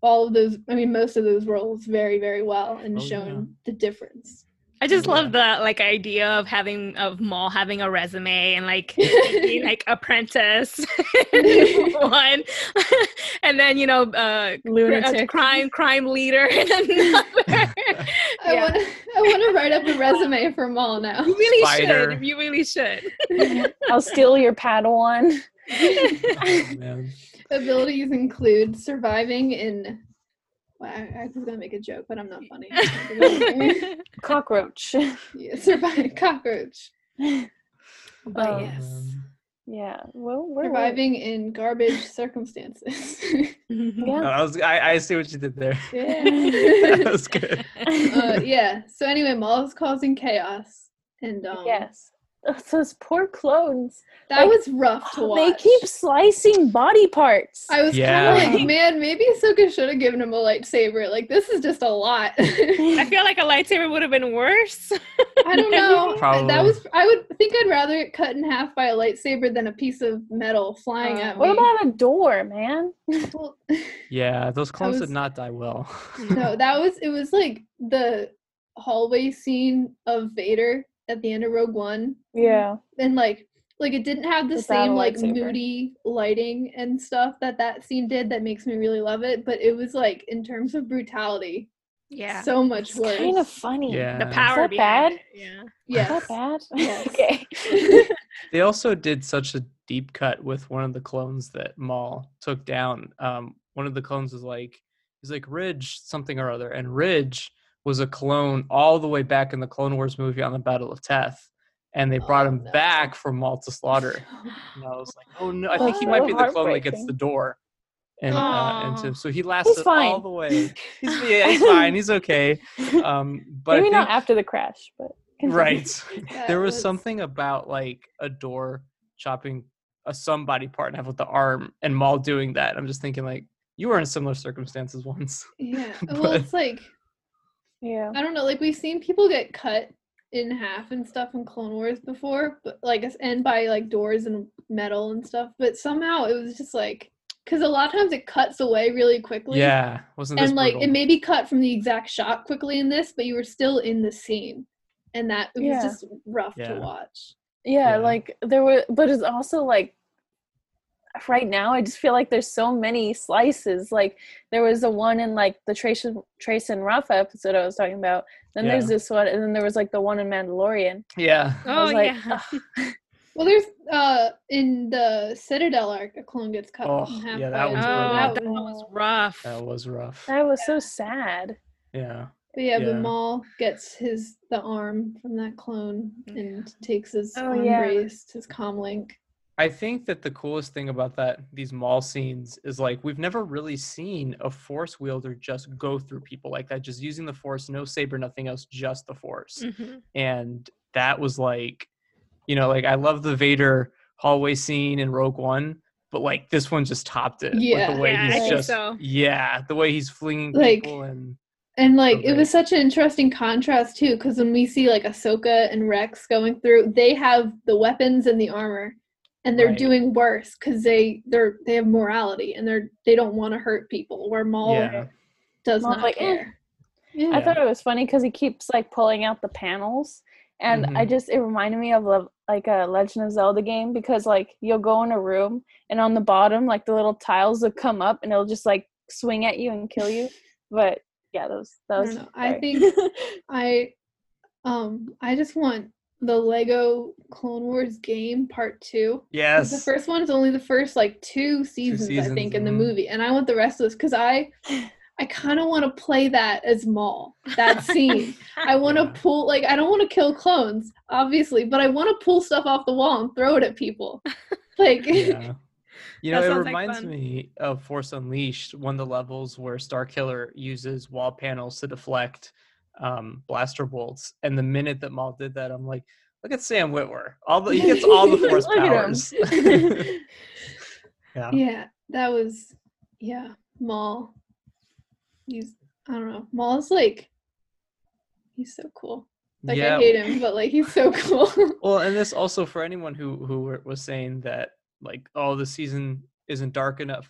B: all of those. I mean, most of those roles very, very well, and
E: Oh,
B: shown
E: yeah.
B: the difference.
D: I just love the like idea of having of Maul having a resume and like being like apprentice one, and then you know uh, a
C: Lunatic.
D: crime crime leader and another.
B: I
D: Yeah.
B: want to. I want to write up a resume for Maul now.
D: you really
E: Spider.
D: should. You really should.
C: I'll steal your Padawan.
E: Oh, man.
B: Abilities include surviving in. Well, I, I was gonna make a joke, but I'm not funny.
C: Cockroach.
B: yeah, surviving cockroach. Um,
D: but
C: Oh,
D: yes.
C: yeah. Well we're
B: Surviving in garbage circumstances.
E: No,
C: Yeah.
E: I was I, I see what you did there. that
B: yeah.
E: was good.
B: uh, yeah. So anyway, Maul's causing chaos, and um,
C: yes. Those poor clones.
B: that
C: Like,
B: was rough to watch.
C: They keep slicing body parts.
B: I was
E: Yeah.
B: kind of like, man, maybe Ahsoka should have given him a lightsaber. Like, this is just a lot.
D: I feel like a lightsaber would have been worse.
B: I don't know.
E: Probably.
B: That was. I would think I'd rather it cut in half by a lightsaber than a piece of metal flying
D: Uh,
B: at me.
C: what about a door, man?
B: Well,
E: Yeah, those clones
B: was-
E: did not die well.
B: no, that was. It was like the hallway scene of Vader at the end of Rogue One,
C: Yeah.
B: and like, like it didn't have the
C: Without a
B: same like
C: lightsaber.
B: moody lighting and stuff that that scene did. That makes me really love it. But it was like in terms of brutality,
D: Yeah.
B: so much
C: It's
B: worse.
C: kind of funny.
E: yeah.
D: the power
C: that
D: behind
C: bad?
D: it, Yeah.
C: Is
B: yes.
C: that bad?
B: Yes.
C: okay.
E: They also did such a deep cut with one of the clones that Maul took down. Um, one of the clones was like he's like Ridge something or other, and Ridge was a clone all the way back in the Clone Wars movie on the Battle of Teth, and they brought
B: Oh,
E: him
B: no.
E: back for Maul to slaughter. And I was like, oh no, I think
C: That's
E: he
C: so
E: might be the clone that gets
C: heartbreaking.
E: the door. And, uh, and
D: Aw.
E: so, so he lasted all
C: fine.
E: the way. He's, yeah, he's fine. He's okay. Um, but I
C: Maybe not
E: think-
C: after the crash, but
E: right.
B: That
E: There was, something about like a door chopping a somebody part in half with the arm and Maul doing that. I'm just thinking like you were in similar circumstances once.
B: Yeah. Well,
E: But-
B: it's like
C: yeah.
B: I don't know. Like we've seen people get cut in half and stuff in Clone Wars before, but like it's- and by like doors and metal and stuff. But somehow it was just like because a lot of times it cuts away really quickly.
E: yeah, wasn't this
B: and like it
E: brutal?
B: may be cut from the exact shot quickly in this, but you were still in the scene, and that it
C: Yeah.
B: was just rough
E: Yeah.
B: to watch.
C: yeah,
E: Yeah.
C: like there were but it's also like right now i just feel like there's so many slices like there was the one in like the trace and trace and rafa episode i was talking about then there's
E: Yeah.
C: this one and then there was like the one in mandalorian
E: yeah,
C: I
D: Oh
C: was like,
D: yeah.
C: "Ugh."
B: Well, there's uh in the Citadel arc, a clone gets cut
E: Oh,
B: in half.
E: yeah,
B: by a
E: that one's
B: door.
E: brutal.
B: That
D: Oh, that
B: one-
D: was rough.
E: that was rough.
C: that was so sad
E: Yeah,
B: but yeah,
E: yeah.
B: but Maul gets his the arm from that clone and takes his
C: Oh,
B: arm
C: yeah.
B: brace, his com link.
E: I think that the coolest thing about that these mall scenes is like we've never really seen a force wielder just go through people like that, just using the force, no saber, nothing else, just the force.
D: Mhm.
E: and that was like you know like i love the vader hallway scene in rogue one but like this one just topped it like,
B: Yeah.
E: the way
D: Yeah, I
E: he's
D: think
E: just
D: so.
E: yeah the way he's flinging
B: Like-
E: people and
B: And like it
E: great.
B: was such an interesting contrast too, because when we see like Ahsoka and Rex going through, they have the weapons and the armor, and they're
E: Right.
B: doing worse because they they're they have morality and they're they don't want to hurt people. Where Maul
E: yeah
B: does
C: Maul's
B: not
C: like, eh.
B: care. Yeah.
C: I thought it was funny because he keeps like pulling out the panels, and I
E: Mhm.
C: just it reminded me of le- like a Legend of Zelda game because like you'll go in a room and on the bottom like the little tiles will come up and it'll just like swing at you and kill you. But yeah, that was that
B: I
C: was.
B: don't know. I
C: very-
B: think I um I just want the Lego Clone Wars game part two. 'Cause
E: yes
B: The first one is only the first like two seasons, I
E: seasons,
B: think, in the
E: mhm.
B: movie, and I want the rest of this because I, I kind of want to play that as Maul. That scene, I want to
E: Yeah.
B: pull like I don't want to kill clones, obviously, but I want to pull stuff off the wall and throw it at people. Like,
E: yeah you know
D: That
E: it
D: sounds like
E: reminds
D: fun.
E: me of force unleashed one of the levels where star killer uses wall panels to deflect um, blaster bolts and the minute that maul did that i'm like look at sam whitwer all the he gets all the force
C: Look at him.
E: powers yeah
B: yeah, that was, yeah, Maul. He's I don't know. Maul's like, he's so cool. Like I hate him, but like he's so cool.
E: Well, and this also for anyone who who were- was saying that like, oh, the season isn't dark enough.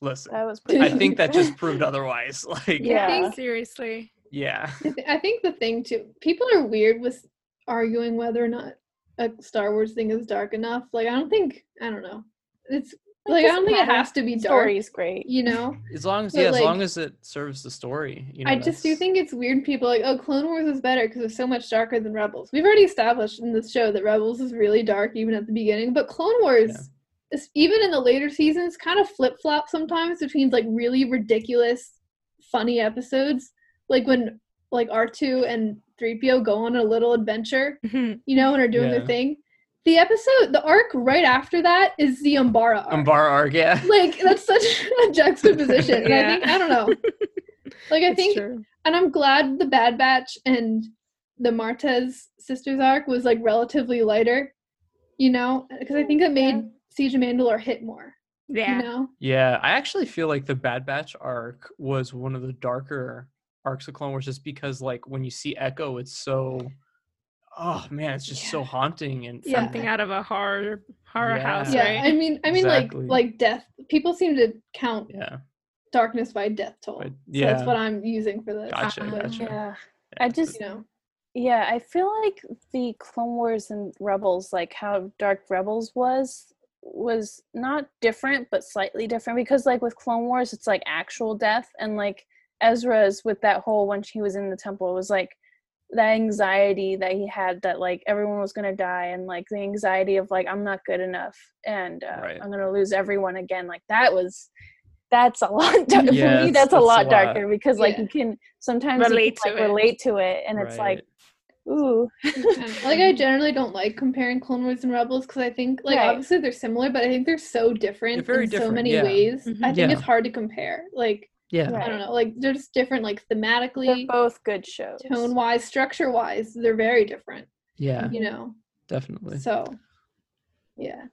E: Listen,
C: that was.
E: I
C: pretty
E: think that just
C: funny.
E: proved otherwise. Like,
C: Yeah.
D: I think seriously.
E: yeah,
B: I thi- I think the thing too, people are weird with arguing whether or not a Star Wars thing is dark enough. Like, I don't think, I don't know. It's like, I
C: doesn't
B: don't think it
C: matter.
B: has to be dark,
C: Story's great.
B: you know?
E: as long as
B: But,
E: yeah, as
B: like,
E: long as it serves the story. You know,
B: I just do
E: that's-
B: think it's weird people are like, oh, Clone Wars is better because it's so much darker than Rebels. We've already established in this show that Rebels is really dark even at the beginning, but Clone Wars. is- Even in the later seasons, kind of flip flop sometimes between like really ridiculous, funny episodes, like when like R two and three PO go on a little adventure,
D: Mhm.
B: you know, and are doing
E: Yeah.
B: their thing. The episode, the arc right after that is the Umbara arc.
E: Umbara arc, yeah.
B: Like that's such a juxtaposition. And I
D: Yeah.
B: think I don't know. Like I
D: It's
B: think,
D: true.
B: and I'm glad the Bad Batch and the Martez sisters arc was like relatively lighter, you know, because I think it made Siege of Mandalore hit more.
D: Yeah.
B: You know,
E: Yeah, I actually feel like the Bad Batch arc was one of the darker arcs of Clone Wars, just because like when you see Echo, it's so, oh man, it's just so haunting and
B: Yeah.
D: Something out of a horror horror
E: Yeah.
D: house,
B: yeah.
D: right?
B: I mean, I mean,
E: Exactly.
B: like like death. People seem to count
E: yeah,
B: darkness by death toll.
E: But-
B: so
E: yeah.
B: that's what I'm using for this.
E: gotcha,
D: Um,
E: gotcha.
C: Yeah, I
E: Yeah,
C: just
B: You know,
C: Yeah, I feel like the Clone Wars and Rebels, like how Dark Rebels was, was not different, but slightly different because, like, with Clone Wars, it's like actual death, and like Ezra's with that whole when he was in the temple it was like that anxiety that he had that like everyone was gonna die, and like the anxiety of like I'm not good enough, and uh,
E: Right.
C: I'm gonna lose everyone again. Like that was. That's a lot. Dar-
E: Yeah,
C: for me,
E: it's-
C: that's a
E: it's a
C: lot
E: lot.
C: darker because, like,
B: Yeah.
C: you can sometimes
D: Relate
C: relate
D: to
C: to
D: it.
C: like, relate to it, and it's like,
E: Right.
C: ooh,
B: I don't know. like I generally don't like comparing Clone Wars and Rebels because I think like
C: Right.
B: obviously they're similar, but I think they're so different
E: very
B: in
E: different,
B: so many
E: yeah.
B: ways.
D: Mhm.
B: I think
E: Yeah.
B: it's hard to compare. Like
E: yeah.
C: Mm-hmm. Right.
B: I don't know, like they're just different, like thematically,
C: They're both good shows.
B: tone wise, structure wise, they're very different.
E: Yeah,
B: You know,
E: definitely.
B: so yeah.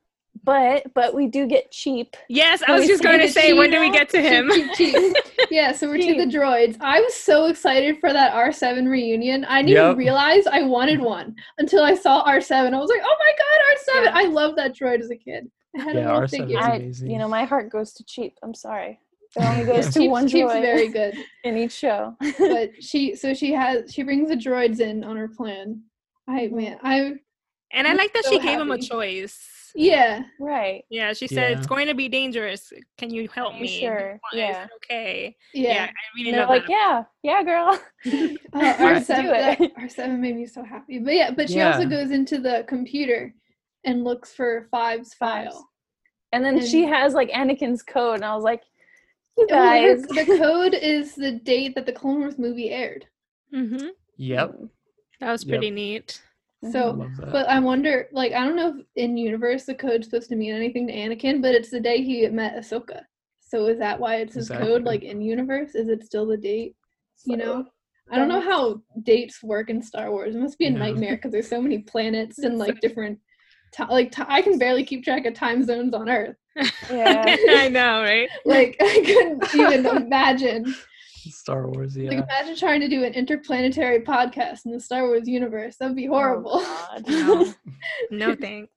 C: But but we do get cheap.
D: Yes, I
C: Can
D: was
C: we
D: just
C: say
D: going to
C: that
D: say, when do we
B: Cheetah?
D: get to him?
B: Cheep, cheep, cheep. Yeah, so we're to the droids. I was so excited for that R7 reunion. I didn't
E: Yep.
B: even realize I wanted one until I saw R7. I was like, oh my god, R7!
D: Yeah.
B: I loved that droid as a kid. I had
E: Yeah,
B: a little
E: R7
B: figure.
E: is-
C: I,
E: amazing.
C: you know, my heart goes to cheap. I'm sorry. It only goes to
B: Cheap's-
C: one
B: Cheap's
C: droid
B: very good.
C: in each show.
B: But she, so she has, she brings the droids in on her plan. I, man, I,
D: And I like that
B: so
D: she gave him a
B: happy.
D: choice.
B: yeah,
C: right.
D: Yeah, she said it's
E: Yeah.
D: going to be dangerous. Can you help
C: you
D: me? Do you
C: sure?
D: want- is
C: Yeah.
D: it okay. Yeah.
B: yeah.
D: I really
C: And they're
D: love
C: like,
D: that.
C: yeah, yeah, girl.
B: Uh,
E: Let's
B: R7,
C: do it.
B: that- R7 made me so happy. But yeah, but she also
E: Yeah.
B: goes into the computer and looks for Five's
C: Fives.
B: file.
C: And then she
B: And-
C: has like Anakin's code, and I was like, you
B: Oh, her-
C: guys.
B: the code is the date that the Clone Wars movie aired.
D: Mm-hmm.
E: Yep.
C: Mm,
D: That was
E: Yep.
D: pretty neat.
B: So-
E: I
B: Oh,
E: love that.
B: But I wonder, like, I don't know if in universe the code's supposed to mean anything to Anakin, but it's the day he met Ahsoka. So is that why it's his
E: Exactly.
B: code? Like in universe, is it still the date? You know, I don't know
C: that's-
B: how dates work in Star Wars. It must be a
E: Yeah.
B: nightmare because there's so many planets and like different. Ti- like ti- I can barely keep track of time zones on Earth.
C: yeah.
D: I know, right?
B: Like I couldn't even imagine.
E: Star Wars, yeah.
B: Like imagine trying to do an interplanetary podcast in the Star Wars universe. That'd be horrible.
C: Oh, God.
D: No, no thanks.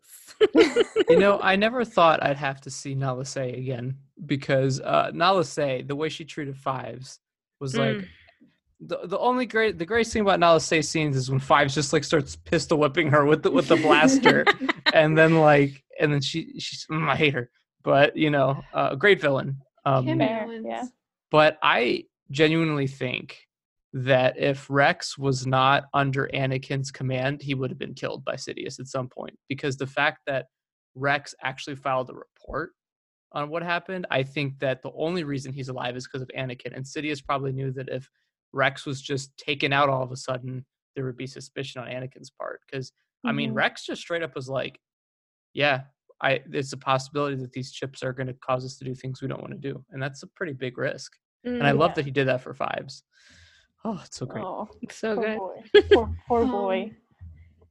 E: you know, I never thought I'd have to see Nalase again because uh Nalase, the way she treated fives was
B: Mm.
E: like the, the only great the greatest thing about Nalase scenes is when fives just like starts pistol whipping her with the with the blaster and then like and then she she's mm, I hate her. But you know, uh, a great villain. Um
B: Cameo
C: Fair,
B: ones.
C: yeah.
E: but I genuinely think that if Rex was not under Anakin's command, he would have been killed by Sidious at some point because the fact that Rex actually filed a report on what happened, I think that the only reason he's alive is because of Anakin. And Sidious probably knew that if Rex was just taken out all of a sudden, there would be suspicion on Anakin's part because I mean,
C: Mhm.
E: Rex just straight up was like, "Yeah, I it's a possibility that these chips are going to cause us to do things we don't want to do, and that's a pretty big risk." And I
D: Mm,
E: love
C: Yeah.
E: that he did that for fives. Oh, it's so great.
C: Oh,
D: so
C: poor
D: good.
C: boy. Poor, poor boy.
B: Um,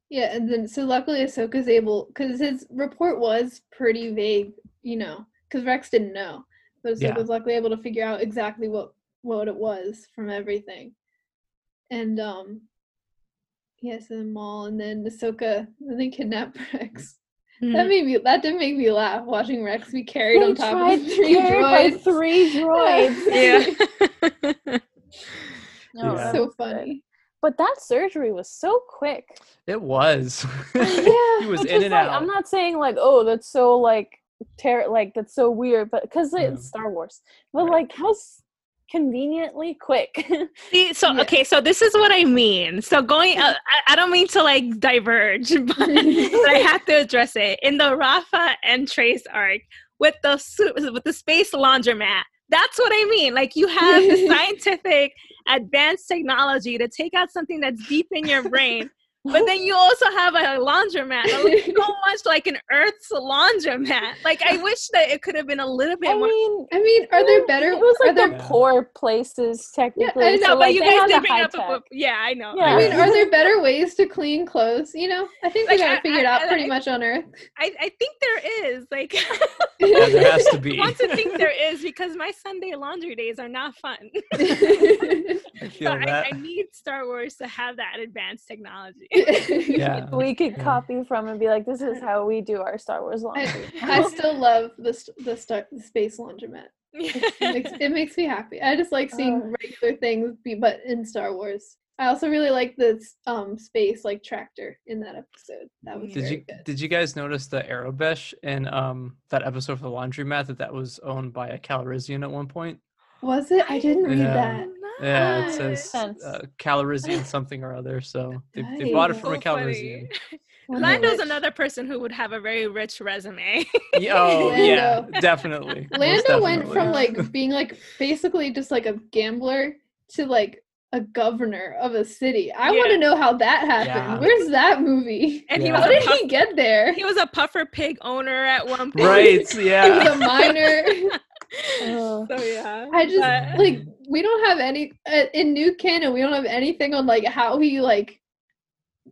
B: yeah, and then so luckily Ahsoka's able because his report was pretty vague, you know, because Rex didn't know, but Ahsoka
E: Yeah.
B: was luckily able to figure out exactly what what it was from everything, and um, yes, and then Maul, and then Ahsoka, and they kidnapped Rex.
C: Mm-hmm.
D: Mm.
B: That made me that did make me laugh watching Rex be carried on top
C: tried
B: of three
C: carried by
B: droids.
C: three droids.
D: Mm, yeah.
E: Yeah.
C: that
B: So
C: was good.
B: funny.
C: But that surgery was so quick.
E: It was. he
B: Yeah.
C: Which
E: was in
C: is
E: and
C: like,
E: out.
C: I'm not saying like, oh, that's so like ter- like that's so weird, but because
E: Yeah.
C: it's Star Wars. But
E: Right.
C: like, how s- conveniently quick.
D: See, so
B: Yeah.
D: okay, so this is what I mean. So going, uh, I, I don't mean to like diverge, but, but I have to address it in the Rafa and Trace arc with the su- with the space laundromat. That's what I mean. Like you have the scientific advanced technology to take out something that's deep in your brain, but then you also have a laundromat. That looks so much like an Earth's laundromat. Like I wish that it could have been a little bit
C: I
D: more.
C: mean, mm,
B: I mean, are there better?
C: It was
B: are
C: like
B: there
C: the
E: Yeah.
C: poor places
B: I
C: technically.
D: I know,
C: so,
D: but
C: like,
D: you
C: they
D: guys
C: had
D: did
C: the
D: bring
C: high
D: up. A,
C: tech.
D: yeah, I know.
C: Yeah.
B: I mean,
E: Yeah.
B: are there better ways to clean clothes? You know, I think we
D: Like,
B: got
D: I-
B: it figured
D: I-
B: out
D: I-
B: pretty much on Earth.
D: I, I think there is. Like,
E: yeah, there has to be.
D: I want to think there is because my Sunday laundry days are not fun.
E: I
D: So
E: feel
D: I,
E: that.
D: I need Star Wars to have that advanced technology.
E: yeah.
C: We could
E: Yeah.
C: copy from and be like, this is how we do our Star Wars laundry.
B: I, I still love the st- the, star- the space laundromat. It makes,
D: yeah.
B: it makes me happy. I just like seeing
C: Oh.
B: regular things, be, but in Star Wars. I also really like the s- um space like tractor in that episode. That was
E: Did
B: very
E: you
B: good.
E: did you guys notice the Aerobesh in um that episode for the laundromat that that was owned by a Calrissian at one point?
B: Was it? I didn't read
E: Yeah.
B: that.
E: Yeah, it
B: Nice.
E: says
C: Sense.
E: uh, Calrissian something or other. So they, they bought it from a
D: Nice. So funny.
E: Calrissian.
B: Wonder
D: Lando's
B: which-
D: another person who would have a very rich resume.
E: Yeah, oh yeah,
B: Lando.
E: definitely. Most
B: Lando went
E: definitely.
B: from like being like basically just like a gambler to like a governor of a city. I want
D: Yeah.
B: to know how that happened.
E: Yeah.
B: Where's that movie?
D: and
E: Yeah.
B: How
D: he,
B: did
D: was a puff,
B: he get there?
D: he was a puffer pig owner at one point.
E: right.
B: He was
E: Yeah.
B: a minor.
C: Oh.
D: So yeah.
B: I just
D: But-
B: like uh, we don't have any uh, in new canon. We don't have anything on like how he like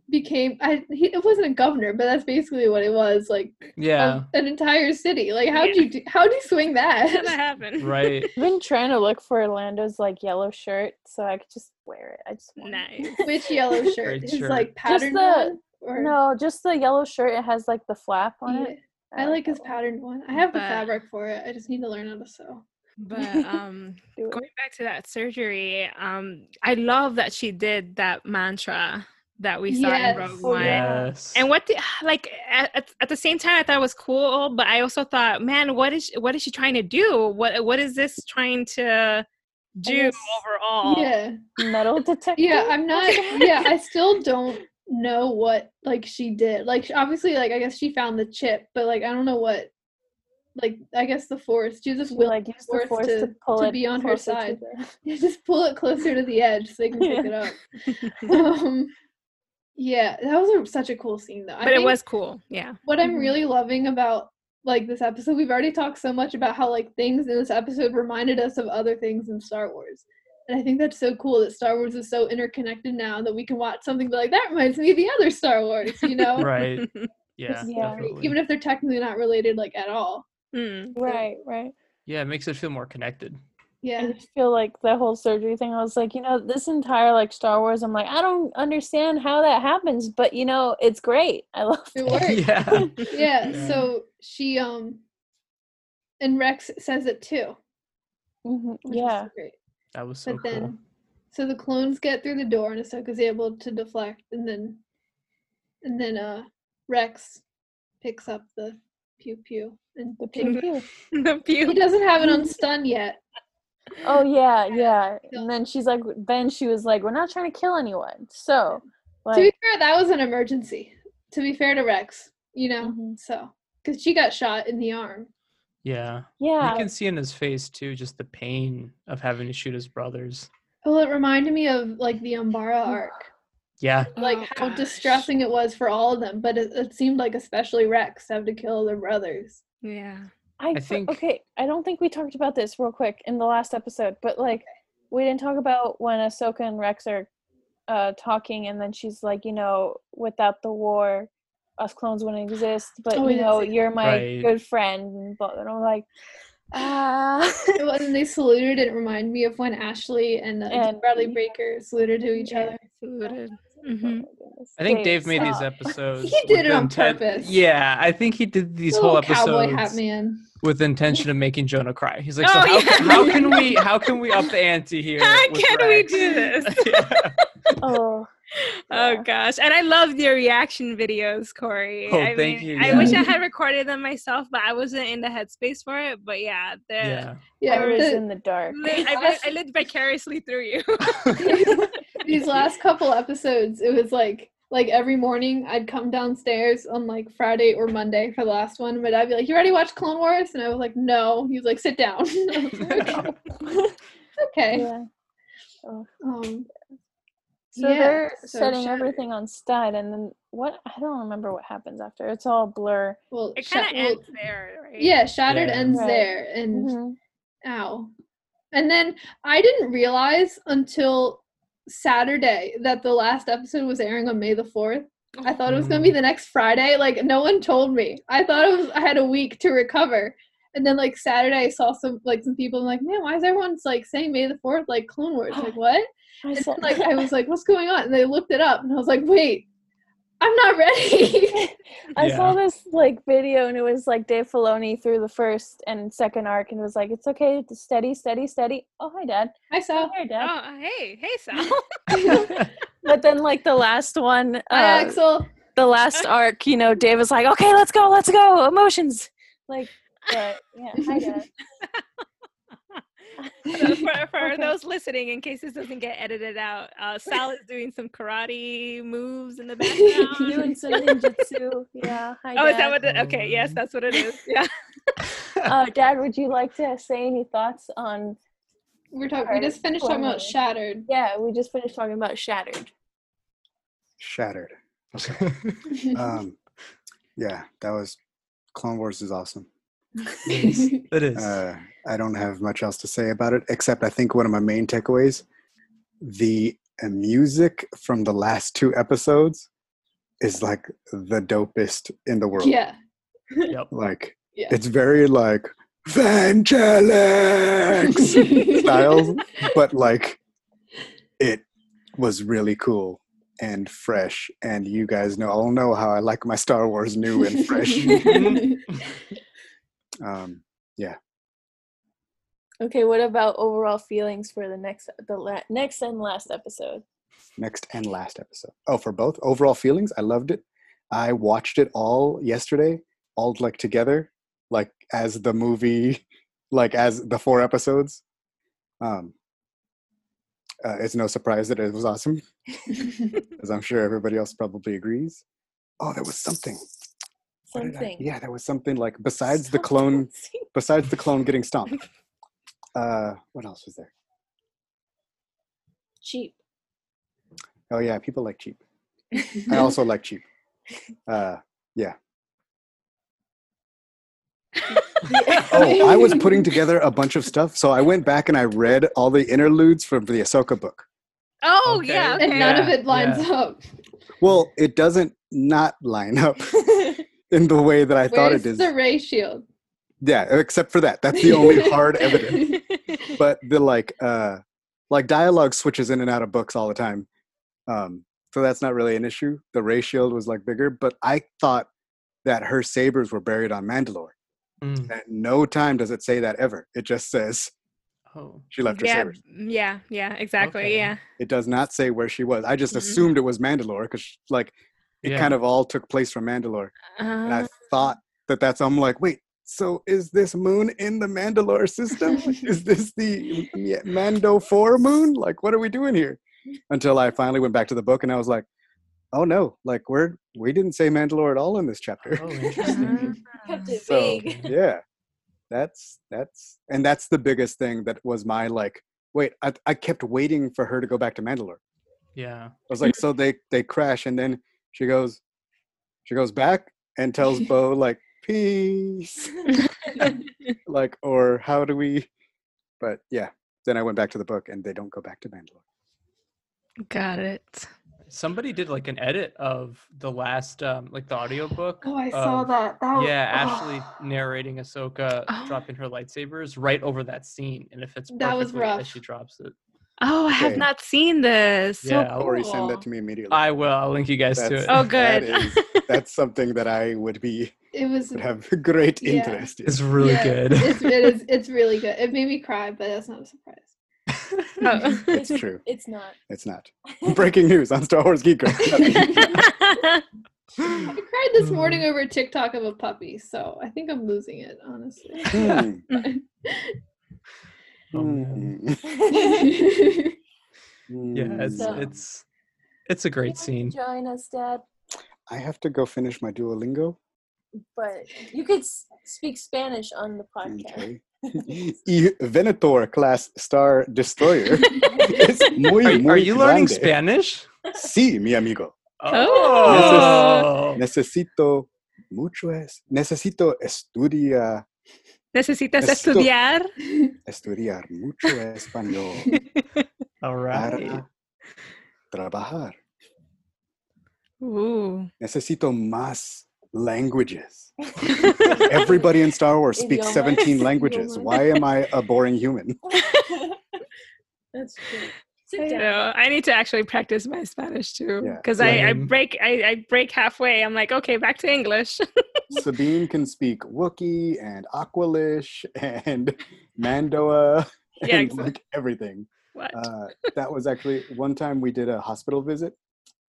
B: became I he, it wasn't a governor, but that's basically what it was like
E: Yeah.
B: of an entire city. Like how
D: Yeah.
B: do you do, how do you swing
D: How'd that
B: that?
D: happen?
E: right.
C: I've been trying to look for Orlando's like yellow shirt so I could just wear it. I just want it.
D: Nice.
B: Which yellow shirt?
E: Great
B: His
E: shirt.
B: like patterned one?
C: the-
B: Or
C: No, just the yellow shirt. It has like the flap on
B: Yeah.
C: it.
B: I like his
C: that one.
B: patterned one. I have the
D: uh, oh, But-
B: fabric for it. I just need to learn how to sew.
D: But um
C: Do it.
D: going back to that surgery, um I love that she did that mantra that we saw
B: Yes.
D: in Rogue
B: Oh,
D: One.
B: yeah.
E: Yes.
D: And what the like at, at- at the same time I thought it was cool, but I also thought, man, what is she, what is she trying to do? What what is this trying to do
C: guess-
D: overall?
B: Yeah.
C: metal detector.
B: Yeah, I'm not yeah, I still don't know what like she did. Like sh- obviously like I guess she found the chip, but like I don't know what like I guess the force. She just
C: She,
B: will
C: like use the force to, pull
B: to
C: it
B: be on her
C: closer to
B: side.
C: the-
B: Yeah, just pull it closer to the edge so they can pick it up. um, yeah, that was a, such a cool scene though. I
D: But it
B: think
D: was cool. Yeah.
B: what I'm
E: Mm-hmm.
C: Mhm.
B: really loving about like this episode. We've already talked so much about how like things in this episode reminded us of other things in Star Wars. And I think that's so cool that Star Wars is so interconnected now that we can watch something and be like that reminds me of the other Star Wars, you know?
E: Right. Yeah.
C: Yeah.
E: Definitely.
B: Even if they're technically not related like at all.
D: Mm.
C: Right, right.
E: yeah, it makes it feel more connected.
B: Yeah.
C: I just feel like the whole surgery thing. I was like, you know, this entire like Star Wars. I'm like, I don't understand how that happens, but you know, it's great. I love
B: It
C: it.
B: worked.
E: yeah.
B: yeah,
E: Yeah.
B: so she um and Rex says it too.
C: Mhm,
B: which is
C: Yeah,
B: so great.
E: That was so
B: But then,
E: Oh, cool.
B: so the clones get through the door, and Ahsoka's able to deflect, and then, and then uh Rex picks up the pew pew, and
C: the
B: takes
C: pew
B: it.
C: pew.
D: the
B: he
D: pew.
B: doesn't have it on stun yet.
C: Oh yeah, yeah.
B: Yeah.
C: And then she's like, then she was like, we're not trying to kill anyone. So,
B: to be
C: like,
B: fair, that was an emergency. To be fair to Rex, you know,
C: Mhm.
B: so because she got shot in the arm.
E: Yeah.
C: yeah,
E: You can see in his face too, just the pain of having to shoot his brothers.
B: Well, it reminded me of like the Umbara arc,
E: Yeah.
B: like
D: Oh,
B: how
D: gosh.
B: distressing it was for all of them, but it, it seemed like especially Rex to have to kill their brothers.
D: Yeah.
C: I, fr-
E: think-
C: okay. I don't think we talked about this real quick in the last episode, but like we didn't talk about when Ahsoka and Rex are uh, talking, and then she's like, you know, without the war, us clones wouldn't exist. But
B: Oh,
C: you
B: yes,
C: know,
B: yes.
C: you're my
E: Right.
C: good friend, and, blah, and I'm like, ah,
B: It was when they saluted, it reminded me of when Ashley and, uh,
C: And-
B: Bradley Baker saluted to each other.
D: Saluted.
B: Mm-hmm.
D: Mhm.
E: I think Dave, made these
C: stop.
E: episodes.
B: He did
E: with
B: it on
E: inten-
B: purpose.
E: Yeah, I think he did these
B: The
E: whole
B: little cowboy hat
E: episodes
B: man.
E: with the intention of making Jonah cry. He's like,
D: Oh,
E: so how,
D: yeah.
E: how can we how can we up the ante here?
D: How
E: with
D: can we
E: Rex?"
D: do this?
E: Yeah.
C: Oh,
D: Oh
C: Yeah.
D: gosh, and I love your reaction videos, Corey.
E: Oh,
D: I
E: thank
D: mean,
E: you,
D: I
E: yeah.
D: wish I had recorded them myself, but I wasn't in the headspace for it. But yeah, the,
E: yeah.
B: Yeah,
C: I was
B: the-
C: in the dark.
D: li- I, li- I lived vicariously through you.
B: these last couple episodes, it was like like every morning I'd come downstairs on like Friday or Monday for the last one. My dad would be like, "You ready to watch Clone Wars?" And I was like, "No." He was like, "Sit down." I was like, okay. okay.
C: Yeah.
B: Um,
C: So
B: Yeah,
C: they're
B: so
C: setting
B: shattered.
C: everything on stud, and then what? I don't remember what happens after. It's all blur.
B: well,
D: It
B: sha-
D: kind of
B: well,
D: ends there, right?
B: yeah, shattered
E: Yeah.
B: ends
C: Right.
B: there, and
C: Mhm.
B: Ow. And then I didn't realize until Saturday that the last episode was airing on May the 4th. I thought it was going to be the next Friday. Like, no one told me. I thought it was, I had a week to recover. And then, like, Saturday, I saw some, like, some people, I'm like, man, why is everyone, like, saying May the 4th, like, Clone Wars? Like, what?
C: I
B: And
C: said,
B: then, like, I was like, what's going on? And they looked it up, and I was like, wait, I'm not ready.
C: I saw
E: Yeah.
C: this like video, and it was like Dave Filoni through the first and second arc, and it was like, "It's okay, it's steady, steady, steady." Oh, hi, Dad.
B: I
C: Oh,
B: saw.
C: hi, Dad.
D: Oh, hey, hey, Sal. Oh.
C: But then, like the last one, uh,
B: Hi, Axel.
C: the last arc, you know, Dave was like, "Okay, let's go, let's go, emotions." Like, but yeah, hi, Dad.
D: So for for
C: Okay.
D: those listening, in case this doesn't get edited out, uh, Sal is doing some karate moves in the
C: Doing
D: background.
C: some ninjutsu. Yeah, hi,
D: oh,
C: Dad.
D: is that what? The, okay, yes, that's what it is. Yeah.
C: uh, Dad, would you like to say any thoughts on?
B: We're talking, we just finished talking about Shattered.
C: Yeah, we just finished talking about Shattered.
A: Shattered. Um, yeah, that was Clone Wars is awesome.
E: It is.
A: Uh, I don't have much else to say about it, except I think one of my main takeaways the uh, music from the last two episodes is like the dopest in the world.
B: Yeah.
A: Like
B: Yeah.
A: it's very like Vangelis style, but like it was really cool and fresh. And you guys know all know how I like my Star Wars new and fresh. um,
C: Okay, what about overall feelings for the next the la- next and last episode?
A: next and last episode. Oh, for both overall feelings, I loved it. I watched it all yesterday, all like together, like as the movie, like as the four episodes. Um, uh, it's no surprise that it was awesome, as I'm sure everybody else probably agrees. Oh, there was something. What did I-
C: Something.
A: yeah, there was something like besides the clone, besides the clone getting stomped. Uh, what else was there?
C: cheap.
A: Oh yeah, people like cheap. I also like cheap. Uh, Oh, I was putting together a bunch of stuff, so I went back and I read all the interludes from the Ahsoka book.
D: oh
E: Okay.
D: yeah.
B: and none of
E: Yeah,
B: it lines up.
A: Well, it doesn't not line up in the way that I thought
B: Where's
A: it is.
B: the ray shield?
A: yeah, except for that. That's the only hard evidence. But the like, uh, like dialogue switches in and out of books all the time, um, so that's not really an issue. The ray shield was like bigger, but I thought that her sabers were buried on Mandalore.
E: Mm.
A: At no time does it say that ever. It just says
E: Oh.
A: she left her
D: yeah,
A: sabers.
D: yeah, yeah, exactly.
E: Okay.
D: Yeah.
A: It does not say where she was. I just
D: Mhm.
A: assumed it was Mandalore because, like, it
E: Yeah.
A: kind of all took place from Mandalore. And
B: Uh-huh.
D: Uh,
A: I thought that that's, I'm like, wait, so is this moon in the Mandalore system? Like, is this the M- Mando 4 moon? Like, what are we doing here? Until I finally went back to the book and I was like, oh no, like, we're, we didn't say Mandalore at all in this chapter.
E: Oh,
B: Uh-huh.
E: interesting.
C: Kept it
A: So-
C: vague.
A: yeah that's that's and that's the biggest thing that was my like wait I, I kept waiting for her to go back to mandalore
E: yeah.
A: I was like, so they they crash, and then she goes, she goes back and tells Bo like, peace, like, or how do we? But yeah, then I went back to the book, and they don't go back to Mandalore.
D: got it.
E: Somebody did like an edit of the last, um, like the audiobook.
B: Oh, I saw
E: of-
B: that. That
E: Um, Yeah,
B: was,
E: Ashley narrating Ahsoka
D: Oh.
E: dropping her lightsabers right over that scene, and if it's
B: That was rough.
E: as she drops it.
D: Oh, I have
A: Okay.
D: not seen this. So
E: Yeah, I'll
A: Corey, send that
D: cool.
A: to me immediately.
E: I will. I'll link you guys to
A: That's-
E: it.
D: Oh,
A: That
D: good.
A: is- That's something that I would be
B: It was
A: would have great
B: Yeah.
A: interest in.
E: It's really
B: yeah,
E: good.
B: It's, it is. It's really good. It made me cry, but that's not a surprise.
D: Oh.
A: It's true.
C: It's not.
A: It's not breaking news on Star Wars Geek. Girl.
B: I cried this
E: Mm.
B: morning over TikTok of a puppy, so I think I'm losing it, honestly.
A: Hmm.
E: Oh, man.
A: Hmm.
E: yeah, it's
B: So-
E: it's it's a great scene.
C: Join us, Dad.
A: I have to go finish my Duolingo.
C: But you could s- speak Spanish on the podcast.
A: Okay. Y E Venator class star destroyer is muy,
E: Are,
A: muy
E: are you learning
A: grande.
E: Spanish?
A: Sí, mi amigo.
E: Oh.
A: Necesito mucho es. Necesito estudia,
D: Necesitas
A: Esto-
D: estudiar.
A: estudiar mucho español
E: All right.
A: para trabajar.
D: Ooh.
A: Necesito más languages. Everybody in Star Wars speaks
C: Idiomas.
A: 17 languages.
B: Idiomas.
A: Why am I a boring human?
C: That's true.
D: I,
C: Sit down.
D: know. I need to actually practice my Spanish too,
A: Yeah.
D: because I, I
E: Same.
D: break I, I break halfway. I'm like, okay, back to English.
A: Sabine can speak Wookiee and Aqualish and Mandoa
D: Yeah,
A: and
D: exa-
A: like everything.
D: what?
A: Uh, that was actually one time we did a hospital visit,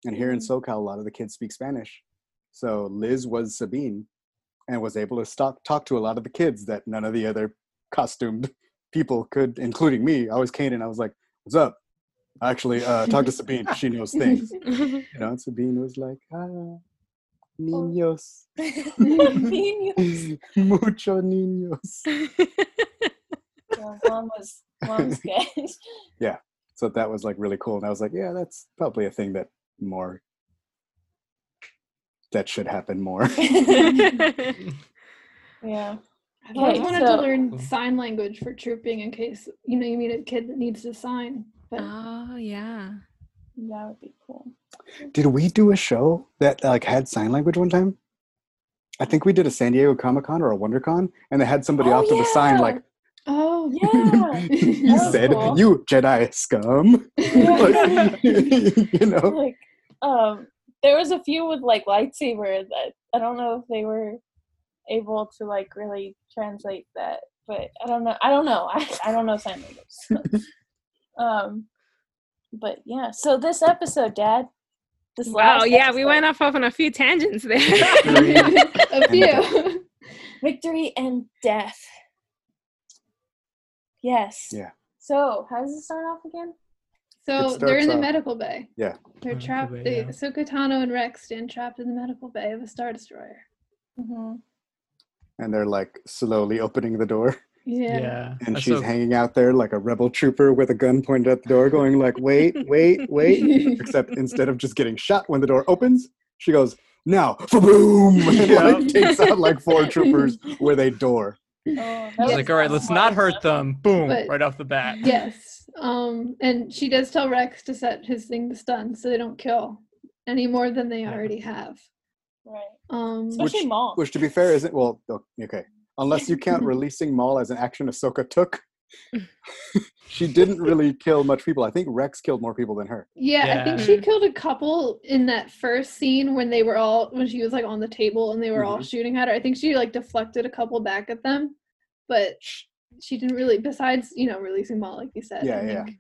A: and here in SoCal, a lot of the kids speak Spanish. So Liz was Sabine and was able to stop, talk to a lot of the kids that none of the other costumed people could, including me. I was Kanan. I was like, What's up? Actually, uh, talk to Sabine. She knows things. You know, and Sabine was like, ah, Niños.
C: Menu.
A: Mucho niños.
C: Yeah, Mom was mom's good.
A: So that was like really cool. And I was like, yeah, that's probably a thing that more that should happen more.
C: yeah.
B: I've always
C: Okay,
B: wanted
C: so-
B: to learn sign language
E: Uh,
B: for trooping in case you know you meet a kid that needs to sign. But
D: oh yeah.
C: That would be cool.
A: Did we do a show that like had sign language one time? I think we did a San Diego Comic Con or a WonderCon, and they had somebody
C: Oh,
A: off to the sign
C: yeah.
A: like
B: Oh,
C: Yeah.
A: you
C: That was
A: said
C: cool.
A: you Jedi scum.
C: Yeah.
A: Like, you know,
C: like um there was a few with like lightsaber that I don't know if they were able to like really translate that, but I don't know. I don't know. I, I don't know sign language. so. um but yeah, so this episode, Dad. This
D: Wow,
C: last
D: Oh, yeah, we
C: episode,
D: went off, off on a few tangents there.
A: Very- uh,
B: a few.
C: victory and death. Yes.
A: Yeah.
C: So how does it start off again?
B: So
A: It
B: they're in the
A: starts off-
B: medical bay.
A: Yeah.
B: They're
E: Medical
B: trapped.
E: bay,
B: they,
E: yeah.
B: So Katano and Rex stand trapped in the medical bay of a Star Destroyer.
C: Mm-hmm.
A: and they're like slowly opening the door,
B: Yeah.
E: yeah.
A: and
E: That's
A: she's
E: so-
A: hanging out there like a rebel trooper with a gun pointed at the door, going like, "Wait, wait, wait!" Except instead of just getting shot when the door opens, she goes, "Now, boom!" and like,
E: Yep.
A: takes out like four troopers with a door.
C: Oh,
E: I was
B: Yes.
E: like, all right, let's not hurt them. Boom,
B: But-
E: right off the bat.
B: Yes. Um, and she does tell Rex to set his thing to stun so they don't kill any more than they
E: Yeah.
B: already have.
C: Right.
B: Um,
C: Especially
A: Which-
C: mom.
A: Which, to be fair, isn't well. o- Okay, unless you count releasing Maul as an action Ahsoka took, she didn't really kill much people. I think Rex killed more people than her.
B: yeah, I think
D: Yeah.
B: she killed a couple in that first scene when they were all when she was like on the table and they were
A: Mm-hmm.
B: all shooting at her. I think she like deflected a couple back at them, but she didn't really. Besides, you know, releasing Maul like you said. I
A: Yeah, yeah.
B: think.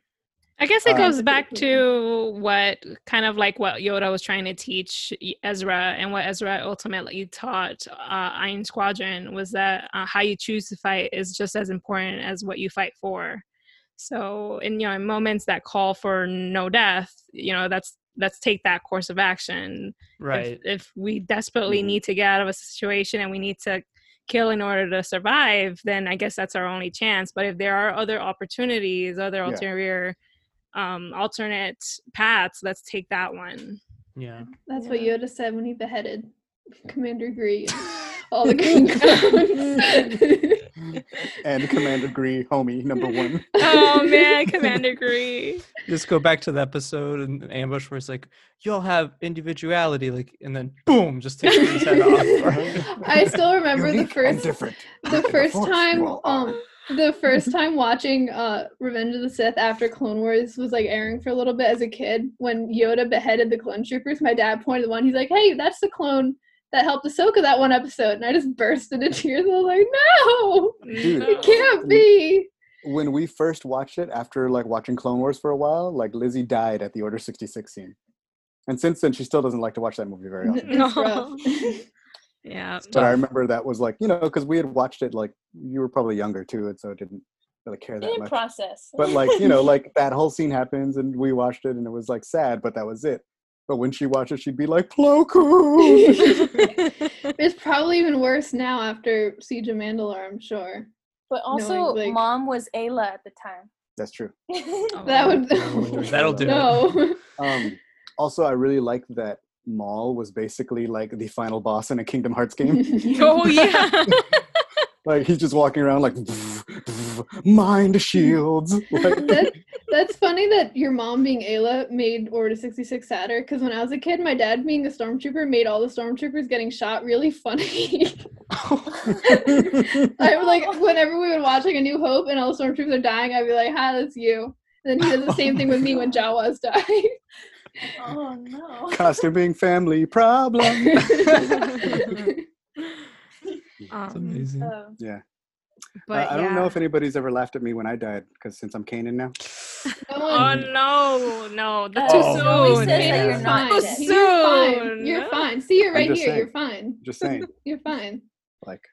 D: I guess it
A: Uh,
D: goes back to what kind of like what Yoda was trying to teach E- Ezra and what Ezra ultimately taught uh, Iron Squadron was that uh, how you choose to fight is just as important as what you fight for. So, in you know, in moments that call for no death, you know, that's let's take that course of action. If-
E: Right.
D: If, we desperately
A: Mhm.
D: need to get out of a situation and we need to kill in order to survive, then I guess that's our only chance. But if there are other opportunities, other
A: Yeah.
D: ulterior um alternate paths, let's take that one.
E: Yeah.
B: That's what
C: Yeah.
B: Yoda said when he beheaded Commander Gree. and All the Klingons.
A: And Commander Gree, homie number one.
D: oh man, Commander Gree.
E: Just go back to the episode in Ambush where it's like, you all have individuality, like, and then boom, just takes his head off.
B: I still remember the
A: Unique and
B: first
A: different.
B: the first
A: Force, you
B: time
A: all are.
B: um the first time watching uh Revenge of the Sith after Clone Wars was like airing for a little bit as a kid when Yoda beheaded the clone troopers. My dad pointed the one. He's like, "Hey, that's the clone that helped Ahsoka that one episode," and I just burst into tears. I was like, "No,
A: Dude,
B: it can't be."
A: When we first watched it, after like watching Clone Wars for a while, like Lizzie died at the Order 66 scene. And since then, she still doesn't like to watch that movie very often.
B: Th- that's rough.
D: Yeah.
A: But I remember that was like, you know, because we had watched it, like, you were probably younger too, and so it didn't really care that
C: In
A: much.
C: process.
A: But like, you know, like that whole scene happens and we watched it and it was like sad, but that was it. But when she watched it, she'd be like, Plo Koon!
B: It's probably even worse now after Siege of Mandalore, I'm sure.
C: But
B: knowing,
C: also,
B: like-
C: mom was Ayla at the time.
A: That's true.
D: Oh,
B: That would
E: Oh, That'll do
B: no.
A: Um, also, I really liked that Maul was basically like the final boss in a Kingdom Hearts game.
D: Oh yeah.
A: like he's just walking around like mind shields. Like,
B: That, that's funny that your mom being Ayla made Order 66 sadder because when I was a kid, my dad being a stormtrooper made all the stormtroopers getting shot really funny.
A: it
B: I would like, whenever we would watch like A New Hope and all the stormtroopers are dying, I'd be like, hi, that's you. And then he does the same thing with me when Jawas die.
C: oh no.
A: costuming family problem.
E: It's
D: um,
E: amazing.
C: Um,
D: but
A: I, I don't know
D: yeah.
A: if anybody's ever laughed at me when I died because since I'm Kanan now,
B: No
D: Oh
B: one-
D: no, no, that's
C: uh,
E: Oh,
D: too
E: no, he
D: soon.
E: says that
D: Kanan.
E: you're
B: You're
C: not
B: fine. You're fine.
C: dead.
D: Soon.
B: You're fine. See, you're
A: I'm
B: right here.
A: just
B: You're
A: saying.
B: fine.
A: just saying,
B: You're fine.
A: like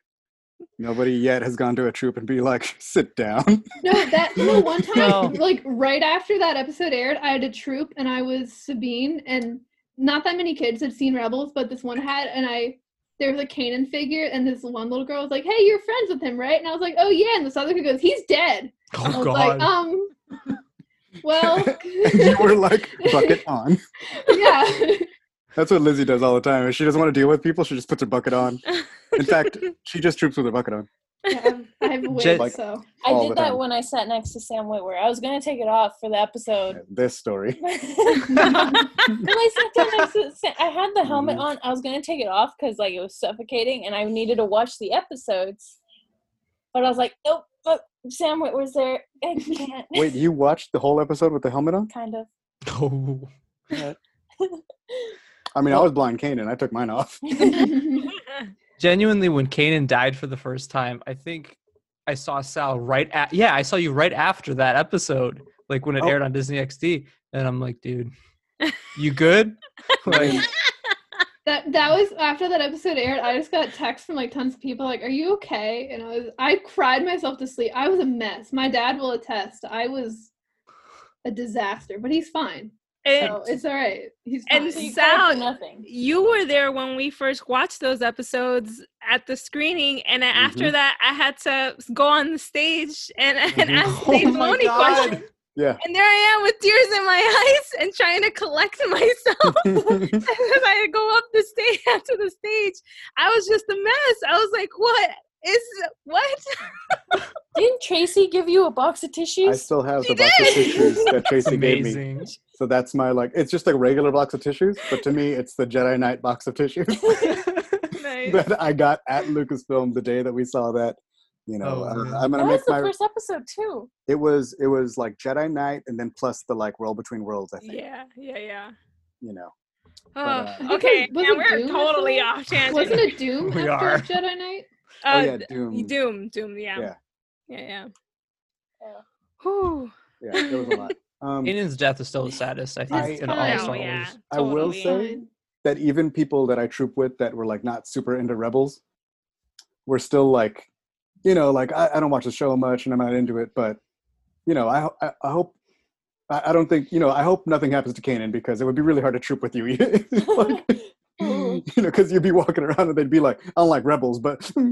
A: nobody yet has gone to a troop and be like, sit down.
B: No, that no one time,
E: Well-
B: like right after that episode aired, I had a troop and I was Sabine, and not that many kids had seen Rebels, but this one had, and I there was a Kanan figure, and this one little girl was like, "Hey, you're friends with him, right?" And I was like, "Oh yeah," and this other kid goes, "He's dead." I
E: Oh
B: was
E: god.
B: like, um, well,
A: and you were like, bucket on.
B: yeah.
A: That's what Lizzie does all the time. If she doesn't want to deal with people, she just puts her bucket on. In fact, she just troops with her bucket on.
B: I've, I've wit,
E: Jen-
A: Like-
B: so
C: I
A: All
C: did
A: the
C: that
A: time.
C: when I sat next to Sam Whitwer. I was gonna take it off for the episode.
A: This story.
C: When I sat down next to Sam, I had the helmet
A: Mm-hmm.
C: on. I was gonna take it off because like it was suffocating, and I needed to watch the episodes. But I was like, nope. But Sam Whitwer's there. I can't.
A: Wait, you watched the whole episode with the helmet on?
C: kind of.
E: Oh.
A: I mean, I was blind Kane and I took mine off.
E: Genuinely, when Kanan died for the first time, I think I saw Sal right at. Yeah, I saw you right after that episode, like when it
A: Oh.
E: aired on Disney XD, and I'm like, dude, you good? like,
B: that that was after that episode aired. I just got texts from like tons of people like, "Are you okay?" And I was I cried myself to sleep. I was a mess. My dad will attest. I was a disaster, but he's fine.
D: And
B: So it's all right. He's fine.
D: And
C: So you
D: Sal-
C: cried for nothing.
D: you were there when we first watched those episodes at the screening, and then
A: Mm-hmm.
D: after that, I had to s- go on the stage and, and
A: Mhm.
D: ask
E: oh
D: Dave Maloney questions.
A: Yeah.
D: And there I am with tears in my eyes and trying to collect myself
A: I
D: as I go up the stage after the stage. I was just a mess. I was like, "What is what?"
C: Didn't Tracy give you a box of tissues?
A: still have
D: She
A: the box of
D: did.
A: tissues that Tracy gave me.
E: amazing.
A: So that's my like. It's just like regular box of tissues, but to me, it's the Jedi Knight box of tissues
D: Nice.
A: that I got at Lucasfilm the day that we saw that. You
E: Oh,
A: know, uh,
E: man.
A: I'm gonna
C: that was
A: make
C: the
A: my.
C: first episode too.
A: it was it was like Jedi Knight, and then plus the like Roll Between Worlds. I think
D: Yeah, yeah, yeah.
A: you know.
D: Oh,
A: uh, I
B: think
D: okay.
B: it was-
D: now
B: was it
D: we're
B: Doom
D: totally
B: episode?
D: off tangent.
B: Wasn't it Doom
E: We
B: after
E: are.
B: Jedi Knight?
A: oh
D: Uh,
A: yeah, Doom.
D: Doom, Doom, yeah. Yeah,
A: Yeah.
D: yeah.
C: Yeah.
D: Whew.
A: Yeah, it was a lot. Um,
E: Kanan's death is still the saddest, I think,
A: It's
E: in all
B: fine.
E: Star
D: Oh,
E: Wars.
D: yeah.
A: I will
D: totally.
A: say that even people that I troop with that were like not super into Rebels were still like, you know, like I, I don't watch the show much and I'm not into it, but you know, I ho- I, I hope I, I don't think you know I hope nothing happens to Kanan because it would be really hard to troop with you, like,
E: Uh-huh.
A: you know, because you'd be walking around and they'd be like, I don't like Rebels, but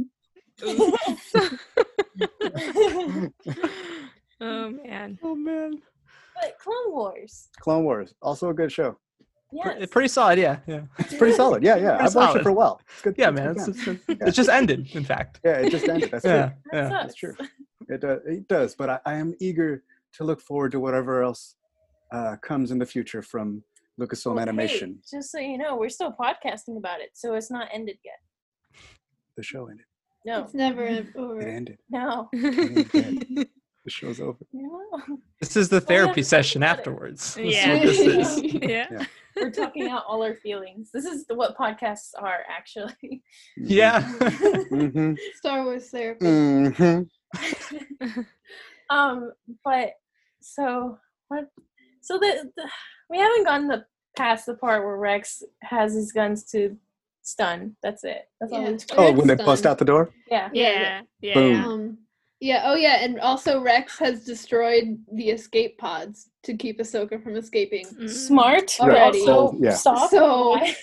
D: oh man.
E: Oh man,
C: But Clone Wars.
A: Clone Wars also a good show.
C: Yes.
E: Pre- pretty solid. Yeah, yeah,
A: It's pretty solid. Yeah, yeah,
E: Pretty
A: I've watched
E: solid.
A: it for a while. It's good.
E: yeah,
A: it's
E: man.
A: good
E: It's,
A: time.
E: it's, it's just ended, in fact.
A: yeah, it just ended. That's true.
E: Yeah,
C: That
E: yeah.
A: That's
C: sucks.
A: true. It does. It does. But I, I am eager to look forward to whatever else uh, comes in the future from Lucasfilm
C: Well, hey,
A: Animation.
C: just so you know, we're still podcasting about it, so it's not ended yet.
A: The show ended.
C: No,
B: It's never ev-
A: It
B: over.
A: ended.
C: no,
A: The show's over.
C: no.
E: This is the
C: yeah,
E: therapy
C: it's
E: session
C: about it.
E: afterwards. This is
D: yeah.
E: what this is.
D: yeah.
A: Yeah.
C: We're talking out all our feelings. This is what podcasts are, actually.
E: Yeah.
A: Mm-hmm.
B: Star Wars therapy.
A: Mm-hmm.
C: um, but so what? So the, the we haven't gotten the past the part where Rex has his guns to stun. That's it. That's all.
B: Yeah.
C: we-
A: Oh,
B: Rex
A: when they bust
B: done.
A: out the door?
C: Yeah.
D: Yeah. Yeah.
A: Boom.
B: Um, yeah. Oh, yeah. And also, Rex has destroyed the escape pods to keep Ahsoka from escaping.
D: Mm.
C: Smart
B: Right,
C: already.
A: so- yeah.
C: Soft.
B: So-
C: why?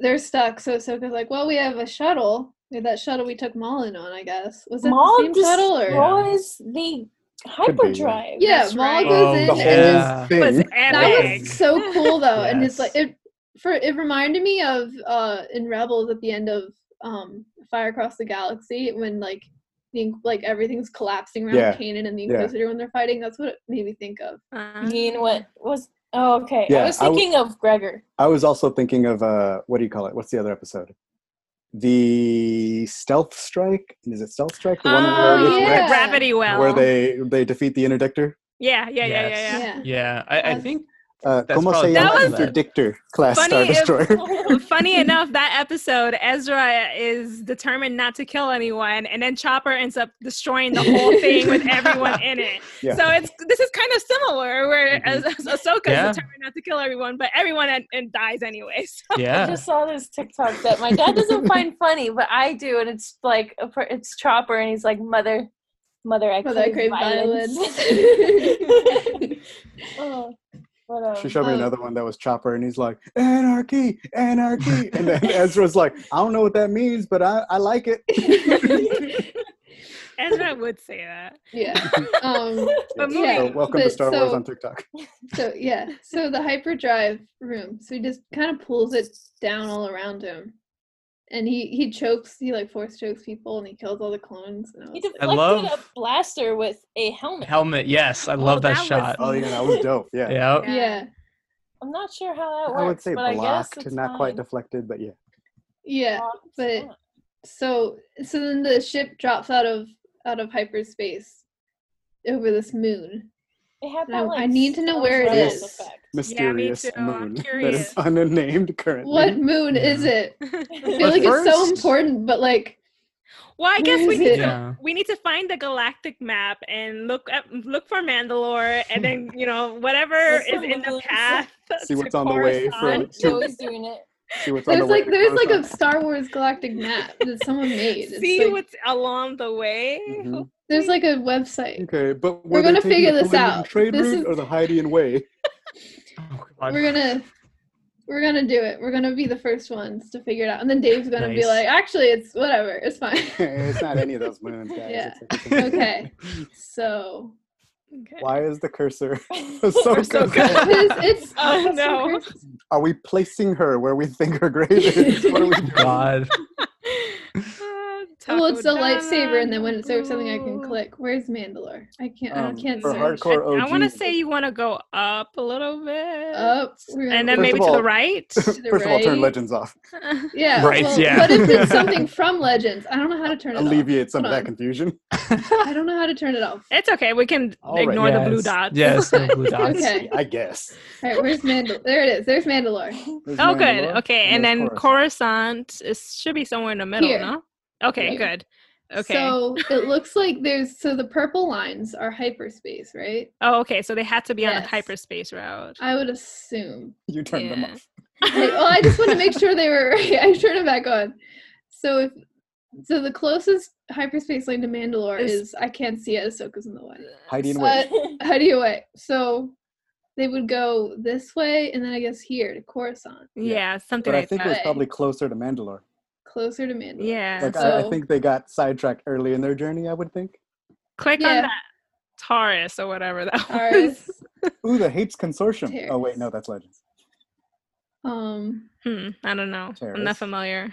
B: They're stuck. So Ahsoka's like, "Well, we have a shuttle. We have that shuttle we took Mullen on, I guess. Was that
C: Maul
B: the same shuttle or?"
E: destroyed-
C: destroys the hyperdrive.
B: Yeah,
D: That's
B: Maul
D: right.
B: goes
E: Oh,
B: in
A: The whole
B: and just
E: Yeah.
A: thing.
D: was
B: that
D: epic.
B: was so cool though and it's like
E: Yes.
B: it for it reminded me of uh in rebels at the end of um fire across the galaxy when like the Inq- like everything's collapsing around
A: Yeah.
B: Kanan and the
A: Yeah.
B: Inquisitor when they're fighting. That's what it made me think of.
D: Uh,
C: You mean what was? Oh, okay. I
A: Yeah,
C: was
A: I w-
C: thinking of Gregor.
A: I was also thinking of uh, what do you call it? What's the other episode? The Stealth Strike? Is it Stealth Strike? The one
B: Oh,
A: where, with
B: yeah.
A: Rex,
D: Gravity Well.
A: where they they defeat the interdictor?
D: Yeah, yeah, yeah, yeah,
E: Yes.
D: yeah.
B: Yeah.
E: Yeah, I, I
B: That's-
E: think
A: Uh,
E: That's
A: como
E: probably
A: se llama
D: the
E: one that-
A: interdictor class
D: Funny
A: Star
D: if-
A: Destroyer?
D: Funny enough, that episode, Ezra is determined not to kill anyone, and then Chopper ends up destroying the whole thing with everyone in it.
A: Yeah.
D: So it's this is kind of similar, where
A: Mhm.
D: as as Ahsoka
E: Yeah.
D: is determined not to kill everyone, but everyone and, and dies anyways.
C: I
E: yeah.
C: just saw this TikTok that my dad doesn't find funny, but I do, and it's like a, per- it's Chopper, and he's like, "Mother, mother, I crave,
B: Mother, I crave
C: violence."
B: violence.
C: oh, but, um,
A: She showed me
B: Um,
A: another one that was Chopper, and he's like, "Anarchy, anarchy," and then Ezra's like, "I don't know what that means, but I, I like it."
D: Ezra would say that.
B: yeah. Um,
D: But
A: Yes, so
D: moving-
A: welcome to
B: but
A: Star Wars
B: so-
A: on TikTok.
B: so yeah. So the hyperdrive room. So he just kind of pulls it down all around him, and he he chokes he like force chokes people and he kills all the clones and I
F: He
B: was like,
F: deflected a
E: love-
F: blaster with a helmet.
E: Helmet, yes, I love that,
D: that was-
E: shot.
A: Oh yeah, that was dope. Yeah.
E: Yeah,
D: Yeah.
B: yeah
F: I'm not sure how that works.
A: I would say
F: but I guess
A: blocked,
F: it's
A: not quite
F: fine.
A: deflected, but yeah.
B: yeah
F: Blocked, it's
B: but-
F: fine.
B: so so then the ship drops out of out of hyperspace over this moon
F: It had
B: No,
F: that, like,
B: I need to know
F: Star
B: where it
F: Wars
A: is.
F: effect.
A: Mysterious
D: too. I'm
A: moon that is
D: curious.
A: unnamed currently.
B: what moon is
E: Yeah.
B: it i feel
E: But
B: like it's so
E: first-
B: important but like
D: Well, I guess
B: Where
D: we
B: is
D: need
B: it?
E: Yeah.
D: to we need to find the galactic map and look up look for Mandalore and then you know whatever
F: Let's
D: is
F: not
D: in the
F: lose-
D: path. to
A: See what's on the way
D: Coruscant.
A: from-
F: Joey's doing it.
A: See what's on
B: there's
A: the way
B: like there's like a
A: Coruscant.
B: star wars galactic map that someone made It's like-
D: See
B: Mm-hmm.
D: what's along the way. Oh,
A: Mhm.
B: there's like a website
A: Okay, but
B: We're
A: were they
B: gonna
A: taking
B: figure
A: the
B: this
A: Columbian
B: out.
A: Trade
B: This
A: route
B: is-
A: or the Hydean way?
E: Oh, God.
B: we're gonna we're gonna do it we're gonna be the first ones to figure it out and then dave's gonna be
E: Nice.
B: like actually it's whatever it's fine
A: it's not any of those moons, guys.
B: Yeah.
A: It's like a single-
B: okay so
D: Okay.
A: Why is the cursor so
E: so
A: good?
E: good.
B: it's, it's
D: Oh,
B: it's so
D: no.
B: crazy.
A: Are we placing her where we think her grave is? What are we doing?
E: Oh, God.
D: Uh,
B: well, it's the
D: Taco
B: lightsaber, and then when
D: Donna,
B: it's over something, I can
D: ooh.
B: click. Where's Mandalore? I can't.
A: Um,
B: I can't
A: for
B: search.
A: hardcore
D: I, want to
A: OGs.
D: say you want to go up a little bit,
B: Up. We're gonna
D: and then
B: go
A: First
D: maybe
A: of
D: to
A: all-
D: the right.
B: to the
A: First of all, turn
B: right.
A: legends off.
B: Yeah.
E: Right,
B: Well,
E: yeah.
B: What if it's something from Legends? I don't know how to turn it
A: Alleviate
B: off.
A: some of
B: Hold
A: that
B: on.
A: confusion.
B: I don't know how to turn it off.
D: it's okay. We can
A: All right.
D: ignore the blue
E: Yes,
D: dots.
E: Yes, no blue dots.
B: Okay.
A: I guess.
B: All right. Where's Mandalore? There it is. There's Mandalore.
A: There's
D: Oh, good.
A: Mandalore,
D: Okay, and
A: there's
D: then Coruscant is should be somewhere in the middle,
B: Here.
D: no? Okay,
B: Right.
D: good. Okay.
B: So it looks like there's so the purple lines are hyperspace, right?
D: oh, okay. So they had to be on a
B: Yes.
D: hyperspace route.
B: I would assume.
A: You turn them
D: Yeah.
A: off.
B: I, well, I just want to make sure they were right. I turned it back on. So if so, the closest hyperspace lane to Mandalore
D: Is-
B: is, I can't see it. Ahsoka's in the way.
A: Hiding
B: Uh,
A: away.
B: How do you wait? So they would go this way, and then I guess here to Coruscant,
D: yeah, something
A: But I
D: like
A: think it
D: that.
A: was
B: Right.
A: probably closer to Mandalore.
B: closer to Mandalore.
D: Yeah.
A: Like I, I
B: So-
A: think they got sidetracked early in their journey. I would think.
D: Click on
B: Yeah.
D: that Taurus or whatever that was.
B: Taurus.
A: Ooh, the Hates Consortium. Oh wait,
B: Terrace.
A: no, that's Legends.
B: Um,
D: Hmm, I don't know. I'm not
A: Taurus.
D: familiar.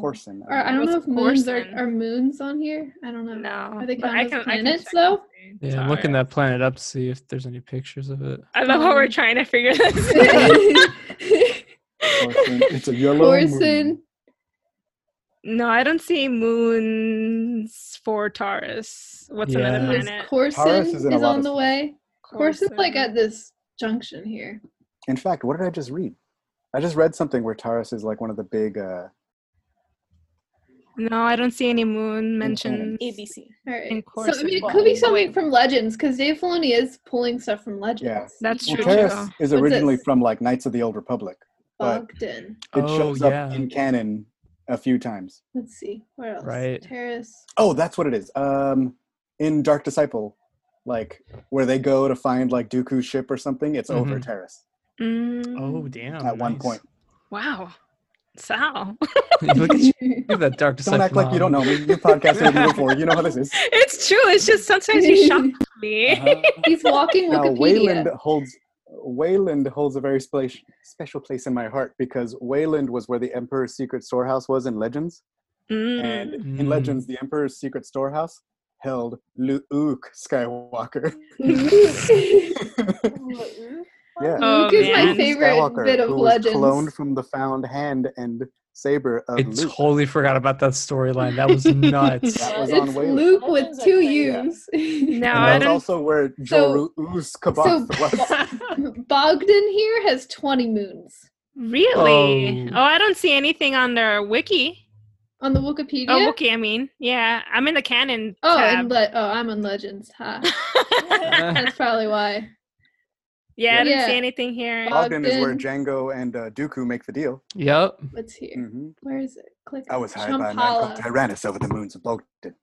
A: Corson.
B: Mm. or I don't
D: What's
B: know if moons are,
D: Coruscant?
B: are moons on here. I don't know.
D: No.
B: Um, Are they
D: but
B: counted
D: I
B: as
D: can,
B: planets,
D: I can
B: though?
E: Yeah, I'm looking
D: that.
E: that planet up to see if there's any pictures of it.
D: I love how we're
B: Um,
D: trying to figure this out.
A: Corson. It's a yellow
B: Coruscant.
D: no, I don't see moons for Taurus. What's another
E: Yeah.
B: There's
D: planet?
B: Coruscant
A: is
B: is,
A: in a lot
B: on
A: of
B: the
A: stuff.
B: way. Coruscant's like
D: Coruscant.
B: at this junction here.
A: In fact, what did I just read? I just read something where Taurus is like one of the big. Uh,
D: No, I don't see any moon
A: planets.
D: mentioned.
F: ABC.
B: All right.
D: And
B: So I mean, it
D: Coruscant.
B: could be something from Legends because Dave Filoni is pulling stuff from Legends.
D: That's
A: well,
D: true.
A: Taurus is
B: What's
A: originally
B: this?
A: from like Knights of the Old Republic. but-
B: Bogdan.
A: It
E: Oh,
A: shows up
E: yeah.
A: in canon a few times.
B: Let's see. Where else?
E: Right.
B: Terrace.
A: Oh, that's what it is. Um, in Dark Disciple, like where they go to find like Dooku's ship or something, it's over
E: Mhm.
A: Terrace
D: Mm,
E: Oh damn!
A: at one
E: nice.
A: point.
D: wow. Sal.
E: Look at you, look at that dark.
A: Don't act like you don't know me. You podcasted with me before. You know how this is.
D: It's true. It's just sometimes you shock me.
A: Uh-huh.
B: He's walking
A: Now,
B: Wikipedia.
A: Wayland holds Wayland holds a very splash, special place in my heart because Wayland was where the Emperor's secret storehouse was in Legends, and
D: Mm.
A: in
E: Mm.
A: Legends, the Emperor's secret storehouse held Luke Skywalker. yeah.
D: Oh,
B: Luke is my
D: man.
B: favorite
A: Skywalker,
B: bit of
A: who was
B: Legends.
A: cloned from the found hand and saber of
E: I
A: Luke.
E: totally forgot about that storyline. That was nuts.
A: That was
B: it's
A: on Wayland.
B: Luke with
F: Legends are
B: two U's.
F: crazy.
D: No,
E: And
D: I
A: That's
E: that's
D: don't.
A: also where
B: So-
A: Joru's
B: so
A: Kabath was.
B: Bogdan here has 20 moons.
D: Really?
E: Oh.
D: Oh. I don't see anything on their wiki.
B: On the Wikipedia?
D: Oh, wiki, I mean. Yeah, I'm in the canon
B: Oh, and
D: tab.
B: le- oh, I'm on Legends. Ha. That's probably why.
D: yeah, I didn't see
B: Yeah.
D: anything here.
B: Oh.
A: Ogden is where
B: Ogden.
A: Django and uh, Dooku make the deal.
E: yep.
B: What's here?
A: Mhm.
B: Where is it? Click.
A: I
B: on
A: was
B: it.
A: hired by a man called
B: Shambhala.
A: Tyrannus over the moons of Ogden.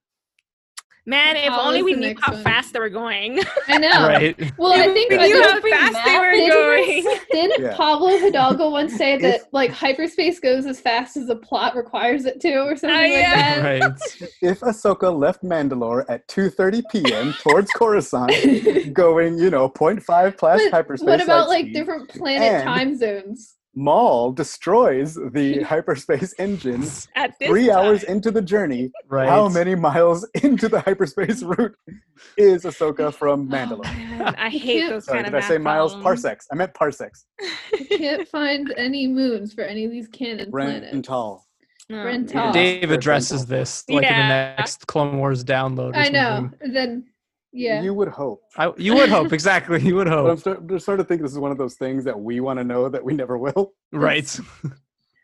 D: Man, if
B: Oh,
D: only
B: it's
D: we
B: the
D: knew
B: next
D: how
B: one.
D: fast they were going.
B: I know.
E: Right.
B: Well, I think
D: we
B: I
D: knew
B: think-
D: how fast they were
B: Didn't-
D: going.
B: Didn't
A: Yeah.
B: Pablo Hidalgo once say that
A: If-
B: like hyperspace goes as fast as the plot requires it to, or something
D: Oh,
B: like
D: yeah.
B: that?
E: Right.
A: If Ahsoka left Mandalore at 2:30 p.m. towards Coruscant, going you know 0.5 past
B: But
A: hyperspace.
B: what
A: light
B: about like
A: speed,
B: different planet
A: and-
B: time zones?
A: Maul destroys the hyperspace engine
D: At this
A: three hours
D: time.
A: into the journey.
E: Right.
A: How many miles into the hyperspace route is Ahsoka from Mandalore?
D: Oh, man, I hate those
A: Sorry,
D: kind of
A: did I say
D: math
A: miles?
D: problems.
A: Parsecs. I meant parsecs.
B: Can't find any moons for any of these canon
A: Brent and
B: planets.
A: Tall.
D: Oh,
B: Brent
A: Mm-hmm.
D: man.
B: Todd.
E: Dave addresses this like in
D: Yeah.
E: the next Clone Wars download. Or
B: I know.
E: something.
B: And then, yeah.
A: You would hope.
E: I, you would hope exactly. You would
A: But I'm
E: hope.
A: start, I'm starting to think this is one of those things that we want to know that we never will.
E: Right.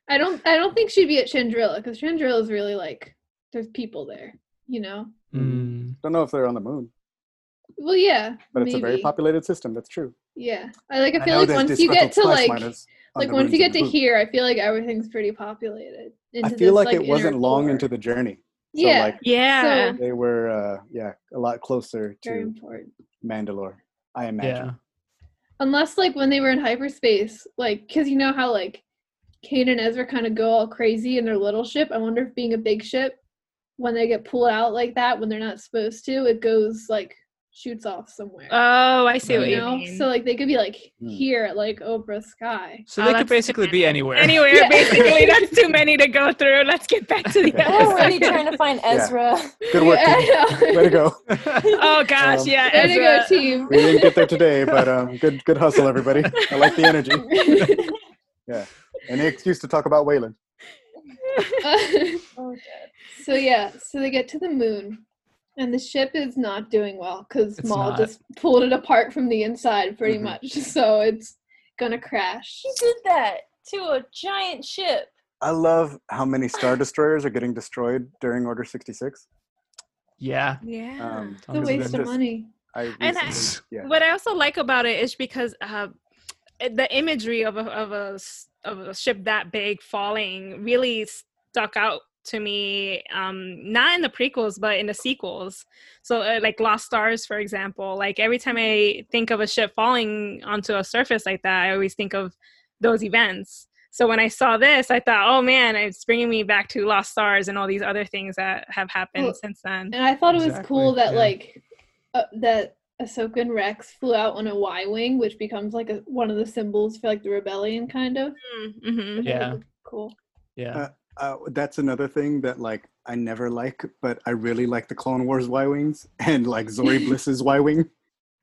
B: I don't. I don't think she'd be at Chandrilla because Chandrilla is really like there's people there. You know.
E: Mm.
A: Don't know if they're on the moon,
B: Well, yeah.
A: but it's a very
B: maybe.
A: populated system. That's true.
B: Yeah. I like. I
A: I
B: feel
A: know
B: like
A: there's
B: once you get
A: disgruntled
B: to
A: spice
B: like,
A: miners on
B: like
A: the
B: once
A: moons
B: you
A: of
B: get to
A: Naboo.
B: here, I feel like everything's pretty populated.
A: I
B: into
A: feel
B: this,
A: like, it
B: inner
A: wasn't long
B: core.
A: into the journey. So,
B: yeah.
A: like,
D: Yeah.
B: So-
A: they were, uh, yeah, a lot closer
B: very
A: to
B: important.
A: Mandalore, I imagine.
E: Yeah.
B: Unless like when they were in hyperspace, like because you know how like Kane and Ezra kind of go all crazy in their little ship. I wonder if being a big ship, when they get pulled out like that when they're not supposed to, it goes like shoots off somewhere.
D: oh, I see what
B: you
D: you
B: know,
D: mean.
B: so like they could be like
A: Hmm.
B: here at like Oprah Sky.
E: So
D: Oh,
E: they
D: that's
E: could basically be anywhere.
D: anywhere,
B: Yeah.
D: basically, that's too many to go through. Let's get back to the
A: Yeah.
F: Oh, We're
B: Oh,
F: already
D: episode.
F: trying to find Ezra.
A: Good work.
B: Yeah,
A: team.
B: I know.
A: Way to go.
D: Oh gosh,
A: Um,
D: yeah.
B: Way to go,
D: Ezra.
B: team.
A: We didn't get there today, but um, good, good hustle, everybody. I like the energy. Any excuse to talk about Wayland.
F: Oh, God.
B: Uh, so yeah, so they get to the moon, and the ship is not doing well because
E: It's
B: Maul
E: not. Mm-hmm.
B: just pulled it apart from the inside, pretty
A: Mhm.
B: much. So it's gonna crash.
F: He did that to a giant ship.
A: I love how many Star Destroyers are getting destroyed during Order 66.
E: yeah.
D: Yeah.
A: Um,
B: It's a
E: Tons of
B: waste
E: them.
B: of
A: just-
B: money.
A: I
D: And I-
A: recently- yeah.
D: What I also like about it is because uh, it- the imagery of a of a s- of a ship that big falling really stuck out to me. Um, not in the prequels, but in the sequels. So, uh, like Lost Stars, for example. Like every time I think of a ship falling onto a surface like that, I always think of those events. So when I saw this, I thought, "Oh man, it's bringing me back to Lost Stars and all these other things that have happened
B: Well,
D: since then."
B: And I thought it was
E: Exactly,
B: cool that
E: yeah.
B: like uh, that Ahsoka and Rex flew out on a Y wing, which becomes like a, one of the symbols for like the rebellion, kind of.
D: Mm-hmm.
B: I thought it
E: Yeah.
B: was Cool.
E: Yeah.
A: Uh, that's another thing that like I never like, but I really like the Clone Wars Y wings and like Zori Bliss's Y wing.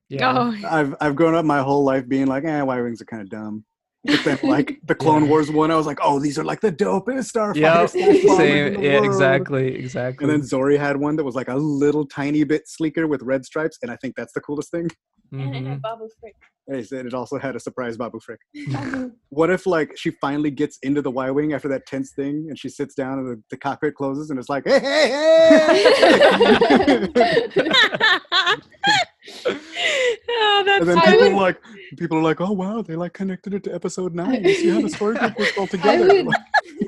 E: yeah.
D: Oh,
A: I've I've grown up my whole life being like, eh, Y wings are kind of dumb. But then like the Clone
E: Yeah.
A: Wars one, I was like, oh, these are like the dopest
E: Yep.
A: starfighters.
E: Same. Yeah. Exactly. Exactly.
B: Mm.
A: And then Zori had one that was like a little tiny bit sleeker with red stripes, and I think that's the coolest thing.
F: And I
D: Mm-hmm.
E: Mhm.
F: had Babu Frick.
A: They said it also had a surprise Babu Frick. What if like she finally gets into the Y wing after that tense thing, and she sits down, and the, the cockpit closes, and it's like, hey, hey, hey!
D: oh, that's
A: and then
B: I
A: people
B: would-
A: are like, people are like, oh wow, they like connected it to episode nine. You see how the story group was all
B: I
A: together.
B: would,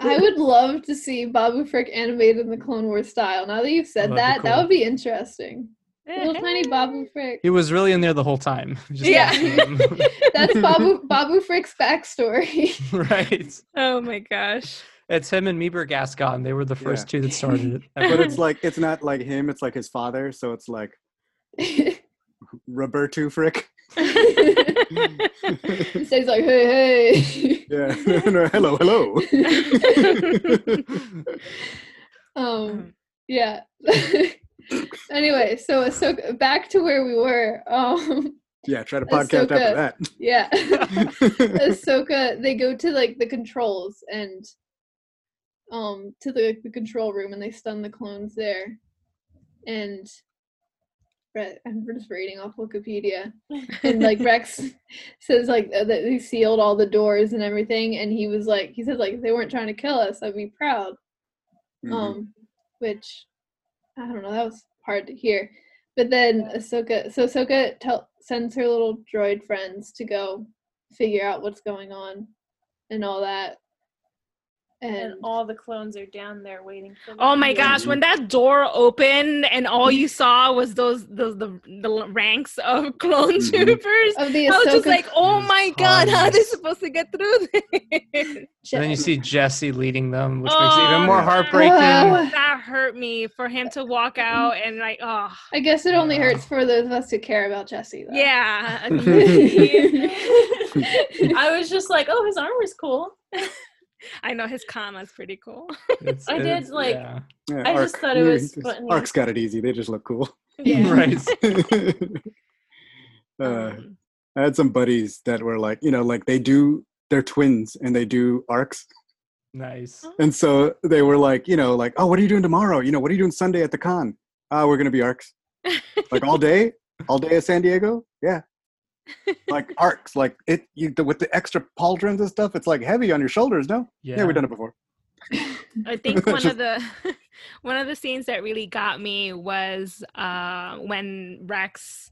B: I would love to see Babu Frick animated in the Clone Wars style. Now that you've said
E: Oh,
B: that,
E: that'd
B: that would
E: be cool.
B: be interesting. Little tiny Babu Frick.
E: He was really in there the whole time. He just Mm-hmm.
B: Yeah.
E: kept going.
B: That's Babu Babu Frick's backstory.
E: right.
D: Oh my gosh.
E: It's him and Meber Gascon. They were the first two that started it.
A: but it's like it's not like him; it's like his father. So it's like Roberto Frick.
B: He says like, hey, hey.
A: Yeah. No, hello, hello.
B: Um, yeah. anyway, so Ahsoka, back to where we were. Um,
A: yeah, try to
B: That's so
A: podcast after
B: yeah.
A: that.
B: Ahsoka, they go to like the controls and um to the, the control room and they stun the clones there. And Re- I'm just reading off Wikipedia. And like Rex says like uh, that they sealed all the doors and everything and he was like he said like if they weren't trying to kill us, I'd be proud.
E: Mm-hmm.
A: Mhm.
B: Um which I don't know, that was hard to hear. But then Ahsoka so Ahsoka tell sends her little droid friends to go figure out what's going on and all that. And,
F: And all the clones are down there waiting for
D: Oh my
F: them.
D: gosh, when that door opened and all you saw was those those the, the ranks of clone
A: Mhm.
D: troopers.
B: of the
D: I was
B: Ahsoka
D: just like, oh
E: There's
D: my god, how are they
E: tons.
D: supposed to get through this?
E: And then you
B: ship.
E: see Jesse leading them, which makes it even
D: Oh,
E: more
D: yeah.
E: heartbreaking.
D: that hurt me for him to walk out and like, oh
B: I guess it only
E: Yeah.
B: hurts for those of us who care about Jesse though.
D: yeah.
F: I was just like, oh, his armor's cool.
D: I know his comma's pretty cool.
E: It's-
F: I did,
E: it's-
F: like-
E: yeah.
A: Yeah,
F: I just thought it
A: yeah,
F: was
A: he just-
F: funny.
A: Ark's got it easy. They just look cool.
D: Yeah.
E: right.
A: uh,
D: Um,
A: I had some buddies that were like, you know, like they do, they're twins and they do arcs.
E: Nice.
A: And so they were like, you know, like, oh, what are you doing tomorrow? You know, what are you doing Sunday at the con? Ah, we're going to be arcs. like all day? All day at San Diego? Yeah. like arcs, like it you, the, with the extra pauldrons and stuff, it's like heavy on your shoulders, no?
E: Yeah.
A: Yeah, we've done it before.
D: I think one of the one of the scenes that really got me was uh, when Rex,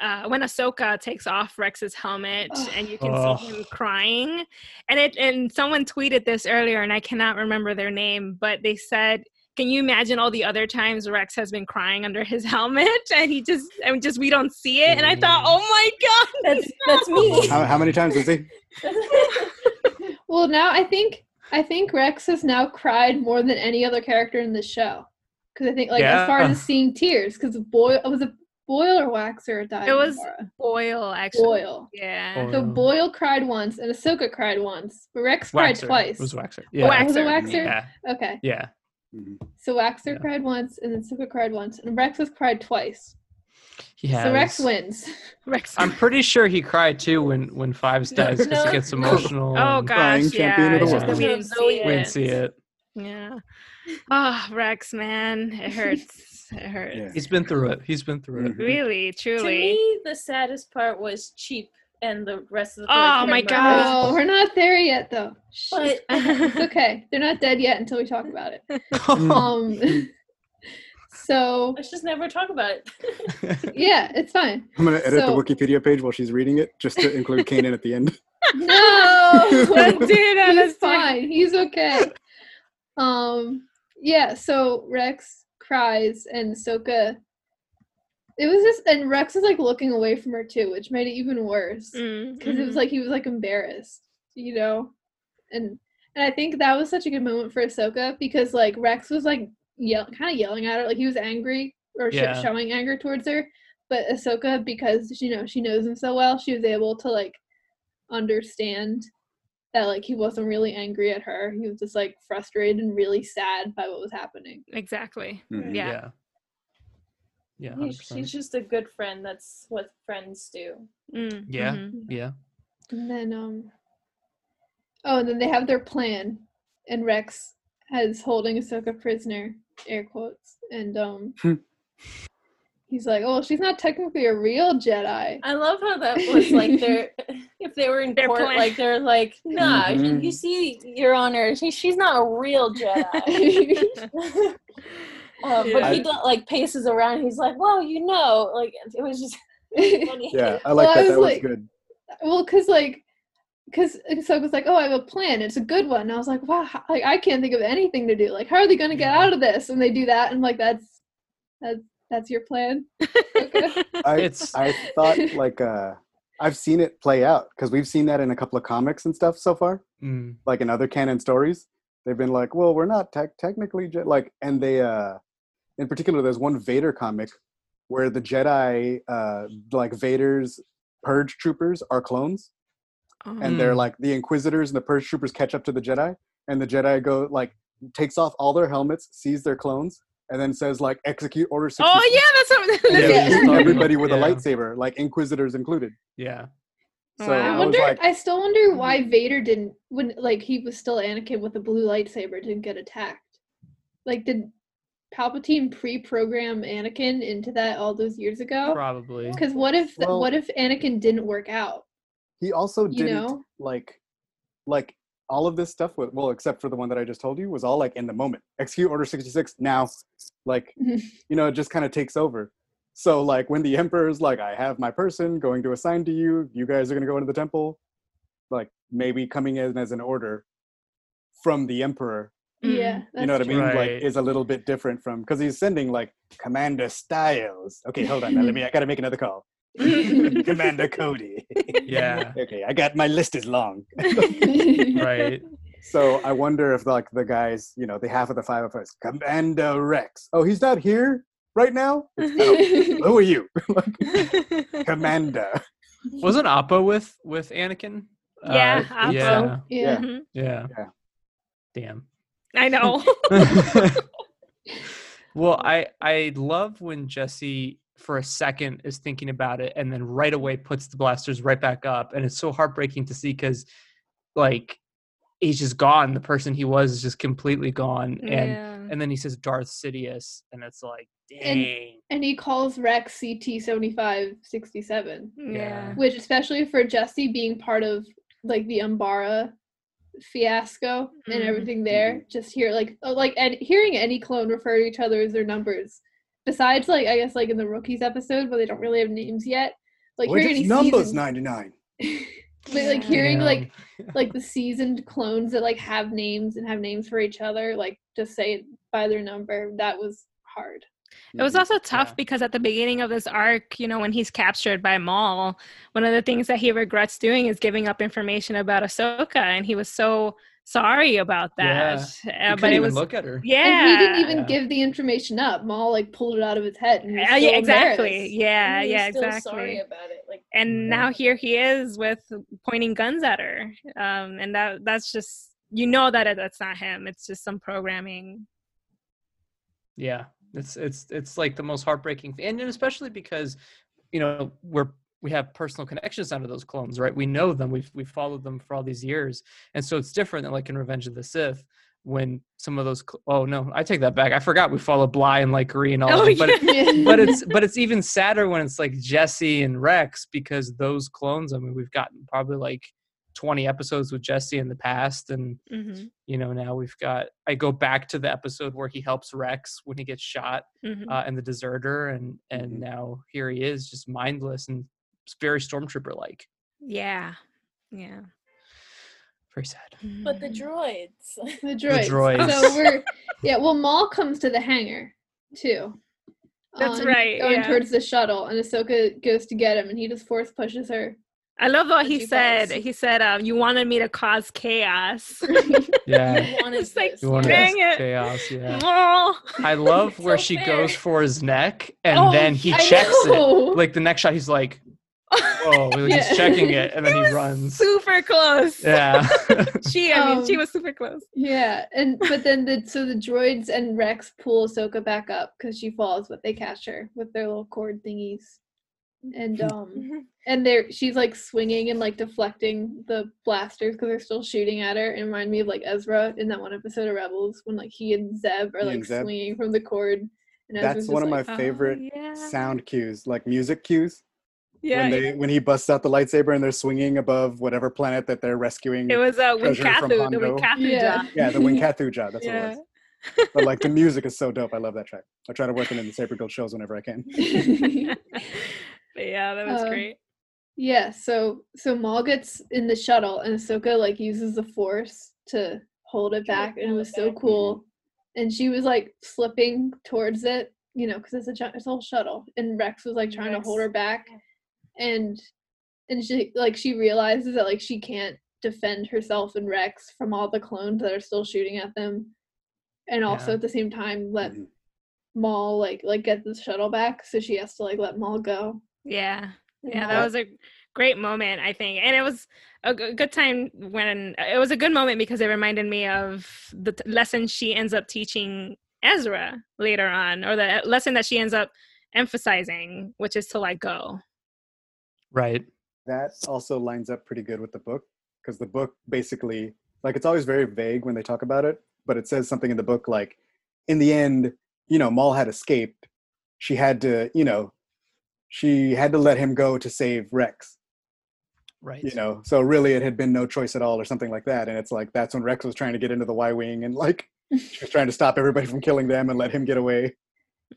D: uh, when Ahsoka takes off Rex's helmet,
B: Ugh.
D: and you can see
E: Ugh.
D: him crying. And it and someone tweeted this earlier, and I cannot remember their name, but they said. Can you imagine all the other times Rex has been crying under his helmet and he just and just we don't see it? And I thought,
E: Mm.
D: oh my god,
F: That's that's me.
A: How, how many times is he?
B: Well, now I think I think Rex has now cried more than any other character in the show. Because I think, like, as far
E: Yeah.
B: as seeing tears, because Boyle was a Boyle or Waxer died.
D: It
B: in
D: was
B: Mara?
D: Boyle actually.
B: Boyle.
D: Yeah.
B: So
E: Boyle.
B: Boyle cried once, and Ahsoka cried once, but Rex cried
E: Waxer.
B: twice.
E: It was Waxer. Yeah.
D: Waxer.
B: Was it Waxer?
E: Yeah.
B: Okay,
E: Yeah.
B: so Waxer
E: Yeah.
B: cried once, and then Ahsoka cried once, and Rex has cried twice.
E: He has.
B: So Rex wins.
D: Rex.
E: I'm pretty sure he cried too when when Fives dies because
F: No.
E: he gets emotional.
D: Oh
E: and
A: Crying
D: gosh, yeah.
A: Um, champion of the
D: it's just that
A: world.
D: we didn't see
E: We didn't
D: it.
E: see it.
D: Yeah. Oh, Rex, man, it hurts. It hurts.
A: Yeah.
E: He's been through it. He's been through it.
A: Mhm.
D: Really,
F: to
D: truly.
F: me, the saddest part was cheap and the rest of the.
D: Oh, my
F: character
D: God.
F: members.
B: Oh, we're not there yet, though.
F: But
B: It's okay. They're not dead yet until we talk about it.
A: Mhm.
B: Um, so
F: let's just never talk about it.
B: yeah, it's fine.
A: I'm going to edit
B: So-
A: the Wikipedia page while she's reading it just to include Kanan at the end.
B: No,
D: Don't do that.
B: he's
D: That's fine.
B: fine. He's okay. Um, yeah. So Rex cries, and Soka. It was just, and Rex is like looking away from her too, which made it even worse because
D: Mm,
B: it
D: mm-hmm.
B: was like he was like embarrassed, you know, and and I think that was such a good moment for Ahsoka because like Rex was like yell, kind of yelling at her, like he was angry or sh-
E: Yeah.
B: showing anger towards her, but Ahsoka because you know she knows him so well, she was able to like understand that like he wasn't really angry at her. He was just like frustrated and really sad by what was happening.
D: exactly.
A: Mhm.
D: Yeah.
E: Yeah. Yeah.
F: He's-
E: 100%.
F: She's just a good friend. That's what friends do.
D: Mm,
E: Yeah.
D: mhm.
E: yeah.
B: And then um oh, and then they have their plan, and Rex has holding Ahsoka prisoner, air quotes, and um.
A: Hmm.
B: He's like, oh, she's not technically a real Jedi.
F: I love how that was like their if they were in
D: Their
F: court,
D: plan.
F: like they're like, nah,
A: Mhm.
F: you see, Your Honor, she, she's not a real Jedi. Uh, But
D: Yeah.
F: he don't, like paces around. He's like, well, you know, like it was just funny.
A: Yeah, I like
B: Well, I was
A: that. that was
B: like-
A: good.
B: Well, because like, because Ahsoka's like, oh, I have a plan. It's a good one. And I was like, wow, h- like I can't think of anything to do. Like, how are they going to get
E: Yeah.
B: out of this? And they do that, and I'm like, that's that's that's your plan. Okay.
D: mm-hmm.
A: I,
E: It's-
A: I thought like uh, I've seen it play out because we've seen that in a couple of comics and stuff so far.
E: Mm.
A: Like in other canon stories, they've been like, "Well, we're not tech technically Je-, like," and they, uh, in particular, there's one Vader comic where the Jedi, uh, like Vader's purge troopers, are clones,
D: Oh,
A: and they're
E: Mm.
A: like the Inquisitors and the purge troopers catch up to the Jedi, and the Jedi go like takes off all their helmets, sees their clones, and then says like, "Execute Order 66."
D: Oh yeah, that's what.
E: Yeah, we
A: Yeah,
E: just talked about-
A: everybody with a
E: yeah.
A: lightsaber, like Inquisitors included.
E: Yeah.
A: So
D: Wow.
A: I
B: I
A: was
B: wonder.
A: like,
B: I still wonder why Vader didn't when like he was still Anakin with the blue lightsaber didn't get attacked. Like, did Palpatine pre-program Anakin into that all those years ago?
E: Probably.
B: Because what if th-
A: Well-
B: what if Anakin didn't work out?
A: he also
B: You
A: didn't
B: know.
A: like, like all of this stuff. With, well, except for the one that I just told you, was all like in the moment. Execute Order sixty six now. Like,
B: Mhm.
A: you know, it just kind of takes over. So like when the Emperor's like, I have my person going to assign to you. You guys are gonna go into the temple. Like maybe coming in as an order from the Emperor
D: Mm.
B: Yeah,
A: you know what
B: that's
A: I mean? Like,
E: Right.
A: is a little bit different from because he's sending like Commander Styles. Okay, hold on. Now, let me. I gotta make another call. Commander Cody.
E: Yeah.
A: okay, I got my list is long.
B: true.
E: right.
A: So I wonder if like the guys, you know, the half of the five of us, Commander Rex. Oh, he's not here right now. It's, "Oh, who are you, Commander?
E: Wasn't Appa with with Anakin? Uh,
D: Yeah, Appa.
E: yeah,
B: Yeah.
A: Yeah.
D: Mhm.
E: yeah.
A: Yeah.
E: Damn.
D: I know.
E: well, I I love when Jesse for a second is thinking about it and then right away puts the blasters right back up and it's so heartbreaking to see cuz like he's just gone the person he was is just completely gone and
D: yeah.
E: and then he says Darth Sidious and it's like
B: And-
E: dang
B: And he calls Rex CT seventy five sixty seven,
D: Yeah.
B: which especially for Jesse being part of like the Umbara fiasco and
D: Mhm.
B: everything there, just hear like oh, like and hearing any clone refer to each other as their numbers. Besides, like I guess like in the rookies episode where they don't really have names yet, like
A: What
B: hearing
A: is
B: any
A: numbers
B: season-
A: ninety nine?
B: But, like
D: Yeah.
B: hearing
E: Damn.
B: like like the seasoned clones that like have names and have names for each other, like just say it by their number. That was hard.
D: It
A: Mm-hmm.
D: was also tough
E: Yeah.
D: because at the beginning of this arc, you know, when he's captured by Maul, one of the things that he regrets doing is giving up information about Ahsoka, and he was so sorry about that.
E: You
D: Uh,
E: couldn't
D: but it
E: even
D: was,
E: look at her.
D: yeah,
B: And he didn't even
E: Yeah.
B: give the information up. Maul like pulled it out of his head. And he was
D: Uh, yeah,
B: so
D: exactly.
B: embarrassed.
D: Yeah,
F: And he was
D: yeah,
F: still
D: exactly.
F: Sorry about it. Like
E: Mhm.
D: and now here he is with pointing guns at her, um, and that that's just you know that it, that's not him. It's just some programming.
E: Yeah, it's it's it's like the most heartbreaking, thing. and especially because you know we're we have personal connections under those clones, right? We know them. We've we've followed them for all these years, and so it's different than like in Revenge of the Sith when some of those. Cl- oh no, I take that back. I forgot we follow Bly and like Green and all.
D: Oh,
E: of them, but it-
B: Yeah.
E: but it's but it's even sadder when it's like Jesse and Rex because those clones. I mean, we've gotten probably like twenty episodes with Jesse in the past, and
D: Mhm,
E: you know now we've got i go back to the episode where he helps rex when he gets shot
D: mhm.
E: uh, and the deserter and and
A: Mhm.
E: now here he is just mindless and it's very stormtrooper like
D: yeah, yeah.
E: very sad
F: but the
D: Mm-hmm.
F: droids.
B: the droids.
E: droids.
B: So we're yeah. Well, Maul comes to the hangar too.
D: That's
B: on-
D: right,
B: Going
D: yeah.
B: towards the shuttle, and Ahsoka goes to get him, and he just force pushes her.
D: I love what
F: But
D: he
F: you
D: said.
F: guys-
D: He said, um, "You wanted me to cause chaos."
E: yeah
F: One is
D: It's like,
F: this.
E: you want
D: Dang
E: to
D: it.
E: chaos yeah
D: Maul.
E: i love where
F: So
E: she
F: fair.
E: goes for his neck and
D: Oh,
E: then he
B: I
E: checks it
B: know.
E: like the next shot he's like whoa like,
B: Yeah.
E: he's checking it and then
D: It
E: he
D: was
E: runs
D: Super close.
E: yeah
D: she, I mean, she
B: Um,
D: was super close.
B: Yeah, and but then the so the droids and Rex pull Ahsoka back up because she falls, but they catch her with their little cord thingies, and um
D: Mm-hmm.
B: and they're she's like swinging and like deflecting the blasters because they're still shooting at her. It reminded me of like Ezra in that one episode of Rebels when like he and Zeb are
A: He
B: like
A: and Zeb.
B: swinging from the cord. And
A: That's
B: Ezra's
A: one
B: just
A: of
B: like,
A: my favorite
D: Oh, yeah.
A: Mm-hmm. sound cues, like music cues.
D: Yeah,
A: when
D: it-
A: they when he busts out the lightsaber and they're swinging above whatever planet that they're rescuing.
D: it was uh,
A: treasure from
D: Winkathu, the
A: Hondo.
D: Winkathu
B: Yeah.
D: job.
A: yeah, the Winkathu job. That's
D: Yeah.
A: what it was. But like the music is so dope. I love that track. I try to work it in the Saber Guild shows whenever I can.
D: But yeah, that was
B: Um,
D: great.
B: Yeah, so so Maul gets in the shuttle and Ahsoka like uses the force to hold it
F: Try to
B: back and it
F: pull it
B: was so
F: back.
B: cool. And she was like slipping towards it, you know, because it's a gi- it's a whole shuttle. And Rex was like trying to hold
F: Rex,
B: her back, and and she like she realizes that like she can't defend herself and Rex from all the clones that are still shooting at them, and also
E: Yeah.
B: at the same time let
A: Mhm.
B: Maul like like get the shuttle back. So she has to like let Maul go.
D: Yeah,
B: And
D: yeah,
B: Maul-
D: that was a great moment, I think, and it was a g- good time when it was a good moment because it reminded me of the t- lesson she ends up teaching Ezra later on, or the lesson that she ends up emphasizing, which is to let go.
E: right
A: That also lines up pretty good with the book because the book basically like it's always very vague when they talk about it, but it says something in the book like, in the end, you know, Maul had escaped. She had to, you know, she had to let him go to save Rex.
E: right
A: you know so really it had been no choice at all or something like that and it's like that's when rex was trying to get into the y wing and like she was trying to stop everybody from killing them and let him get away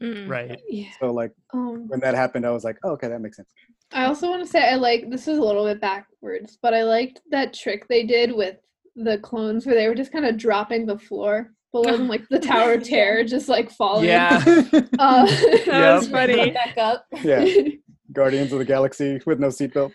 D: Mm.
E: right
B: yeah.
A: so like
B: Um,
A: when that happened i was like oh, okay that makes sense
B: I also want to say I like this is a little bit backwards, but I liked that trick they did with the clones where they were just kind of dropping the floor below them, like the Tower of Terror, just like falling.
E: yeah
B: Uh,
D: That
E: Yep.
D: was funny.
F: Back up.
A: yeah guardians of the galaxy with no seatbelt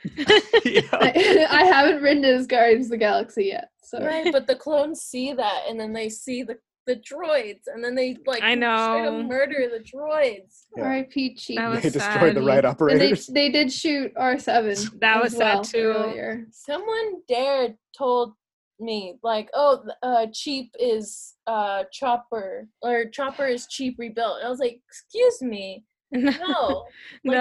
E: yeah
B: I, I haven't written it as Guardians of the Galaxy yet, so
F: Right, but the clones see that, and then they see the the droids, and then they like
D: I
F: straight up
D: know.
F: murder the droids.
A: Yeah.
B: R.I.P. Cheap.
D: That was
A: they destroyed the
D: sad.
B: And
A: right
B: they,
A: operators.
B: they did shoot R7.
D: That
B: as
D: was sad
B: well
D: too.
B: earlier.
F: Someone dared told me like, oh, th- uh, cheap is uh chopper or chopper is cheap rebuilt. And I was like, excuse me, no, like
D: no,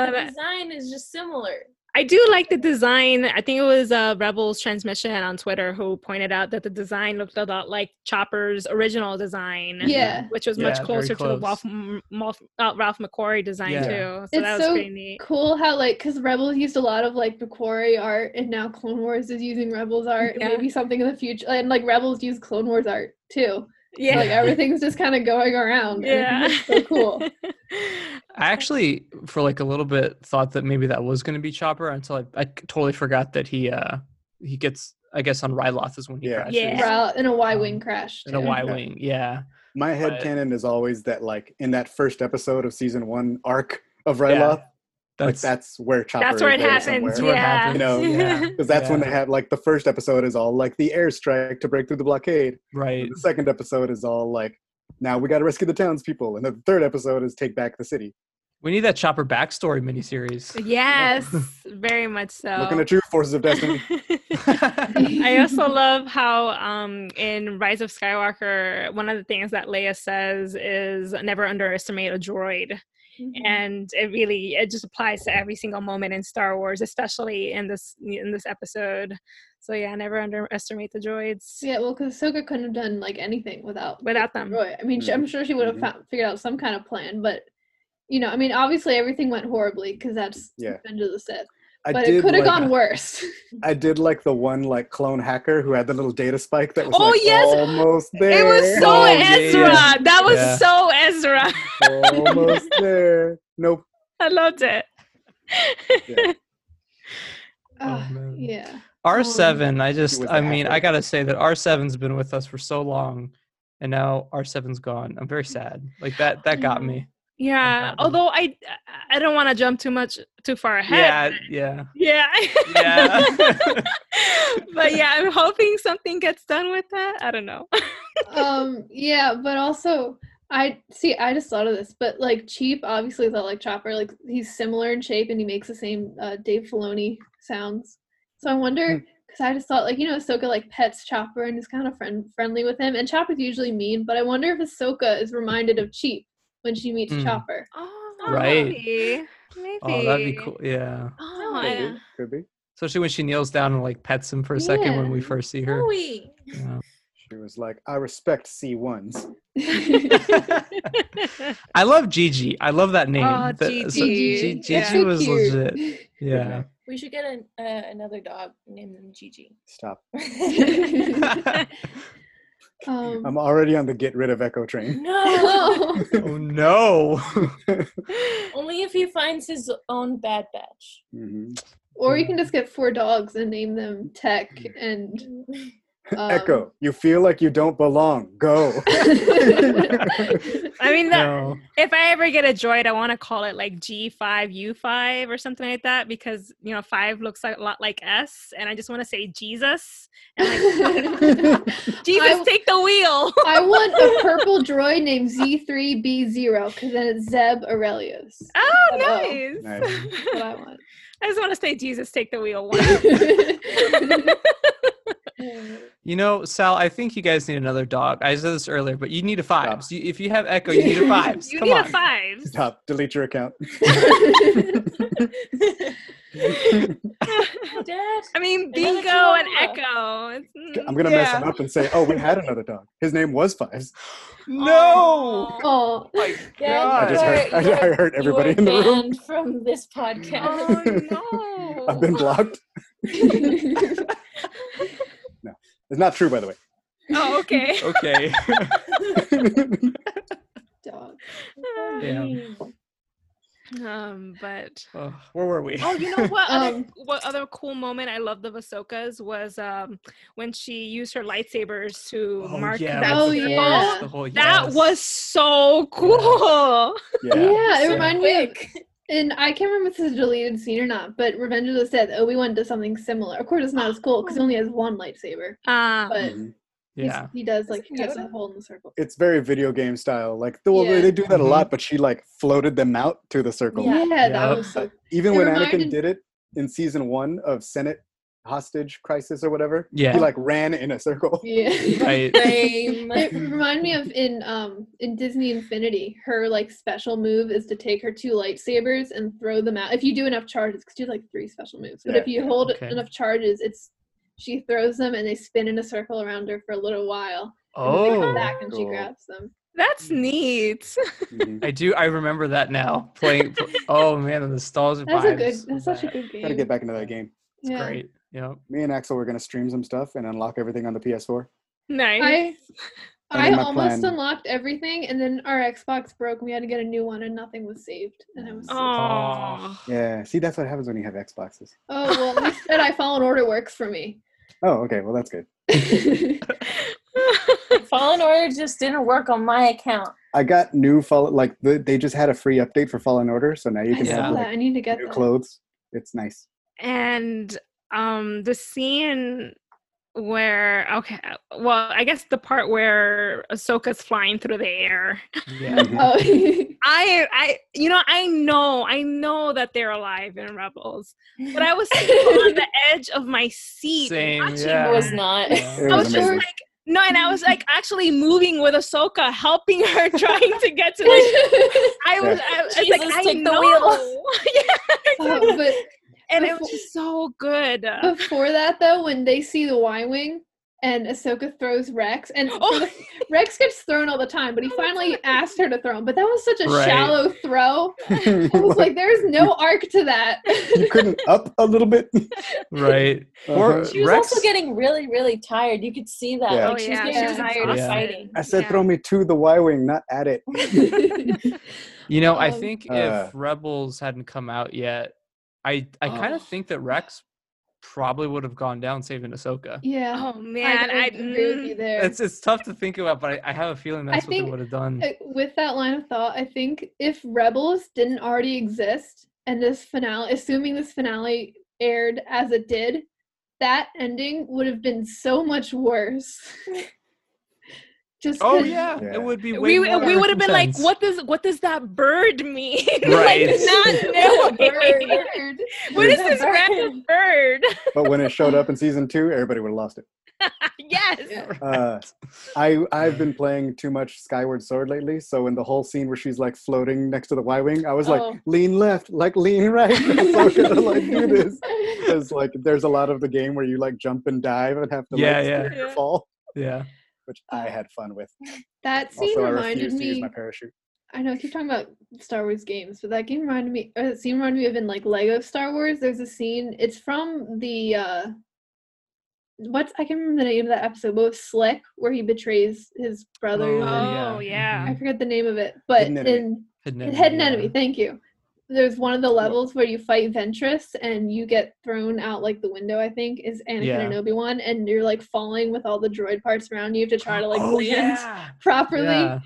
F: the
D: that-
F: design is just similar.
D: I do like the design. I think it was uh, Rebels Transmission on Twitter who pointed out that the design looked a lot like Chopper's original design,
B: Yeah.
D: which was
E: Yeah,
D: much
E: very
D: closer to the
E: close.
D: Ralph, M- Ralph- uh, Ralph McQuarrie design
E: Yeah.
D: too. So
B: It's
D: that was
B: so
D: pretty neat.
B: cool how like because Rebels used a lot of like Macquarie art and now Clone Wars is using Rebels art. and
D: Yeah.
B: Maybe something in the future and like Rebels use Clone Wars art too.
D: Yeah,
B: Like everything's just kind of going around. and I
D: yeah,
B: think it's so cool.
E: I actually, for like a little bit, thought that maybe that was going to be Chopper until I, I totally forgot that he uh he gets I guess on Ryloth is when he
A: Yeah.
E: crashes
D: Yeah.
B: Ra- in a Y wing
E: Um,
B: crash.
E: in a
B: too.
E: Y wing. Yeah,
A: My head
E: But-
A: canon is always that, like, in that first episode of season one arc of Ryloth, like,
E: that's
A: that's where Chopper
D: that's where
A: is
D: it
A: there
D: happens.
E: That's
A: somewhere.
E: where it
D: Yeah,
E: happens.
A: You know,
E: Yeah.
A: Because that's when
E: Yeah.
A: they have, like, the first episode is all, like, the airstrike to break through the blockade.
E: right.
A: And the second episode is all, like, now we got to rescue the townspeople. And the third episode is take back the city.
E: We need that Chopper backstory miniseries.
D: yes, very much so.
A: Looking at you, Forces of Destiny.
D: I also love how um, in Rise of Skywalker, one of the things that Leia says is never underestimate a droid.
B: Mm-hmm.
D: And it really it just applies to every single moment in Star Wars, especially in this in this episode. So yeah, never underestimate the droids.
B: yeah, well, because Ahsoka couldn't have done like anything without
D: Without
E: Mm-hmm.
D: them.
B: Roy. I mean, she, I'm sure she would have
A: Mhm.
B: found, figured out some kind of plan, but you know, I mean, obviously everything went horribly because that's
A: Yeah.
B: Revenge of the Sith.
A: I
B: But it could have
A: like,
B: gone worse.
A: I did like the one like clone hacker who had the little data spike that was
D: Oh,
A: like,
D: yes!
A: almost there.
D: It was so
E: Oh, yeah,
D: Ezra.
E: yeah.
D: That was
E: Yeah.
D: so Ezra.
A: almost there. Nope.
D: I loved it.
A: Yeah.
B: Ah,
E: Oh, man.
B: yeah.
E: R seven. I just.
A: was
E: I
A: the
E: mean,
A: hacker.
E: I gotta say that R seven's been with us for so long, and now R 7s gone. I'm very sad. Like that. That got me.
D: Yeah.
E: Unfathomable.
D: Although I I don't want to jump too much too far ahead.
E: Yeah. Yeah.
D: Yeah.
E: Yeah.
D: but yeah, I'm hoping something gets done with that. I don't know.
B: um yeah but also i see i just thought of this but like cheap obviously thought like chopper like he's similar in shape and he makes the same uh, dave filoni sounds so i
E: Hmm.
B: wonder because i just thought like you know ahsoka like pets chopper and is kind of friend friendly with him and chopper's usually mean but i wonder if ahsoka is reminded of cheap when she meets
E: Hmm.
B: chopper
D: Oh,
E: Right.
D: Maybe. maybe.
E: Oh, that'd be cool. Yeah.
D: Oh,
F: Could
D: I-
A: Maybe. Could be.
E: Especially when she kneels down and like pets him for a second when we
B: Yeah.
E: first
F: Oh,
E: see
D: Oh,
E: her.
F: Chloe.
E: Yeah.
A: She was like, I respect C ones.
E: I love Gigi. I love that name.
D: Oh,
E: That- So
D: Gigi.
E: Gigi,
D: Yeah.
E: Gigi was legit. Yeah.
F: We should get an, uh, another dog named him Gigi.
A: Stop.
B: um,
A: I'm already on the get rid of Echo train.
F: no,
E: oh no.
F: only if he finds his own bad batch.
B: Mm-hmm.
A: Mhm.
B: or
E: Hmm.
B: you can just get four dogs and name them tech and um,
A: Echo, you feel like you don't belong. Go.
D: I mean, that,
E: no.
D: if I ever get a droid, I want to call it like G5, U5 or something like that because, you know, 5 looks like, a lot like S. And I just want to say Jesus. And like, Jesus,
B: I-
D: take the wheel.
B: I want a purple droid named Z3B0 because then it's Zeb Aurelius.
D: Oh,
B: Oh,
D: nice.
A: nice.
B: That's what I want.
D: I just want to say Jesus, take the wheel.
E: You know, Sal, I think you guys need another dog. I said this earlier, but you need a
A: Stop.
E: fives. You, if you have Echo, you need a fives.
D: you
E: Come
D: need
E: on.
D: a five.
A: Stop. Delete your account.
F: Hi, Dad.
D: I mean,
F: Another
D: Bingo and Echo.
A: I'm
D: It's- mm,
A: gonna mess him
E: Yeah.
A: up and say, "Oh, we had another dog. His name was Fives."
E: No.
D: Aw.
B: oh,
A: I just heard. I, I heard everybody in the room.
F: banned from this podcast.
D: Oh, no.
A: I've been blocked. It's not true, by the way.
D: Oh, okay.
E: Okay.
B: dog.
E: Yeah.
D: Um, but
E: Oh, where were we?
D: oh, you know what? Other,
B: Um,
D: what other cool moment I loved of Ahsoka's was um when she used her lightsabers to
E: Oh,
D: mark
E: yeah,
D: that.
E: with
B: Oh,
E: the force,
B: yeah.
E: the whole-
D: That
E: yes.
D: was so cool.
A: Yeah.
B: Yeah, it
E: so
B: reminded me of. And I can't remember if this is a deleted scene or not, but Revenge of the Sith, Obi Wan does something similar. Of course, it's not as cool because he only has one lightsaber.
D: Um,
B: But
A: Mhm.
B: He's-
E: Yeah.
B: He does like
F: it
B: cuts a
F: Yoda?
B: hole in the circle.
A: It's very video game style. Like the, well,
F: Yeah.
A: they do that a
E: Mhm.
B: Mm-hmm.
A: lot, but she like floated them out to the circle.
B: Yeah,
E: Yeah.
B: that was so.
A: Even
B: It
A: when Anakin
B: reminded-
A: did it in season one of Senate hostage crisis or whatever,
E: Yeah.
A: he like ran in a circle.
B: Yeah.
E: Right.
F: Same.
B: It reminded me of in um in Disney Infinity, her like special move is to take her two lightsabers and throw them out. If you do enough charges, because you have, like three special moves, but
A: Yeah.
B: if you hold
E: Okay.
B: enough charges, it's she throws them and they spin in a circle around her for a little while. and then they come
E: Oh,
B: back and she
A: Cool.
B: grabs them.
D: That's neat.
A: Mhm.
E: I do. I remember that now. Playing. pl- oh man, the nostalgia.
B: That's a good.
E: vibes of
B: That's such a
E: that.
B: good game.
A: Gotta get back into that game.
E: It's
B: Yeah.
E: great. Yep.
A: Me and Axel were gonna stream some stuff and unlock everything on the PS4.
D: Nice.
B: I I
A: That was my
B: almost
A: plan.
B: unlocked everything, and then our Xbox broke. and We had to get a new one, and nothing was saved. And I was so
D: Aw.
A: Yeah, see, that's what happens when you have Xboxes.
B: Oh well, at least that I Fallen Order works for me.
A: Oh, okay, well that's good.
F: Fallen Order just didn't work on my account.
A: I got new fall like the, they just had a free update for Fallen Order, so now you
B: I
A: can
E: Yeah.
B: saw
A: have
B: that.
A: like,
B: I need to get
A: new
B: that.
A: clothes. It's nice.
D: and um the scene where okay well I guess the part where Ahsoka's flying through the air.
E: Yeah.
A: Mm-hmm.
B: Oh,
D: I I you know I know I know that they're alive in Rebels, but I was sitting on the edge of my seat
E: Same,
D: watching
E: yeah.
F: It was
D: that.
F: not.
E: Yeah.
A: It
D: I
A: was
D: was just
A: amazing.
D: like, no, and I was like actually moving with Ahsoka, helping her, trying to get to like. I was, I, was
F: Jesus,
D: like, I
F: take the
D: know.
F: wheel.
D: yeah,
B: Oh, but
D: and it was just so good.
B: before that, though, when they see the Y wing and Ahsoka throws Rex, and for
D: Oh.
B: the- Rex gets thrown all the time, but he finally asked her to throw him. But that was such a
E: Right.
B: shallow throw. I was
A: you
B: like, there's no arc to that.
A: couldn't up a little bit.
E: Right. Or
A: Uh-huh.
F: She was
E: Rex.
F: also getting really really tired. You could see that.
A: Yeah.
F: Like, she was
D: Oh, yeah,
F: getting
B: she was
F: tired
E: exhausted.
F: of fighting.
A: I said
D: Yeah.
A: throw me to the Y Wing, not at it.
E: you know, I
B: um,
E: think
A: Uh.
E: if Rebels hadn't come out yet, I I
A: Uh.
E: kind
B: Oh.
E: of think that Rex probably would have gone down saving Ahsoka.
B: yeah,
D: oh man,
B: I
D: I,
B: don't agree with you
D: mm,
B: there.
E: It's it's tough to think about, but I, I have a feeling that's what
B: think-
E: they would have done.
B: I- with that line of thought, I think if Rebels didn't already exist and this finale, assuming this finale aired as it did, that ending would have been so much worse. Just
E: oh
B: 'cause-
E: yeah,
A: Yeah.
E: it would be. Way
D: we
E: more
D: we would have been like,
E: intense.
D: what does what does that bird mean?
E: Right.
D: like not knowing.
B: Bird.
D: What is
F: Bird.
D: this random bird?
A: But when it showed up in season two, everybody would have lost it.
D: yes.
B: Yeah.
A: Uh, I I've been playing too much Skyward Sword lately, so in the whole scene where she's like floating next to the Y Wing, I was like
F: Oh.
A: lean left, like lean right. so to like do this. Because like there's a lot of the game where you like jump and dive and have to
E: Yeah,
A: like
E: yeah.
A: swing or
D: Yeah.
A: fall,
E: Yeah.
A: which I had fun with.
B: That scene
A: also, I
B: reminded
A: refused to use
B: me.
A: my parachute.
B: I know I keep talking about Star Wars games, but that game reminded me. Or that scene reminded me of in like Lego Star Wars. There's a scene. It's from the uh what's I can remember the name of that episode, but it was Slick, where he betrays his brother. and-
E: Oh, yeah.
D: Oh yeah.
B: I forget the name of it, but
A: Hidden Enemy.
B: in
E: Hidden
B: Hidden
E: yeah.
B: Enemy, thank you. There's one of the levels where you fight Ventress and you get thrown out like the window. I think is Anakin and
E: Yeah.
B: Obi Wan, and you're like falling with all the droid parts around you to try to like
E: oh,
B: land
E: yeah.
B: properly
E: Yeah.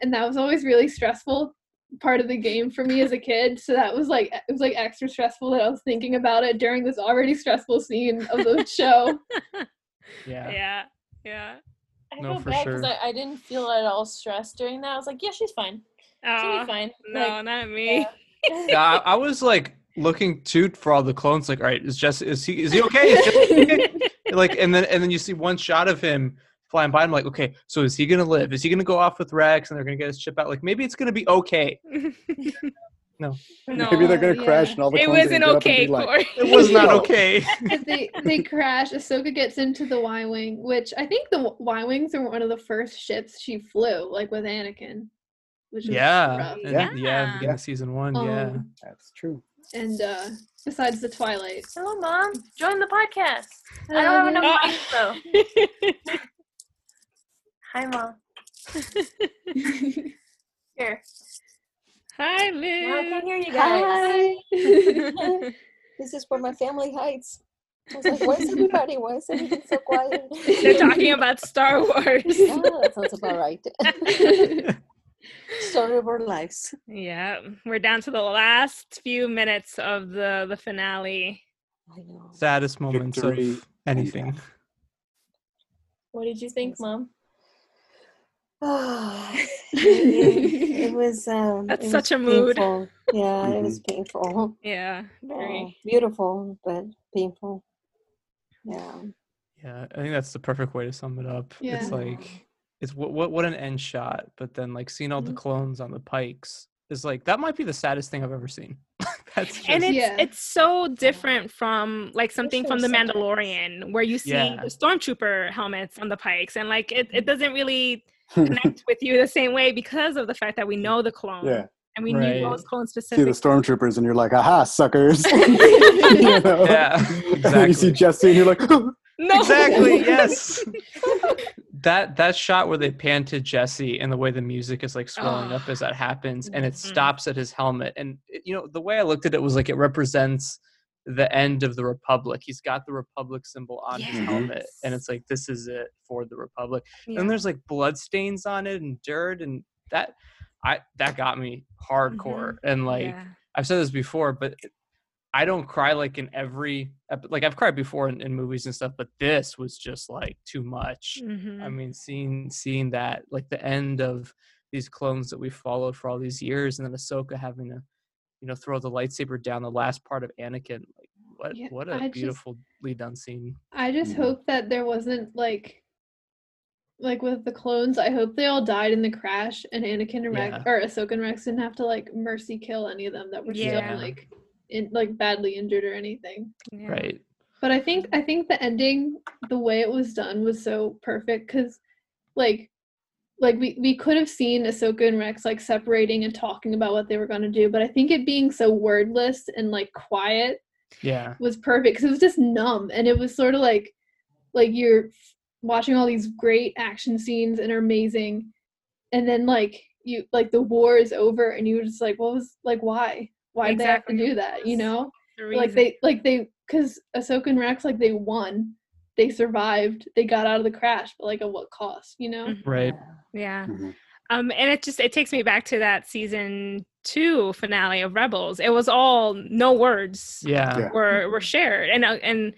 B: and that was always really stressful part of the game for me as a kid so that was like it was like extra stressful that i was thinking about it during this already stressful scene of the show
E: Yeah.
D: Yeah. Yeah.
F: I
E: No,
F: feel
E: for
F: bad because
E: sure.
F: I, I didn't feel at all stressed during that. I was like, yeah, she's fine. She'll
D: Oh
F: be fine.
D: no,
F: Like,
D: not me.
F: yeah.
E: Yeah, I, I was like looking too for all the clones. Like, all right, is Jesse? Is he? Is he okay? Is Jesse okay? like, and then and then you see one shot of him flying by. I'm like, okay, so is he gonna live? Is he gonna go off with Rex and they're gonna get his chip out? Like, maybe it's gonna be okay. No.
D: No.
A: Maybe they're gonna
B: yeah.
A: crash and all the
D: it
A: clones are
D: wasn't
A: gonna get up and
D: okay,
A: be like,
D: Corey.
E: It was not
A: No.
E: okay.
B: 'Cause they they crash ahsoka gets into the y-wing which i think the y-wings are one of the first ships she flew like with anakin which was
E: yeah.
B: rough.
D: Yeah.
E: and- Yeah. Beginning
A: Yeah.
E: of season one. yeah.
B: Um,
A: That's true.
B: and uh besides the twilight
F: Hello, mom. Join the podcast. I don't have enough
D: Uh,
F: mics though. Um, Hi, mom. Here.
D: Hi,
F: Now I
D: Liz.
F: can hear you guys.
B: Hi.
G: This is where my family hides. I was like, where's everybody? Why is everything so quiet?
D: They're talking about Star Wars.
G: yeah, that sounds about right. Story of our lives.
D: yeah, we're down to the last few minutes of the the finale.
G: I know.
E: Saddest moments
A: Victory.
E: of anything.
F: What did you think, mom?
G: it was um
D: That's
G: it
D: such
G: was
D: a mood.
G: painful. yeah it was
E: Mm-hmm.
G: painful
D: Yeah, very.
G: Oh, beautiful but painful yeah
E: Yeah, I think that's the perfect way to sum it up.
B: Yeah.
E: It's like it's what what what an end shot, but then like seeing all the clones on the pikes is like that might be the saddest thing I've ever seen. that's just,
D: and it's
B: Yeah.
D: it's so different from like something from the
F: there's something else.
D: Mandalorian where you see
E: Yeah.
D: the stormtrooper helmets on the pikes and like it, it doesn't really
A: yeah.
D: connect with you the same way because of the fact that we know the clone and we
E: Right.
D: knew those clones
A: See the
D: specifically.
A: stormtroopers, and you're like, "Aha, suckers!" You know?
E: Yeah,
A: And then you see
E: exactly.
A: Jesse, and you're like,
D: No,
E: Exactly. yes. that that shot where they pan to Jesse and the way the music is like swelling up as that happens, and it
D: Mhm.
E: stops at his helmet, and it- you know the way I looked at it was like it represents the end of the republic. He's got the republic symbol on his
A: Yes.
E: helmet, and it's like this is it for the republic.
D: Yeah.
E: And there's like blood stains on it and dirt, and that I that got me hardcore. And like
D: Yeah.
E: I've said this before, but it- I don't cry like in every ep- like I've cried before in, in movies and stuff, but this was just like too much.
D: Mhm.
E: I mean, seeing seeing that like the end of these clones that we followed for all these years, and then Ahsoka having to you know throw the lightsaber down the last part of Anakin. Like what
B: Yeah,
E: what
B: I
E: a
B: just-
E: beautifully done scene.
B: I just
A: Mhm.
B: hope that there wasn't like like with the clones, I hope they all died in the crash and Anakin and Rex
E: Yeah.
B: or Ahsoka and Rex didn't have to like mercy kill any of them that were
D: Yeah.
B: still like in like badly injured or anything.
D: Yeah.
E: Right.
B: But I think I think the ending, the way it was done was so perfect because like like we, we could have seen Ahsoka and Rex like separating and talking about what they were gonna do, but I think it being so wordless and like quiet
E: Yeah.
B: was perfect because it was just numb and it was sort of like like you're watching all these great action scenes and are amazing and then like you like the war is over and you were just like what was like why why did
D: Exactly.
B: they have to do that you know
D: The
B: like
D: reason-
B: they like they because Ahsoka and Rex like they won they survived they got out of the crash but like at what cost you know
D: Mhm.
E: Right.
D: yeah.
A: Mhm.
D: Um, and it just it takes me back to that season two finale of Rebels. It was all no words.
E: Yeah.
A: Yeah.
D: were were shared and uh, and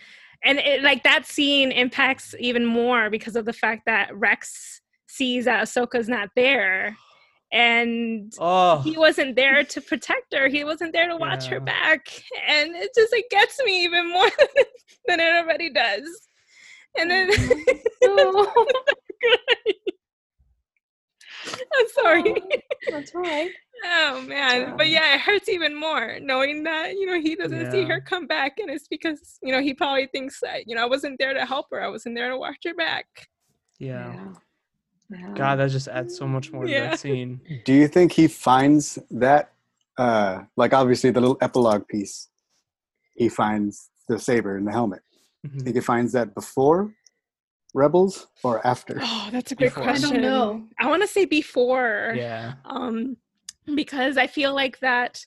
D: and it, like that scene impacts even more because of the fact that Rex sees that Ahsoka's not there and
E: Oh.
D: he wasn't there to protect her he wasn't there to watch her
E: Yeah.
D: back and it just it gets me even more than it, than it already does and then I'm sorry
G: that's all right
D: Oh man, but
G: Um,
D: yeah, it hurts even more knowing that you know he doesn't see
E: Yeah.
D: her come back, and it's because you know he probably thinks that you know I wasn't there to help her, I wasn't there to watch her back.
E: Yeah.
G: Yeah.
E: God, that just adds so much more to
D: Yeah.
E: that scene.
A: "Do you think he finds that? Uh, like, obviously, the little epilogue piece. He finds the saber in the helmet.
E: Mhm.
A: Think he finds that before Rebels or after?
D: Oh, that's a
E: great
D: great
E: Before.
B: I
D: question.
E: question.
B: don't know
D: I want to say before,
E: Yeah.
D: um, because I feel like that,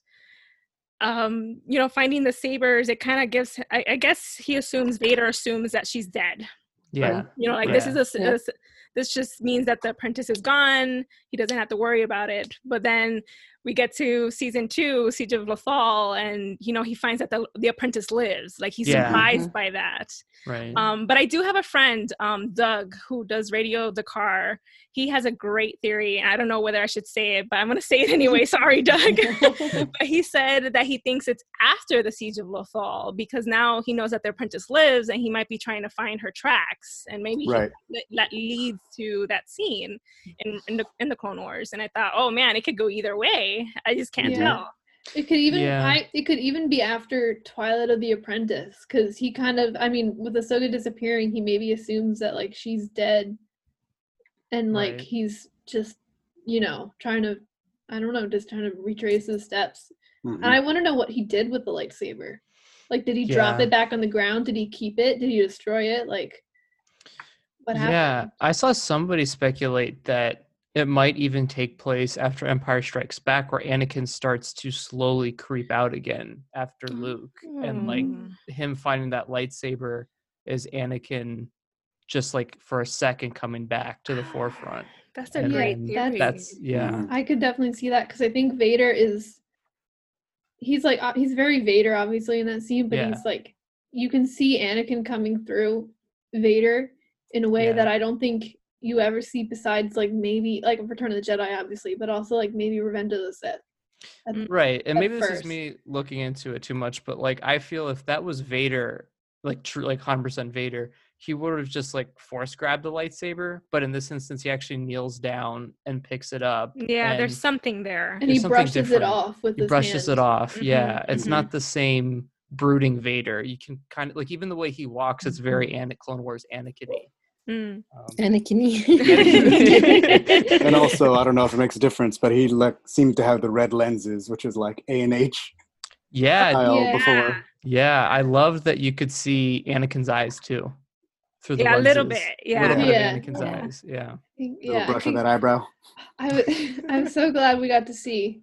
D: um, you know, finding the sabers, it kind of gives. I, I guess he assumes Vader assumes that she's dead.
E: Yeah.
D: You know, like this is a, s- a s- this just means that the apprentice is gone. He doesn't have to worry about it. But then we get to season two, Siege of Lothal, and you know he finds that the the apprentice lives. Like he's
E: Yeah.
D: surprised by that.
E: Right.
D: Um, but I do have a friend, um, Doug, who does Radio Dakar. He has a great theory. and I don't know whether I should say it, but I'm going to say it anyway. Sorry, Doug. but he said that he thinks it's after the Siege of Lothal because now he knows that the apprentice lives and he might be trying to find her tracks. And maybe he-
A: Right.
D: that- that leads to that scene in, in, the, in the Clone Wars. And I thought, oh man, it could go either way. I just can't
B: Yeah.
D: tell.
B: it could even
E: Yeah.
B: I it could even be after Twilight of the Apprentice because he kind of I mean with Ahsoka disappearing he maybe assumes that like she's dead and like
E: Right.
B: he's just you know trying to I don't know just trying to retrace his steps
A: Mhm.
E: Mm.
B: and I want to know what he did with the lightsaber like did he drop
E: Yeah.
B: it back on the ground did he keep it did he destroy it like what
E: Yeah,
B: happened
E: I saw somebody speculate that it might even take place after Empire Strikes Back, where Anakin starts to slowly creep out again after Luke, and like
B: Mm.
E: him finding that lightsaber is Anakin just like for a second coming back to the forefront.
D: That's a
E: And
D: great
E: then
D: theory.
E: That's yeah,
A: Mhm.
B: I could definitely see that because I think Vader is. He's like uh, he's very Vader, obviously in that scene, but
E: Yeah.
B: he's like you can see Anakin coming through Vader, in a way
E: Yeah.
B: that I don't think you ever see besides like maybe like Return of the Jedi, obviously, but also like maybe Revenge of the Sith.
E: Right. And
B: at
E: maybe this
B: first.
E: is me looking into it too much, but like I feel if that was Vader, like true like 100% Vader, he would have just like force grabbed the lightsaber, but in this instance he actually kneels down and picks it up.
D: Yeah,
E: and
D: there's something there.
B: And
E: There's
B: he
E: something
B: brushes
E: different.
B: it off with
E: he
B: his
E: brushes
B: hand.
E: it off.
D: Mhm,
E: Yeah. It's
D: mhm.
E: not the same brooding Vader. You can kind of like even the way he walks it's very Ana- Clone Wars Anakin.
D: Mm.
E: Um,
G: Anakin.
A: And also, I don't know if it makes a difference, but he like seemed to have the red lenses, which is like A and H
E: yeah,
A: style
B: Yeah.
A: before.
E: yeah, I love that you could see Anakin's eyes too. Through the
D: Yeah, a little
E: lenses.
D: bit,
E: A little
D: yeah.
E: bit
B: Yeah.
E: of Anakin's
G: Yeah.
E: eyes. Yeah.
B: He-
A: Little
B: Yeah, I
A: brush on
B: think-
A: that eyebrow.
B: I w- I'm so glad we got to see.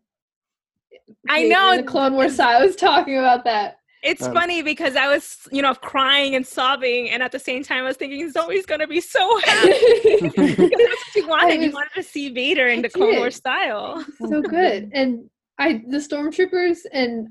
D: I
B: Vader
D: know,
B: in the Clone Wars. I was talking about that.
D: It's
A: Um,
D: funny because I was, you know, crying and sobbing, and at the same time, I was thinking Zoe's gonna be so happy. She wanted, you
B: was-
D: wanted to see Vader
B: I
D: in the Clone
B: did.
D: Wars style.
B: so good. And I the stormtroopers and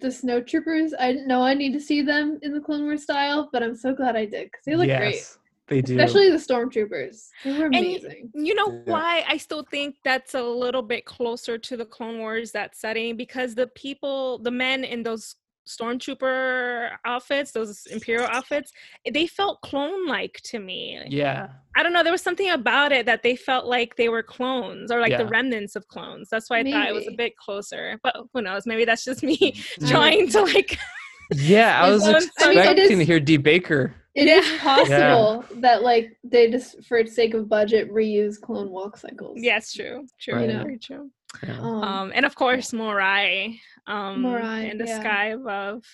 B: the snowtroopers. I didn't know I need to see them in the Clone Wars style, but I'm so glad I did because they look great,
E: yes, They do.
B: especially the stormtroopers. They were
D: y-
B: amazing.
D: You know
A: Yeah.
D: why I still think that's a little bit closer to the Clone Wars that setting because the people, the men in those stormtrooper outfits, those Imperial outfits, they felt clone-like to me.
E: yeah.
D: I don't know. There was something about it that they felt like they were clones or like the
E: Yeah.
D: remnants of clones. That's why I thought it was a
B: Maybe.
D: bit closer. But who knows? Maybe that's just me
B: I
E: Mm.
B: don't
D: trying to like.
E: Yeah, I
D: It
E: was
D: sounds- I
B: mean, it
E: expecting to
B: is-
E: hear D. Baker.
B: It is
E: Yeah.
B: possible that like they just, for its sake of budget, reuse clone walk cycles.
D: Yes, true, true,
E: Right.
D: very true.
E: Yeah.
B: Um,
D: Um, and of course, Morai, um,
B: Morai,
D: in the
B: yeah.
D: sky above.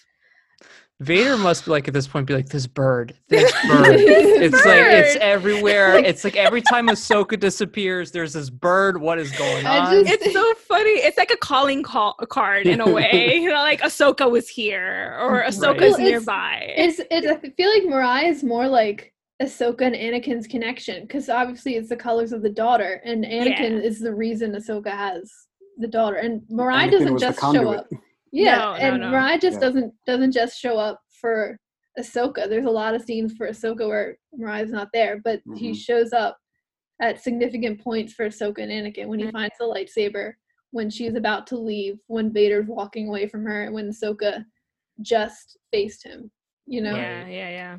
E: Vader must be like at this point be like this bird, this bird. it's like it's
D: bird.
E: everywhere. It's like every time Ahsoka disappears, there's this bird. What is going
B: I
E: on?
B: just-
D: It's so funny. It's like a calling call card in a way. you know, like Ahsoka was here or
E: Right.
D: Ahsoka's
E: Well,
B: it's-
D: nearby.
B: It's it. I feel like Mariah is more like Ahsoka and Anakin's connection because obviously it's the colors of the daughter, and Anakin is the reason Ahsoka has the daughter, and Mariah
A: Anakin
B: doesn't
A: was the
B: just show
A: conduit.
B: up. Yeah,
D: No, no,
B: and
D: no.
B: Mariah just
A: Yeah.
B: doesn't doesn't just show up for Ahsoka. There's a lot of scenes for Ahsoka where Mariah's not there, but he
A: Mhm.
E: Mm-hmm.
B: shows up at significant points for Ahsoka and Anakin when he
D: Mm-hmm.
B: finds the lightsaber, when she's about to leave, when Vader's walking away from her, and when Ahsoka just faced him. You know,
D: Yeah, yeah, yeah.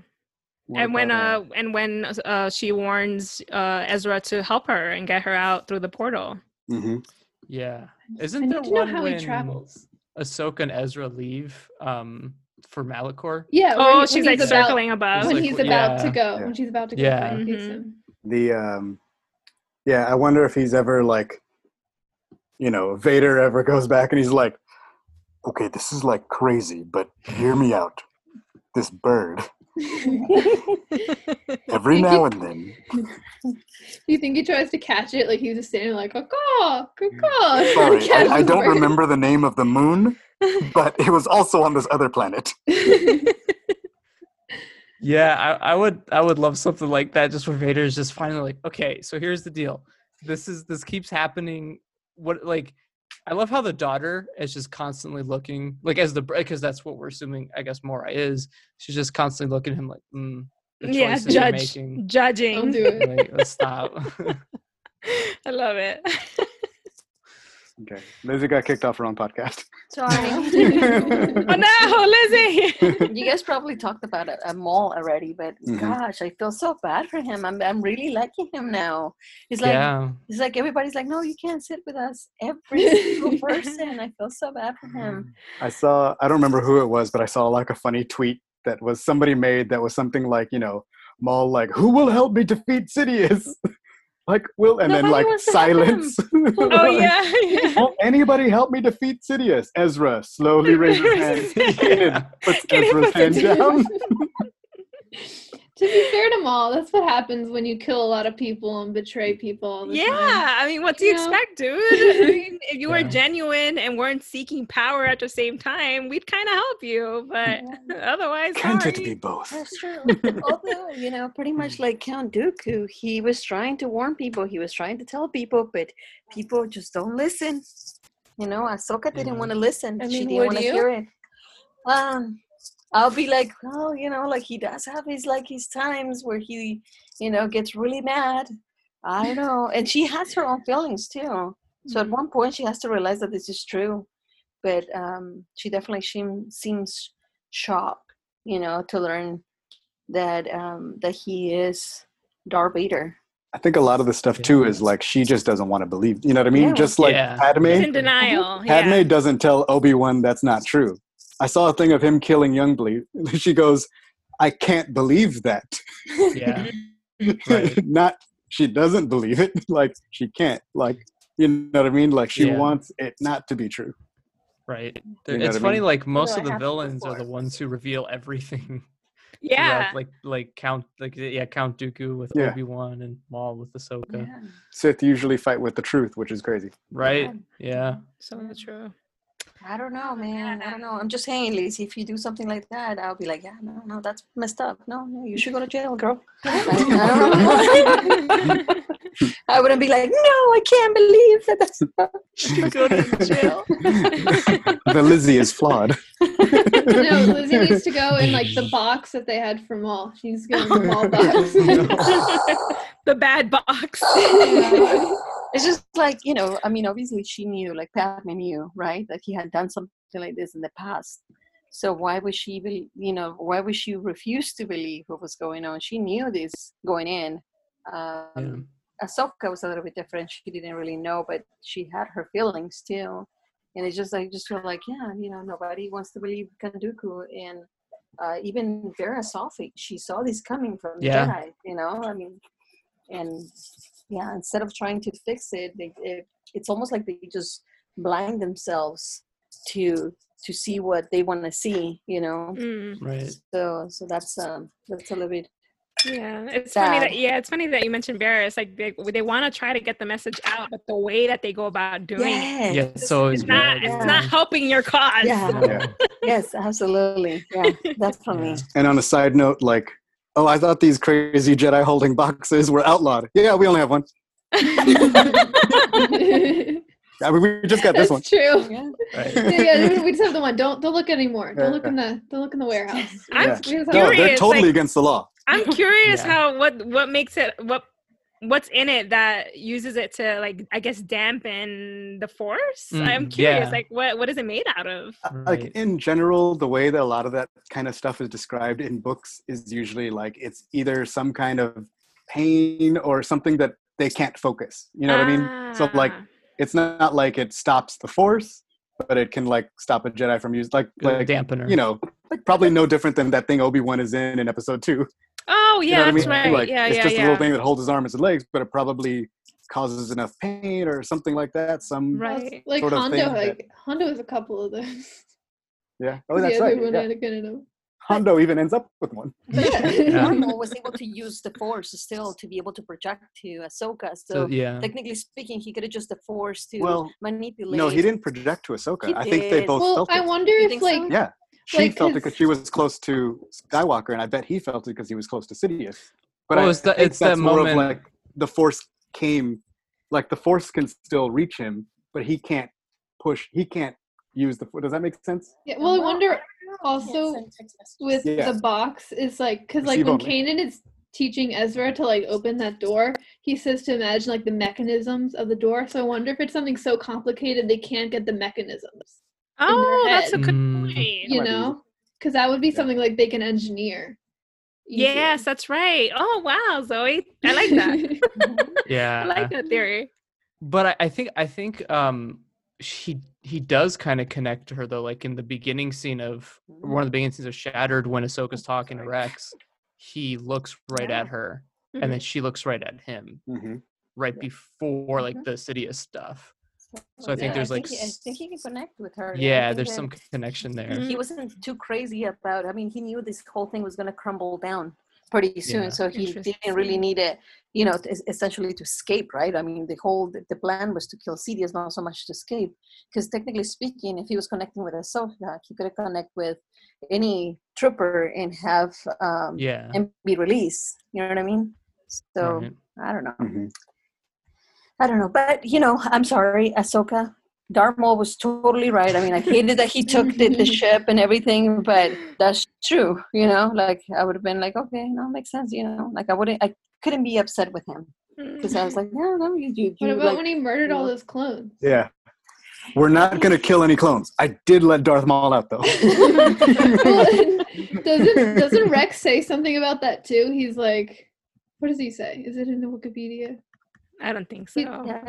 A: What
D: and when
A: about,
D: uh and when uh she warns uh Ezra to help her and get her out through the portal.
A: mhm.
E: yeah.
B: I
E: Isn't
B: need
E: there
B: to know
E: one
B: how
E: when
B: he travels.
E: Ahsoka and Ezra leave um, for Malachor?
B: Yeah. where he-
D: Oh,
B: when
D: she's
B: he's
D: like
B: about-
D: circling above.
E: It's
B: When
E: like,
B: he's about to
E: yeah.
B: go,
A: Yeah.
B: when she's about to go,
E: Yeah.
B: and face
D: Mhm.
B: him.
A: the um yeah i wonder if he's ever like you know vader ever goes back and he's like okay this is like crazy but hear me out this bird every
B: Thank
A: now
B: you.
A: and then
B: You think he tries to catch it? Like he's just standing like, caw, caw,
A: sorry I, I don't remember the name of the moon but it was also on this other planet
E: Yeah, I, I would I would love something like that just where Vader's just finally like, okay, so here's the deal. This is this keeps happening. What like I love how the daughter is just constantly looking like as the because that's what we're assuming I guess Mora is. She's just constantly looking at him like, mm, the
D: yeah,
E: choices you're
D: judge
E: making.
B: Don't
D: judging.
B: do it.
E: like, let's stop.
D: I love it.
A: okay lizzie got kicked off her own podcast
G: Sorry.
D: oh no, Lizzie.
G: you guys probably talked about it at mall already, but
A: Mhm.
G: gosh, I feel so bad for him. I'm I'm really liking him now. He's like
E: yeah.
G: he's like everybody's like, no, you can't sit with us. Every single person. I feel so bad for him.
A: I saw I don't remember who it was, but I saw like a funny tweet that was somebody made that was something like, you know, Maul like, who will help me defeat Sidious? like will and then
G: Nobody
A: like
G: wants to help him.
A: silence.
D: oh yeah. yeah.
A: Won't anybody help me defeat Sidious? Ezra slowly raises his hand.
E: yeah.
A: Puts
D: Can he
A: Ezra's
D: put it
A: hand down.
B: to be fair to Maul, that's what happens when you kill a lot of people and betray people. all the time.
D: Yeah, I mean, what do you
B: You know?
D: expect, dude? I mean, if you were
E: Yeah.
D: genuine and weren't seeking power at the same time, we'd kind of help you, but otherwise,
A: Can't it
D: sorry.
A: be both?
G: That's true. Although, you know, pretty much like Count Dooku, he was trying to warn people, he was trying to tell people, but people just don't listen. You know, Ahsoka
E: Yeah.
G: didn't want to listen.
B: I
G: she
B: mean,
G: didn't
B: would
G: want to
B: you?
G: hear it. Um, I'll be like, well, you know, like he does have his like his times where he you know, gets really mad. I don't know. And she has her own feelings too.
B: Mm-hmm.
G: So at one point, she has to realize that this is true. But um, she definitely seem, seems shocked, you know, to learn that um, that he is Darth Vader.
A: I think a lot of the stuff too is like she just doesn't want to believe. You know what I mean?
G: Yeah.
A: Just like
E: Yeah.
A: Padme.
D: It's in denial.
A: Padme
D: Yeah.
A: doesn't tell Obi Wan that's not true. I saw a thing of him killing Youngblood. She goes, "I can't believe that."
E: Yeah. Right.
A: not she doesn't believe it. Like she can't. Like you know what I mean? Like she
E: Yeah.
A: wants it not to be true.
E: Right.
A: You know
E: it's
A: what I
E: funny,
A: mean?
E: like most
G: I
E: of the
G: have
E: villains are
G: before.
E: the ones who reveal everything. throughout,
D: Yeah.
E: Like like Count like yeah, Count Dooku with
A: Yeah.
E: Obi Wan and Maul with Ahsoka.
A: Sith usually fight with the truth, which is crazy.
E: Right? Yeah.
D: So true.
G: I don't know, Oh, man. I don't know. I'm just saying, Liz, if you do something like that, I'll be like, yeah, no, no, that's messed up. No, no, you should go to jail, girl. Like, I, don't know. I wouldn't be like, no, I can't believe that that's
A: go to jail. the Lizzie is flawed.
B: No, Lizzie needs to go in like the box that they had for Maul. She's going to the Maul box.
D: the bad box.
G: it's just like you know i mean obviously she knew like padme knew right that he had done something like this in the past so why would she be you know why would she refuse to believe what was going on she knew this going in um
E: Yeah.
G: Ahsoka was a little bit different. She didn't really know, but she had her feelings too. And it's just like, just feel like, yeah, you know, nobody wants to believe Kanduku. And uh, even Vera Salfik, she saw this coming from the
E: Yeah.
G: Jedi, you know? I mean, and yeah, instead of trying to fix it, they, it, it's almost like they just blind themselves to to see what they want to see, you know?
D: Mm,
E: Right.
G: So, so that's um, that's a little bit
D: yeah, it's funny
G: Sad.
D: that yeah, it's funny that you mentioned Varys. Like they they want to try to get the message out, but the way that they go about doing it,
G: yeah,
E: Yeah, it's always
D: it's not
E: bad,
D: it's
G: yeah.
D: not helping your cause.
G: Yeah.
E: No.
G: yes, absolutely, yeah, definitely.
A: And on a side note, like, oh, I thought these crazy Jedi holding boxes were outlawed. Yeah, we only have one. I mean, we just got this
B: That's
A: one.
B: true.
G: Yeah.
E: Right.
B: Yeah, yeah, we just have the one. Don't don't look anymore. Don't look in the don't look in the warehouse.
D: I'm
B: We
A: Yeah.
B: just have one.
A: No, they're
D: Curious,
A: totally
D: like-
A: against the law.
D: I'm curious
E: Yeah.
D: how what what makes it what what's in it that uses it to like I guess dampen the force. I'm
E: Mm,
D: curious,
E: yeah.
D: like what what is it made out of?
E: Right.
A: Like in general, the way that a lot of that kind of stuff is described in books is usually like it's either some kind of pain or something that they can't focus. You know what I mean? So like
D: Ah.
A: it's not, not like it stops the force, but it can like stop a Jedi from using like
E: Good
A: like
E: dampener.
A: you know probably no different than that thing Obi Wan is in in Episode Two.
D: oh yeah,
A: you know what I
D: that's
A: mean?
D: right.
A: Like
D: yeah,
A: it's
D: yeah,
A: just
D: yeah.
A: a little thing that holds his arm and his legs, but it probably causes enough pain or something like that. Some
D: Right.
B: Like
A: sort of
B: Hondo,
A: thing
B: like Hondo has a couple of those.
A: yeah. Oh, that's
B: the other
A: right.
B: one
A: yeah.
B: had a gun in him.
A: Hondo even ends up with one.
G: Yeah,
E: Yeah.
G: Normal was able to use the force still to be able to project to Ahsoka. So,
E: So yeah.
G: technically speaking, he could have just the force to
A: Well,
G: manipulate.
A: no, he didn't project to Ahsoka.
G: He
A: I think they
G: did.
A: both
B: Well,
A: felt
B: I
A: it.
B: wonder
G: You
B: if
G: think
B: like
G: so?
A: Yeah, she
B: like,
A: felt it
B: 'cause-
A: because she was close to Skywalker, and I bet he felt it because he was close to Sidious. But
E: Oh,
A: I
E: it's that-
A: think
E: it's that
A: that's more
E: moment-
A: of like the Force came, like the Force can still reach him, but he can't push. He can't use the. Force. Does that make sense?
B: yeah, well, I
F: Well,
B: wonder
F: don't know if you can't
B: also
F: send text messages.
B: with
A: Yeah.
B: the box is like because like
A: Receive
B: when
A: only.
B: Kanan is teaching Ezra to like open that door, he says to imagine like the mechanisms of the door. So I wonder if it's something so complicated they can't get the mechanisms. their
D: Oh, that's a
B: head.
D: good
E: Mm.
D: point.
B: you
A: might be easy.
B: know, because that would be
A: Yeah.
B: something like they can engineer. easier.
D: Yes, that's right. Oh wow, Zoe, I like that.
E: Yeah.
D: I like that theory.
E: but I, I think I think um she he does kind of connect to her though, like in the beginning scene of
G: Mm-hmm.
E: one of the beginning scenes of Shattered when Ahsoka's
D: Oh,
E: talking to Rex, he looks right at her
D: Mm-hmm.
E: and then she looks right at him
A: Mm-hmm.
E: right
G: Yeah.
E: before like
D: Mm-hmm.
G: Mhm.
E: the Sidious stuff. So I think
G: Yeah,
E: there's like
G: he- I
E: s-
G: think he can connect with her. I
E: yeah,
G: think
E: there's
G: that
E: some connection there.
D: Mm.
G: He wasn't too crazy about. I mean, he knew this whole thing was going to crumble down pretty soon,
E: Yeah.
G: so he didn't really
D: Interesting.
G: need it. You know, to- es- essentially to escape, right? I mean, the whole the plan was to kill Sidious, not so much to escape, because technically speaking, if he was connecting with Ahsoka, he could connect with any trooper and have um,
E: Yeah.
G: and be released. You know what I mean? So
E: right.
G: I don't know.
A: Mm-hmm.
G: I don't know, but you know, I'm sorry, Ahsoka. Darth Maul was totally right. I mean, I hated that he took the, the ship and everything, but that's true. You know, like I would have been like, okay, no, makes sense. You know, like I wouldn't, I couldn't be upset with him because I was like, no, no, you, you,
B: Mm. What
G: you,
B: about
G: like,
B: when he murdered all
G: know.
B: those clones?
A: Yeah. We're not gonna kill any clones. I did let Darth Maul out though.
B: Well, doesn't doesn't Rex say something about that too? He's like, what does he say? Is it in the Wikipedia?
D: I don't think so.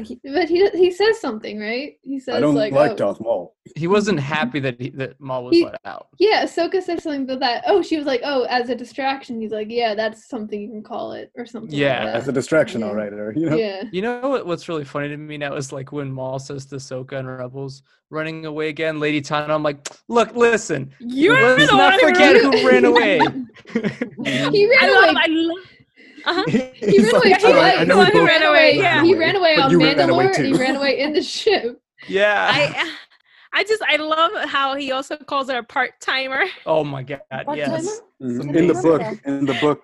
B: He- But he he says something, right? He says
A: I don't like,
B: oh,
A: Darth Maul.
E: He wasn't happy that he, that Maul was
B: He-
E: let out.
B: Yeah, Ahsoka says something about that. Oh, she was like, oh, as a distraction. He's like, yeah, that's something you can call it or something. like
E: Yeah.
A: That's
B: that.
A: a distraction,
B: Yeah.
A: all right, or you know.
B: yeah.
E: You know what, what's really funny to me now is like when Maul says to Ahsoka and Rebels running away again, Lady Tana. I'm like, look, listen,
D: You're
E: let's
D: the
E: not
D: one who
E: forget
D: wrote-
E: who ran away.
A: Mhm.
B: He ran
D: I
B: away.
D: love, I love. Uh-huh.
B: he ran away
A: Like, all right, I
B: twice.
A: know we
D: He
A: both-
D: ran away, yeah.
B: He ran away
A: But
B: on
A: you ran away
B: Mandalore and he
A: too.
B: ran away in the ship.
E: yeah.
D: I I just I love how he also calls her a part timer.
E: oh my god. Yes.
A: Mhm.
E: It's
A: in the
E: amazing.
A: book in the book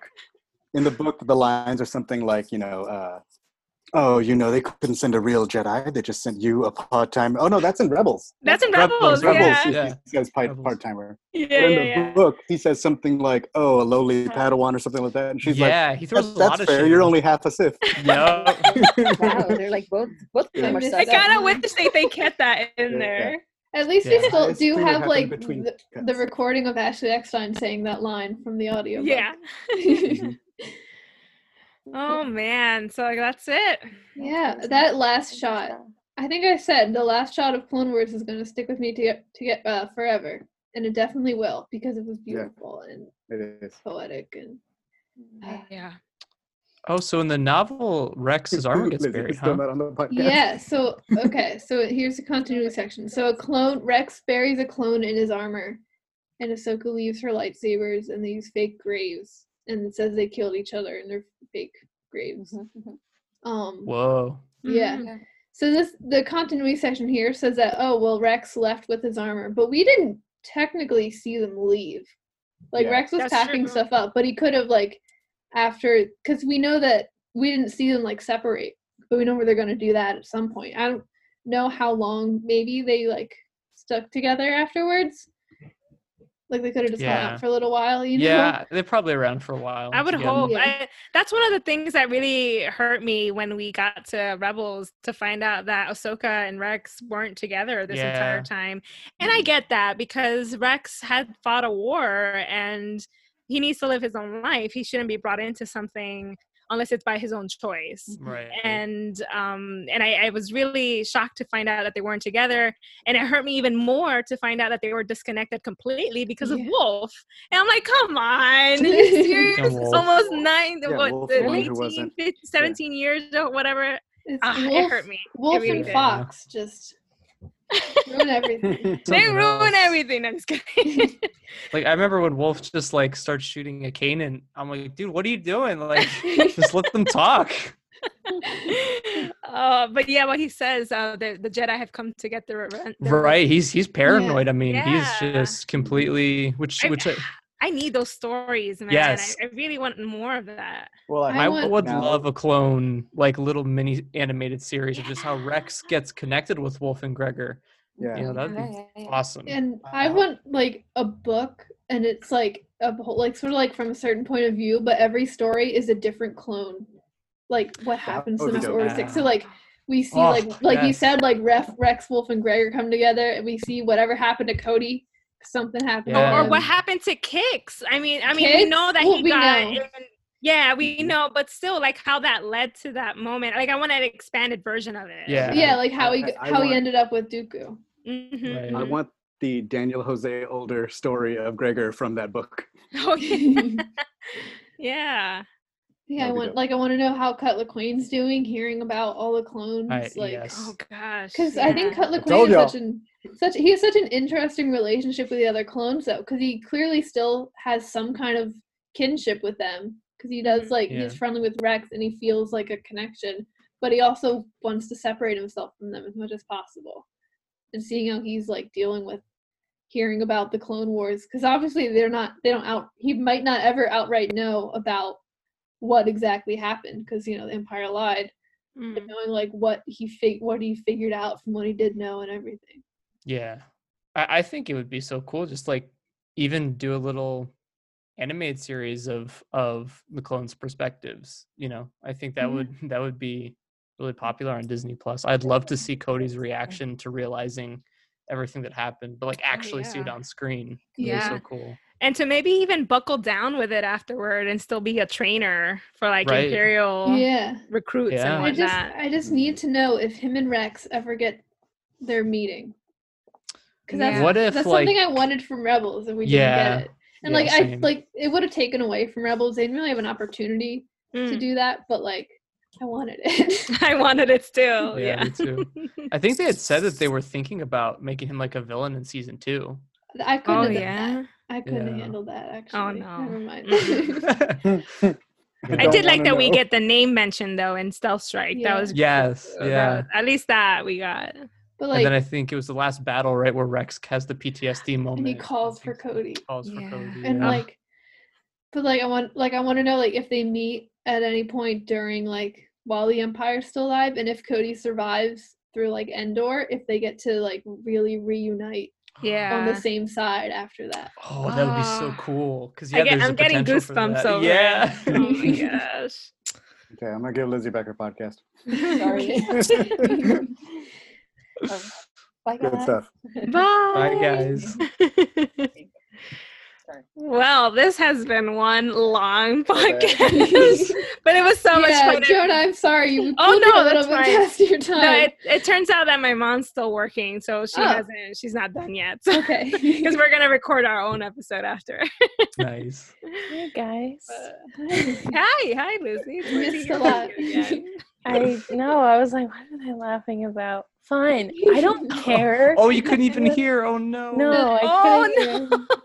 A: in the book the lines are something like you know uh, oh you know they couldn't send a real jedi they just sent you a part-time oh no that's in rebels
D: That's in Rebels,
E: Rebels,
A: rebels
D: yeah.
A: he,
D: Yeah,
E: Yeah.
A: he says part-
E: Rebels.
A: part-timer But
D: yeah,
A: in
D: yeah.
A: the book he says something like oh a lowly
B: Uh-huh.
A: padawan or something like that and she's like
E: yeah, he throws
A: that's,
E: a lot
A: that's
E: of
A: fair
E: shit.
A: you're only half a sith
E: Yup.
G: wow, they're like both both of
A: Yeah.
G: them
B: I
G: are
B: miss
D: I
G: sucks.
B: that.
D: kind of
B: one.
D: wish they, they kept that in
A: Yeah,
D: there.
B: At least
E: Yeah.
B: they still
A: Highest
B: do
A: thing that
B: have
A: happened
B: like
A: between
B: the,
A: cuts.
B: the recording of Ashley Eckstein saying that line from the audio.
D: Yeah.
A: Mhm.
D: oh man, so like that's it.
B: Yeah, that last shot. I think I said the last shot of Clone Wars is going to stick with me to get, to get uh, forever, and it definitely will because it was
A: Yeah.
B: beautiful and
A: it is
B: poetic and uh,
D: Yeah.
E: Oh, so in the novel, Rex's armor gets
A: Liz, it's
E: buried,
A: still
E: huh?
A: not on the podcast.
B: Yeah, so okay, so here's the continuity section. So a clone Rex buries a clone in his armor, and Ahsoka leaves her lightsabers and they use fake graves and it says they killed each other in their fake graves. Um
E: Whoa.
B: Yeah.
D: Mhm.
B: so this the continuity section here says that oh well Rex left with his armor, but we didn't technically see them leave. Like
A: Yeah.
B: Rex was
D: That's
B: packing
D: true.
B: stuff up, but he could have like after because we know that we didn't see them like separate, but we know where they're gonna do that at some point. I don't know how long. Maybe they like stuck together afterwards. Like they could have just gone
E: Yeah.
B: out for a little while, you know?
E: Yeah, they're probably around for a while.
D: I would
E: together.
D: hope.
B: Yeah.
D: I, that's one of the things that really hurt me when we got to Rebels to find out that Ahsoka and Rex weren't together this
E: Yeah.
D: entire time. And I get that because Rex had fought a war and he needs to live his own life. He shouldn't be brought into something unless it's by his own choice
E: Right.
D: and um and I, I was really shocked to find out that they weren't together and it hurt me even more to find out that they were disconnected completely because of
B: Yeah.
D: wolf and i'm like come on are you serious
E: Freaking Wolf.
D: almost nine
A: Yeah,
D: what,
A: Wolf,
D: the
A: the one who
D: 18
A: wasn't-
D: 15, 17 years or whatever
B: It's
D: Ah, it
B: Wolf-
D: hurt me
B: Wolf
D: really
B: and
D: did.
B: Fox just ruin everything.
D: they
E: Something
D: ruin
E: else.
D: everything i'm just kidding
E: Like I remember when Wolf just like starts shooting a cane, and I'm like, dude, what are you doing? Like, just let them talk.
D: uh, but yeah what he says uh, the, the jedi have come to get the reven- their
E: Right. He's he's paranoid. I mean,
D: Yeah.
E: he's just completely which
D: I-
E: which I,
D: I need those stories, man.
E: Yes.
D: I, I really want more of that.
A: well, I,
E: I,
B: I want-
E: would
A: now-
E: love a clone like little mini animated series of just how Rex gets connected with Wolf and Gregor.
A: yeah.
E: You know,
G: Mm-hmm.
E: that'd be awesome.
B: And I
A: Wow.
B: want like a book, and it's like a whole, like sort of like from a certain point of view, but every story is a different clone. Like what happens
E: Oh,
B: to
A: would
B: Master
A: be dope.
B: Order Six. So
E: Yeah.
B: like we see
E: Oh,
B: like like you
E: yes.
B: said like Ref, Rex, Wolf, and Gregor come together, and we see whatever happened to Cody. Something happened. to
E: Yeah.
D: Or, or
B: him.
D: what happened to Kicks? I mean, I mean, we
B: Kix?
D: know that
B: Well,
D: he
B: we
D: got.
B: know.
D: in- yeah, we
A: Mhm.
D: know, but still, like how that led to that moment. Like, I want an expanded version of it.
E: Yeah.
B: Yeah, like how he
A: I- I
B: how he
A: want-
B: ended up with Dooku.
D: Mhm,
E: Right.
A: I
D: mhm.
A: want the Daniel Jose older story of Gregor from that book.
D: Oh, yeah. yeah.
B: yeah, I
A: That'd be
B: want
A: dope.
B: like I want to know how Cut LaQuane's doing, hearing about all the clones. like
E: yes.
D: Oh gosh.
B: Because
D: yeah.
B: I think Cutler Queen
A: told
B: is
A: y'all.
B: such an such he has such an interesting relationship with the other clones though, because he clearly still has some kind of kinship with them. Because he does
D: Mhm.
B: like
E: Yeah.
B: he's friendly with Rex and he feels like a connection, but he also wants to separate himself from them as much as possible. And seeing how he's like dealing with hearing about the Clone Wars, because obviously they're not they don't out he might not ever outright know about what exactly happened because you know the Empire lied
D: Mm.
E: Mm-hmm.
B: and knowing like what he fig- what he figured out from what he did know and everything.
E: Yeah. I, I think it would be so cool just like even do a little animated series of of the clones perspectives you know i think
B: Mm-hmm.
E: that would that would be really popular on disney plus i'd love to see cody's reaction to realizing everything that happened but like
B: Oh,
E: actually see it
D: yeah.
E: on screen
D: Yeah.
E: yeah so cool
D: and to maybe even buckle down with it afterward and still be a trainer for like
E: Right.
D: imperial
B: Yeah.
D: recruits
E: Yeah.
D: and
B: I just
D: whatnot.
B: I just need to know if him and Rex ever get their meeting. Because that's,
D: Yeah.
E: what if
B: that's
E: like
B: something I wanted from Rebels and we
E: Yeah.
B: didn't get it. And
E: Yeah,
B: like I
E: same.
B: like it would have taken away from Rebels. They didn't really have an opportunity to
D: Mm.
B: do that, but like I wanted it.
D: I wanted it too.
B: oh,
D: Yeah.
E: yeah, me too i think they had said that they were thinking about making him like a villain in season two
B: I couldn't
D: oh
B: have done that.
D: yeah.
B: I couldn't
E: Yeah. Oh, Mm.
B: handle that actually.
D: no.
B: Never mind.
D: I
A: Don't
D: did like
A: wanna
D: that we
A: know.
D: get the name mentioned though in Stealth Strike.
B: Yeah.
D: That was
E: yes
D: that
E: yeah
D: was- at least that we got.
B: but
E: and then I
B: like
E: think it was the last battle, right, where Rex has the PTSD moment.
B: and he
E: I
B: calls for
E: think so.
B: Cody.
E: Calls for
D: Yeah.
E: Cody.
B: and
E: yeah.
B: like but like i want like i want to know like if they meet at any point during like while the empire's still alive and if cody survives through like endor if they get to like really reunite
D: Yeah.
B: on the same side after that
E: oh, that would be so
D: Ah.
E: cool. Because
D: I
E: yeah,
D: get,
E: there's
D: I'm
E: a
D: getting
E: potential for
D: goosebumps
E: that.
D: over
E: Yeah.
D: it. Oh my gosh.
A: Okay, I'm gonna give Lizzie back her podcast.
G: Sorry. Um, bye,
A: Good
G: guys.
A: stuff.
E: Bye,
D: Bye.
E: guys.
G: Sorry.
D: well, this has been one long podcast, but it was so much
B: yeah,
D: fun.
B: Jonah, i'm sorry we
D: Oh,
B: pulled you
D: no,
B: a little
D: that's
B: bit
D: fine.
B: past your time
D: No, it, it turns out that my mom's still working, so she
B: Oh.
D: hasn't. She's not done yet. So.
B: okay
D: Because we're gonna record our own episode after.
E: nice.
C: Hey guys.
D: hi, hi, Lucy. It's good to
B: Missed
D: hear
B: a
D: from
B: lot.
D: you again.
C: I know. I was like, what am I laughing about? Fine. I don't
B: Oh,
C: care.
E: Oh, you couldn't even
C: Really?
E: hear. Oh no.
C: No, I
D: Oh,
C: couldn't. hear.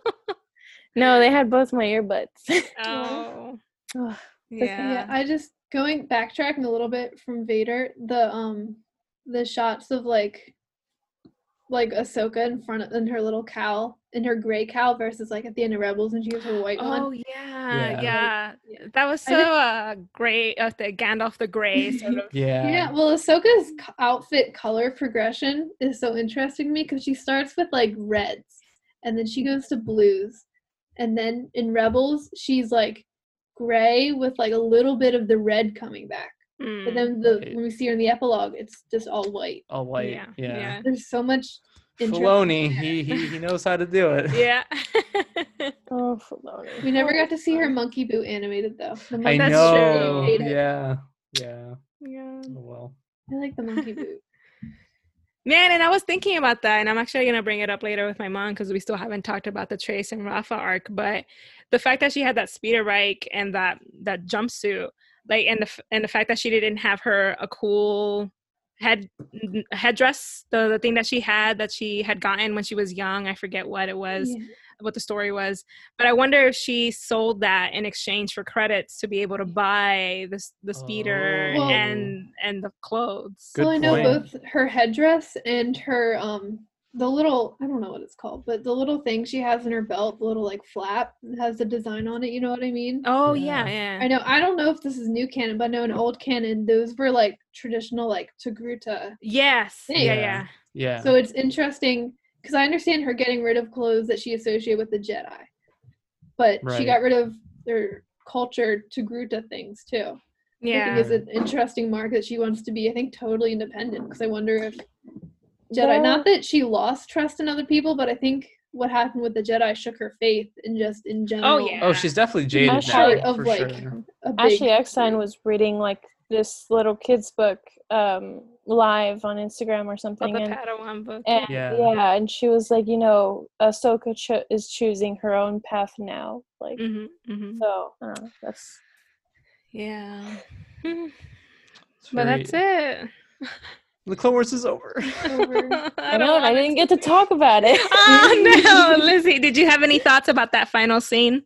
C: No, they had both my earbuds.
D: Oh,
C: Ugh.
B: yeah
D: yeah.
B: i just going backtracking a little bit from vader the um the shots of like like ahsoka in front of in her little cowl in her gray cowl versus like at the end of rebels and she gives her white one.
D: Oh, yeah,
E: Yeah.
D: yeah.
B: Yeah.
D: That was
B: I
D: so
B: just-
D: uh, great. Uh, the Gandalf the Grey sort of.
E: Yeah.
B: yeah well ahsoka's co- outfit color progression is so interesting to me because she starts with like reds and then she goes to blues and then in rebels she's like gray with like a little bit of the red coming back but
D: Mm,
B: then the
E: Right.
B: when we see her in the epilogue it's just all white
E: All white. Yeah.
D: yeah,
B: there's so much interest.
E: Filoni, he, he he knows how to do it.
D: yeah.
C: Oh, Filoni.
B: We never got to see her monkey boot animated though. The
E: I
B: monkey
D: um, That's
E: know.
D: true.
B: Hate it.
E: Yeah. Yeah.
D: yeah.
E: Oh, well.
B: I like the monkey boot.
D: Man, and I was thinking about that, and I'm actually gonna bring it up later with my mom because we still haven't talked about the Trace and Rafa arc. But the fact that she had that speeder bike and that that jumpsuit, like, and the f- and the fact that she didn't have her a cool head n- headdress, the the thing that she had that she had gotten when she was young, I forget what it was,
B: Yeah.
D: what the story was. But I wonder if she sold that in exchange for credits to be able to buy the s- the speeder
C: Oh.
B: Well-
D: and and the clothes.
E: Good
B: well, I know
E: point.
B: both her headdress and her um the little I don't know what it's called, but the little thing she has in her belt, the little like flap that has the design on it. You know what I mean?
D: Oh
E: Yeah.
D: yeah, yeah.
B: I know. I don't know if this is new canon, but I know in old canon those were like traditional like Togruta.
D: Yes. Yeah,
B: Yeah.
D: yeah.
E: Yeah.
B: So it's interesting because I understand her getting rid of clothes that she associated with the Jedi, but she
E: Right.
B: got rid of their culture to Gruta things too. I
D: Yeah.
B: think it's an interesting mark that she wants to be. I think totally independent because I wonder if Jedi. Not that she lost trust in other people, but I think what happened with the Jedi shook her faith and just in general.
D: yeah.
E: Oh, she's definitely jaded
C: Actually,
E: now,
B: of,
E: for
B: like,
E: sure.
B: a big-
C: Ashley Eckstein was reading like this little kid's book um, live on Instagram or
D: Of
C: something.
D: the
C: and
D: Padawan book.
C: And
E: Yeah.
C: yeah. and she was like, you know, Ahsoka cho- is choosing her own path now. Like,
D: hmm hmm
C: so I don't know. That's
D: Yeah. Hmm.
E: It's
D: But
E: very-
D: that's it.
E: The Clone Wars is over.
B: over-
C: I, know, and I
D: wanna-
C: didn't get to talk about it.
D: Oh no, Lizzie! Did you have any thoughts about that final scene?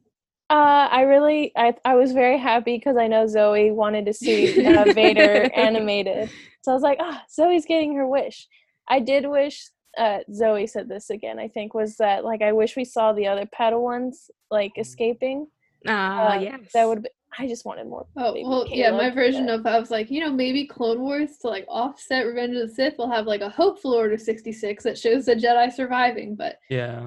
C: Uh, I really, I, I was very happy because I know Zoe wanted to see uh, Vader animated, so I was like, ah, Zoe's getting her wish. I did wish. Uh, Zoe said this again. I think was that like I wish we saw the other Padawans like
B: Mm.
C: escaping.
D: Uh,
C: Uh,
D: yes.
C: That would. Be, I just wanted more.
B: Ah, Oh
C: baby
B: well, yeah. My
C: Caleb,
B: version
C: but-
B: of I was like, you know, maybe Clone Wars to like offset Revenge of the Sith will have like a hopeful Order sixty six that shows the Jedi surviving, but
E: Yeah.
B: that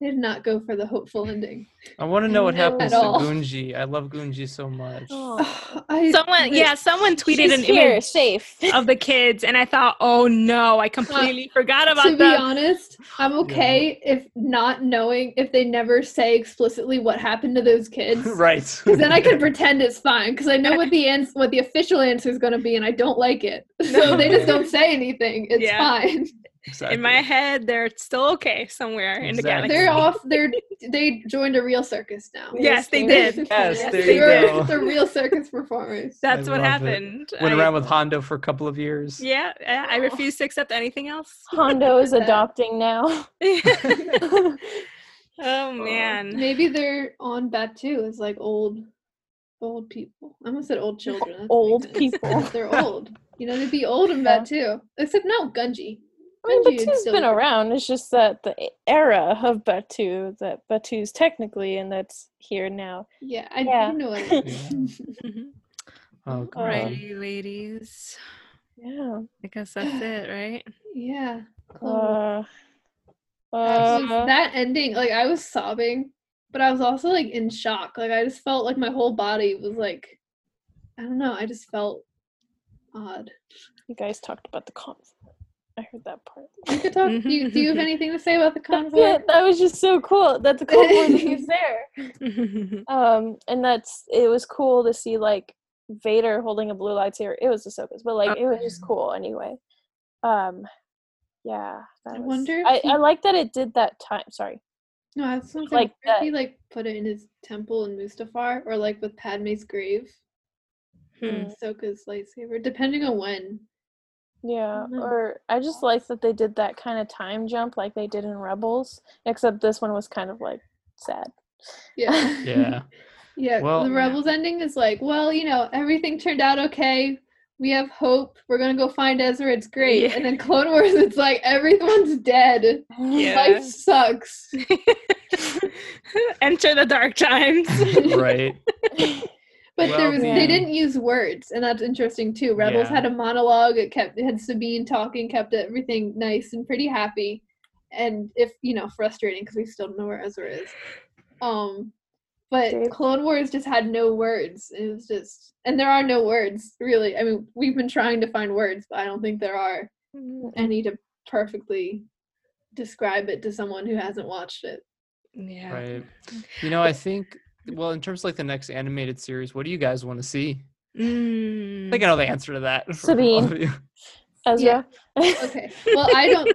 B: They did not go for the hopeful ending.
E: I want to know what
B: No.
E: happens to
B: At all.
E: Gunji. I love Gunji so much.
D: Oh,
B: I-
D: Someone, yeah, someone tweeted
C: She's
D: an
C: here,
D: image
C: safe.
D: of the kids, and I thought, oh no, I completely forgot
B: to
D: about
B: be
D: them.
B: honest, I'm okay if not knowing if they never say explicitly what happened to those kids.
E: right.
B: Because then I can pretend it's fine. Because I know what the ans- what the official answer is going to be, and I don't like it. So they just don't say anything. It's
D: Yeah.
B: fine.
E: Exactly.
D: In my head, they're still okay somewhere in the
E: Exactly.
D: galaxy.
B: They're off. They're they joined a real circus now.
D: Yes, they
C: Yes,
D: did.
E: Yes, there
B: they
E: you
B: were
E: go.
B: the real circus performers.
D: That's
E: I
D: what
E: love it.
D: happened.
E: Went
D: I-
E: around with Hondo for a couple of years.
D: Yeah, I I
B: Oh.
D: refuse to accept anything else.
C: Hondo is
B: that.
C: adopting now.
D: oh
B: Oh,
D: man.
B: Maybe they're on Batu as like old, old people. I almost said old children. That's
C: Old
B: racist.
C: people.
B: They're old. You know, they'd be old in
C: Yeah.
B: Batu. Except no, Gunji.
C: I mean,
B: Benji would
C: Batu's
B: still
C: been
B: be-
C: around. It's just that the e, era of Batu, that Batu's technically, and that's here now.
B: Yeah, I
C: Yeah.
B: do know what it is.
D: Mm-hmm.
E: Oh god.
D: Alrighty, ladies.
C: Yeah.
D: I guess that's it, right?
B: yeah. Clone
C: Uh,
B: Wars.
C: uh,
B: Oh. that ending, like I was sobbing, but I was also like in shock. Like I just felt like my whole body was like, I don't know. I just felt odd.
C: you guys talked about the cons. I heard that part.
B: You could talk. do, you, do you have anything to say about the
C: That's
B: convoy?
C: it. That was just so cool that the Cold War was there.
D: Hmm.
C: Um, and that's it was cool to see like Vader holding a blue lightsaber. It was Ahsoka's, but like
D: Oh,
C: it was just cool anyway. Um, yeah. That
B: I
C: was,
B: wonder if
C: I,
B: he-
C: I like that it did that time. Sorry.
B: No, I was gonna say,
C: Like
B: wonder if he like put it in his temple in Mustafar, or like with Padme's grave,
D: Hmm.
B: Ahsoka's lightsaber, depending on when.
C: Yeah,
B: don't know.
C: or I just like that they did that kind of time jump like they did in Rebels, except this one was kind of like sad.
B: Yeah.
E: Yeah.
B: yeah.
E: Well-
B: the Rebels ending is like, well, you know, everything turned out okay. We have hope. We're gonna go find Ezra. It's great.
D: Yeah.
B: And then Clone Wars, it's like everyone's dead.
D: Yeah.
B: Life sucks. Mm.
D: Enter the dark times.
E: Right.
B: But there
E: Well,
B: was
C: the-
B: they didn't use words, and that's interesting too. Rebels
E: Yeah.
B: had a monologue. It kept it had Sabine talking, kept everything nice and pretty happy, and if you know frustrating because we still don't know where Ezra is. Um, but
C: Dave?
B: Clone Wars just had no words. It was just, and there are no words really. I mean, we've been trying to find words, but I don't think there are any to perfectly describe it to someone who hasn't watched it.
D: Yeah.
E: Right. You know, I think well, in terms of like the next animated series, what do you guys want to see? I
D: Mm.
E: think I know the answer to that. from all
C: Sabine.
E: of you.
C: Ezra.
B: Okay. Well, I don't.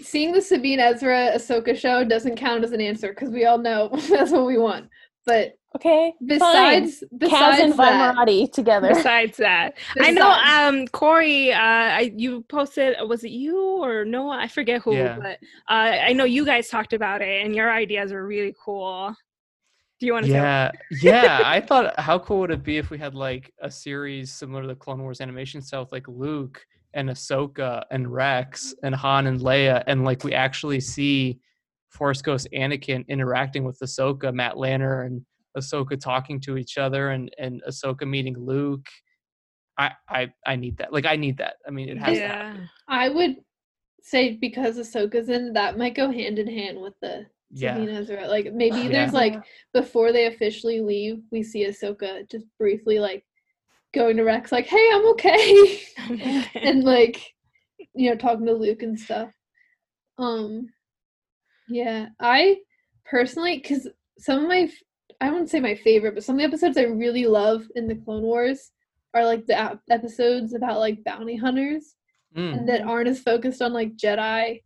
B: Seeing the Sabine Ezra Ahsoka show doesn't count as an answer because we all know that's what we want. But
C: Okay. Besides
B: besides,
C: Kaz and
B: besides
C: Von
B: that,
C: Marati together.
D: Besides that, I know
B: Besides-
D: um Corey, uh I, you posted was it you or Noah? I forget who,
E: Yeah.
D: but uh I know you guys talked about it and your ideas were really cool. Do you want to say
E: Yeah, yeah. I thought, how cool would it be if we had like a series similar to the Clone Wars animation style, with, like Luke and Ahsoka and Rex and Han and Leia, and like we actually see Force Ghost Anakin interacting with Ahsoka, Matt Lanner, and Ahsoka talking to each other, and and Ahsoka meeting Luke. I I I need that. Like I need that. I mean, it has to happen.
D: yeah.
B: I would say because Ahsoka's in, that might go hand in hand with the
E: Yeah,
B: Sabine Ezra. Like maybe there's
E: Yeah.
B: like before they officially leave, we see Ahsoka just briefly like going to Rex, like, "Hey, I'm okay." and like you know talking to luke and stuff um yeah i personally because some of my f- i wouldn't say my favorite but some of the episodes i really love in the clone wars are like the ap- episodes about like bounty hunters
E: Mm,
B: and that aren't as focused on like jedi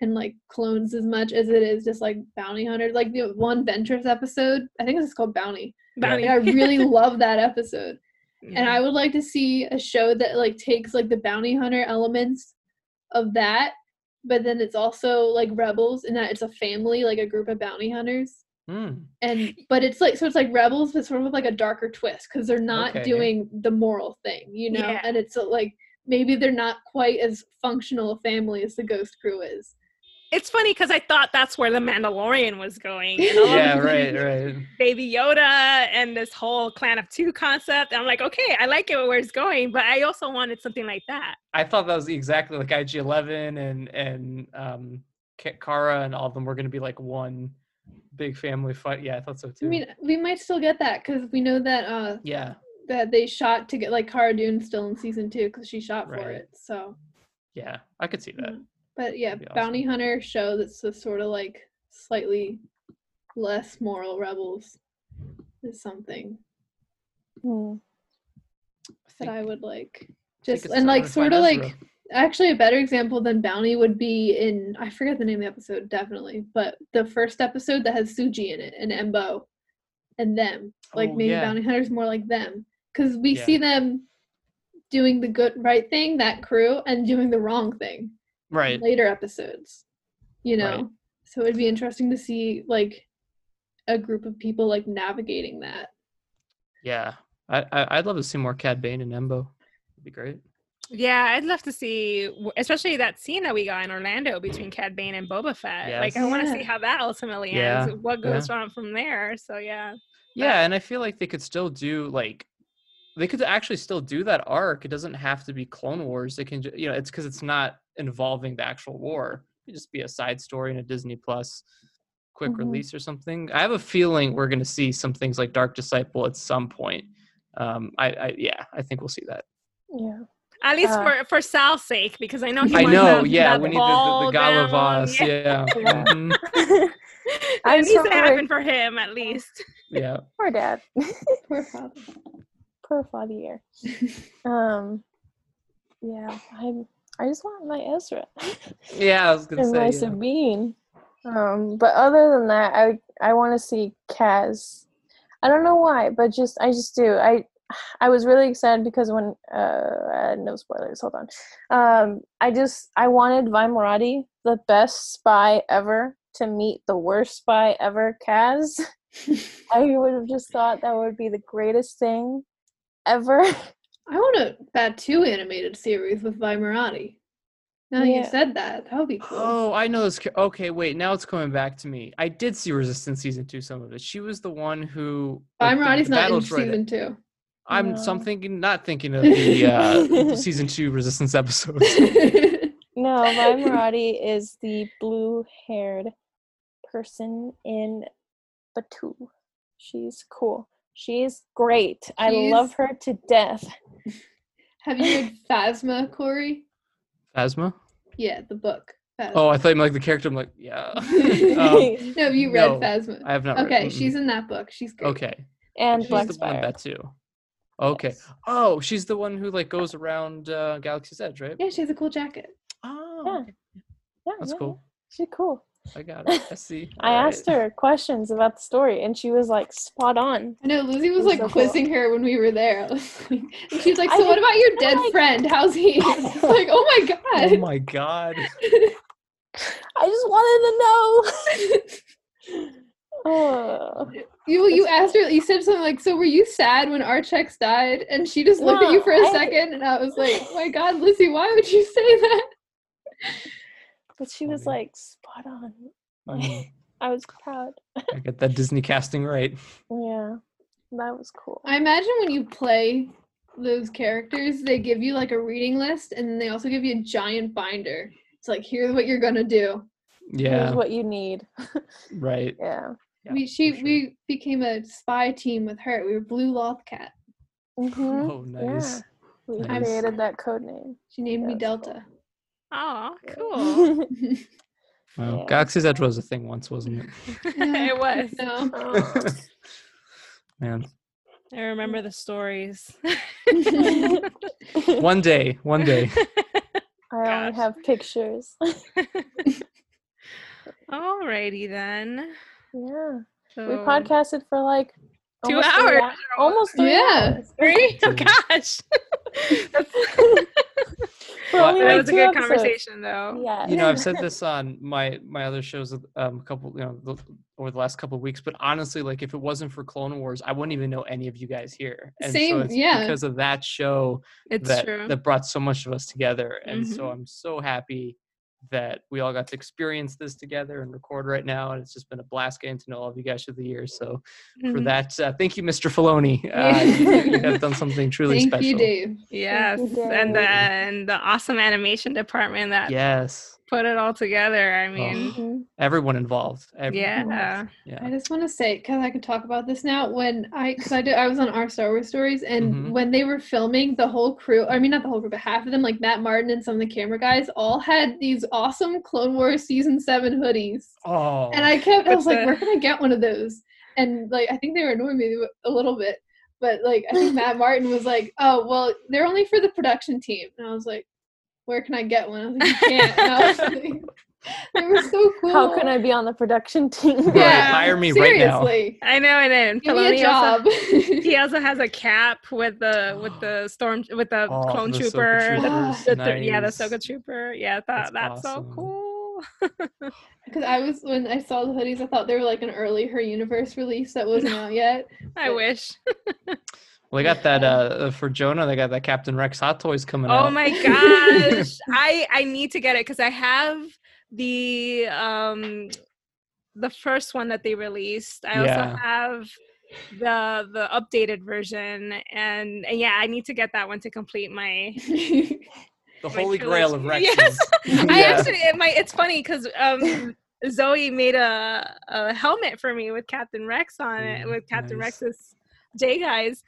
B: and like clones as much as it is just like bounty hunters like the one ventures episode i think it's called bounty
D: Bounty.
B: and i really love that episode and
D: Yeah.
B: I would like to see a show that like takes like the bounty hunter elements of that, but then it's also like rebels in that it's a family, like a group of bounty hunters.
E: mm.
B: And but it's like so it's like rebels, but sort of with like a darker twist because they're not
E: Okay.
B: doing the moral thing, you know.
D: Yeah.
B: And it's uh, like maybe they're not quite as functional a family as the Ghost Crew is.
D: It's funny because I thought that's where the Mandalorian was going. And all of a
E: Yeah,
D: sudden,
E: right, right.
D: Baby Yoda and this whole Clan of Two concept. I'm like, okay, I like it where it's going, but I also wanted something like that.
E: I thought that was exactly like IG Eleven and and um, Ka- Kara and all of them were going to be like one big family fight. Yeah, I thought so
B: I
E: too.
B: mean, we might still get that because we know that uh
E: yeah,
B: that they shot to get like Cara Dune still in season two because she shot for
E: Right.
B: it. So,
E: yeah, I could see that.
B: but yeah,
E: That'd be
B: bounty hunter show that's the sort of like slightly less moral rebels is something
C: Mm.
E: I
B: that
E: think-
B: I would like.
E: think
B: Just
E: it's
B: and
E: time
B: like
E: to
B: sort
E: find
B: of like
E: Ezra.
B: actually a better example than bounty would be in i forget the name of the episode definitely but the first episode that has suji in it and embo and them like
E: Oh,
B: maybe
E: yeah.
B: bounty hunters more like them because we
E: Yeah.
B: see them doing the good right thing that crew and doing the wrong thing in
E: right.
B: later episodes you know
E: Right.
B: so it'd be interesting to see like a group of people like navigating that
E: Yeah, I, I I'd love to see more Cad Bane and Embo. That'd be great.
D: Yeah, I'd love to see, w- especially that scene that we got in Orlando between Cad Bane and Boba Fett. Like, I want to see
B: Yes.
D: how that ultimately
E: Yeah,
D: ends. What goes on from there? So yeah,
E: Yeah, and I feel like they could still do like they could actually still do that arc. It doesn't have to be Clone Wars. They can ju- you know it's because it's not involving the actual war. It could just be a side story in a Disney Plus quick
C: Mhm.
E: release or something. I have a feeling we're going to see some things like Dark Disciple at some point. Um, I, I yeah, I think we'll see that.
C: Yeah.
D: at least
C: Uh,
D: for for Sal's sake, because I know he
E: I
D: wants
E: know.
D: that-
E: Yeah,
D: that
E: we need the the,
D: ball
E: the Gala
D: down.
E: Voss.
D: Yeah,
E: Yeah.
C: Yeah.
E: mhm,
D: that
C: I'm
D: needs
C: so
D: to
C: worried.
D: happen for him at least.
E: yeah.
C: Poor dad.
B: poor father
C: Poor father year. Um, yeah, I I just want my Ezra
E: Yeah, I was gonna
C: and my
E: say. yeah.
C: Sabine. Um, but other than that, I I want to see Kaz. I don't know why, but just I just do. I I was really excited because when uh, uh no spoilers, hold on. Um, I just I wanted Vi Morati, the best spy ever, to meet the worst spy ever, Kaz. I would have just thought that would be the greatest thing ever.
B: I want a Batu animated series with Vi Marati. Now that you
C: Yeah.
B: said that, that would be cool.
E: Oh, I know this. ca- Okay, wait. Now it's coming back to me. I did see Resistance season two. Some of it. She was the one who.
B: Vi
E: like, the-
B: Marati's
E: the
B: not
E: battle
B: in
E: droid-
B: season two.
E: I'm. So I'm
C: No.
E: thinking, not thinking of the uh, season two Resistance episodes.
C: No, Vi Marati is the blue haired person in Batu. She's cool. She's great. I love
B: She's-
C: her to death.
B: Have you read Phasma, Corey?
E: Phasma.
B: Yeah, the book. Phasma.
E: Oh, I thought you meant, like the character. I'm like, yeah. um,
C: and
B: no, have you read
E: no,
B: Phasma?
E: I have not. read-
B: Okay,
E: mm-mm.
B: she's in that book. She's great.
E: okay. she's
C: Black
E: the one in
C: Spire.
E: Batuu. Okay.
C: Yes.
E: Oh, she's the one who like goes around uh, Galaxy's Edge, right?
B: Yeah, she has a cool jacket.
E: Oh,
C: Yeah.
E: okay.
C: Yeah,
E: that's
C: yeah, yeah.
E: cool.
C: She's cool.
E: I got it. I see.
C: I
E: Alright.
C: asked her questions about the story and she was like spot on.
B: I know Lizzie was
C: She's
B: like
C: so cool.
B: quizzing her when we were there. I was like, and she was like,
C: I
B: "So what
C: didn't-
B: about your
C: I'm
B: dead
C: like-
B: friend? How's he?" I was like, "Oh my god!"
E: Oh my god.
C: I just wanted to know. oh.
B: You you asked
C: That's
B: her. You said something like, "So were you sad when Archex died?" And she just looked at you
C: No,
B: for a
C: I-
B: second, and I was like, "Oh "My God, Lizzie, why would you say that?"
C: But she was
E: Funny.
C: like spot on.
E: I mean,
C: I was proud.
E: I got that Disney casting right.
C: Yeah. That was cool.
B: I imagine when you play those characters, they give you like a reading list, and they also give you a giant binder. It's like, here's what you're gonna do.
C: Here's
E: Yeah,
C: what you need.
E: right.
C: Yeah.
E: Yeah,
B: we
E: for
B: she
E: sure.
B: we became a spy team with her. We were Blue Lothcat. uh-huh,
C: hmm
E: Oh, nice.
C: We
E: Nice.
C: created that code name.
B: She named me
C: That was
B: Delta.
D: Oh,
C: Yeah.
D: cool.
E: Wow.
C: Yeah.
E: Galaxy's Edge was a thing once, wasn't it?
B: Yeah.
D: it was.
B: No.
C: Oh.
E: Man,
D: I remember the stories.
E: one day, one day.
C: I
D: Gosh.
C: only have pictures.
D: Alrighty then.
C: yeah.
D: So,
C: We podcasted for like
D: Oh. Two
C: almost three
D: hours
C: hou- almost three
B: Yeah.
C: hours.
D: Three? Oh
E: Dude.
D: gosh. That's,
C: For
E: Well,
C: only
D: that
E: that
C: like
D: was
C: two
D: a good
C: episodes.
D: conversation though.
C: Yeah.
E: You know, I've said this on my my other shows, um, a couple, you know, the, over the last couple of weeks. But honestly, like, if it wasn't for Clone Wars, I wouldn't even know any of you guys here. And
B: Same,
E: so it's
B: yeah.
E: because of that show
D: It's
E: that
D: true.
E: that brought so much of us together and so
D: Mhm.
E: i'm so happy that we all got to experience this together and record right now and it's just been a blast getting to know all of you guys through the years so for
D: Mhm.
E: that uh, thank you mr Filoni. uh, you, you have done something truly
B: Thank
E: special
B: you, Dave.
D: Yes.
C: you,
D: And
C: Dave.
D: the and the awesome animation department that
E: yes
D: put it all together. I mean,
C: Mm-hmm.
B: Mhm.
E: Everyone involved. Ev-
D: yeah.
E: Yeah.
B: I just want to say, because I can talk about this now. When I, because I did, I was on our Star Wars stories, and
C: Mm-hmm.
E: Mhm.
B: when they were filming, the whole crew, I mean, not the whole crew, but half of them, like Matt Martin and some of the camera guys, all had these awesome Clone Wars season seven hoodies.
E: Oh.
B: And I kept, I
D: With
B: was like,
D: the-
B: where can I get one of those? And like, I think they were annoying me a little bit. But like, I think Matt Martin was like, oh, well, they're only for the production team. And I was like, where can I get one? I was like, you can't. And I was like, they were so cool.
C: How can I be on the production team?
E: Right, hire me right now.
B: seriously.
D: I know. And then
B: Give me a
D: Filoni also,
B: job.
D: he also has a cap with the with the storm with the
E: Oh,
D: clone
E: the Ahsoka
D: trooper. the-
E: troopers,
D: the th- Yeah, the
E: nice.
D: Soka trooper. Yeah, I
E: That's
D: thought that's,
E: awesome.
D: so cool.
B: Because I was when I saw the hoodies, I thought they were like an early Her Universe release that wasn't out yet.
D: I wish.
E: Well, they got that uh for Jonah. They got that Captain Rex Hot Toys coming out.
D: Oh my gosh. I I need to get it cuz I have the um the first one that they released. I
E: Yeah.
D: also have the the updated version and, and yeah, I need to get that one to complete my
E: The
D: my
E: holy grail of Rex.
D: trilogy. Yes. I
E: Yeah.
D: actually it might it's funny cuz um Zoe made a, a helmet for me with Captain Rex on it
E: Mm,
D: with Captain
E: nice.
D: Rex's J guys.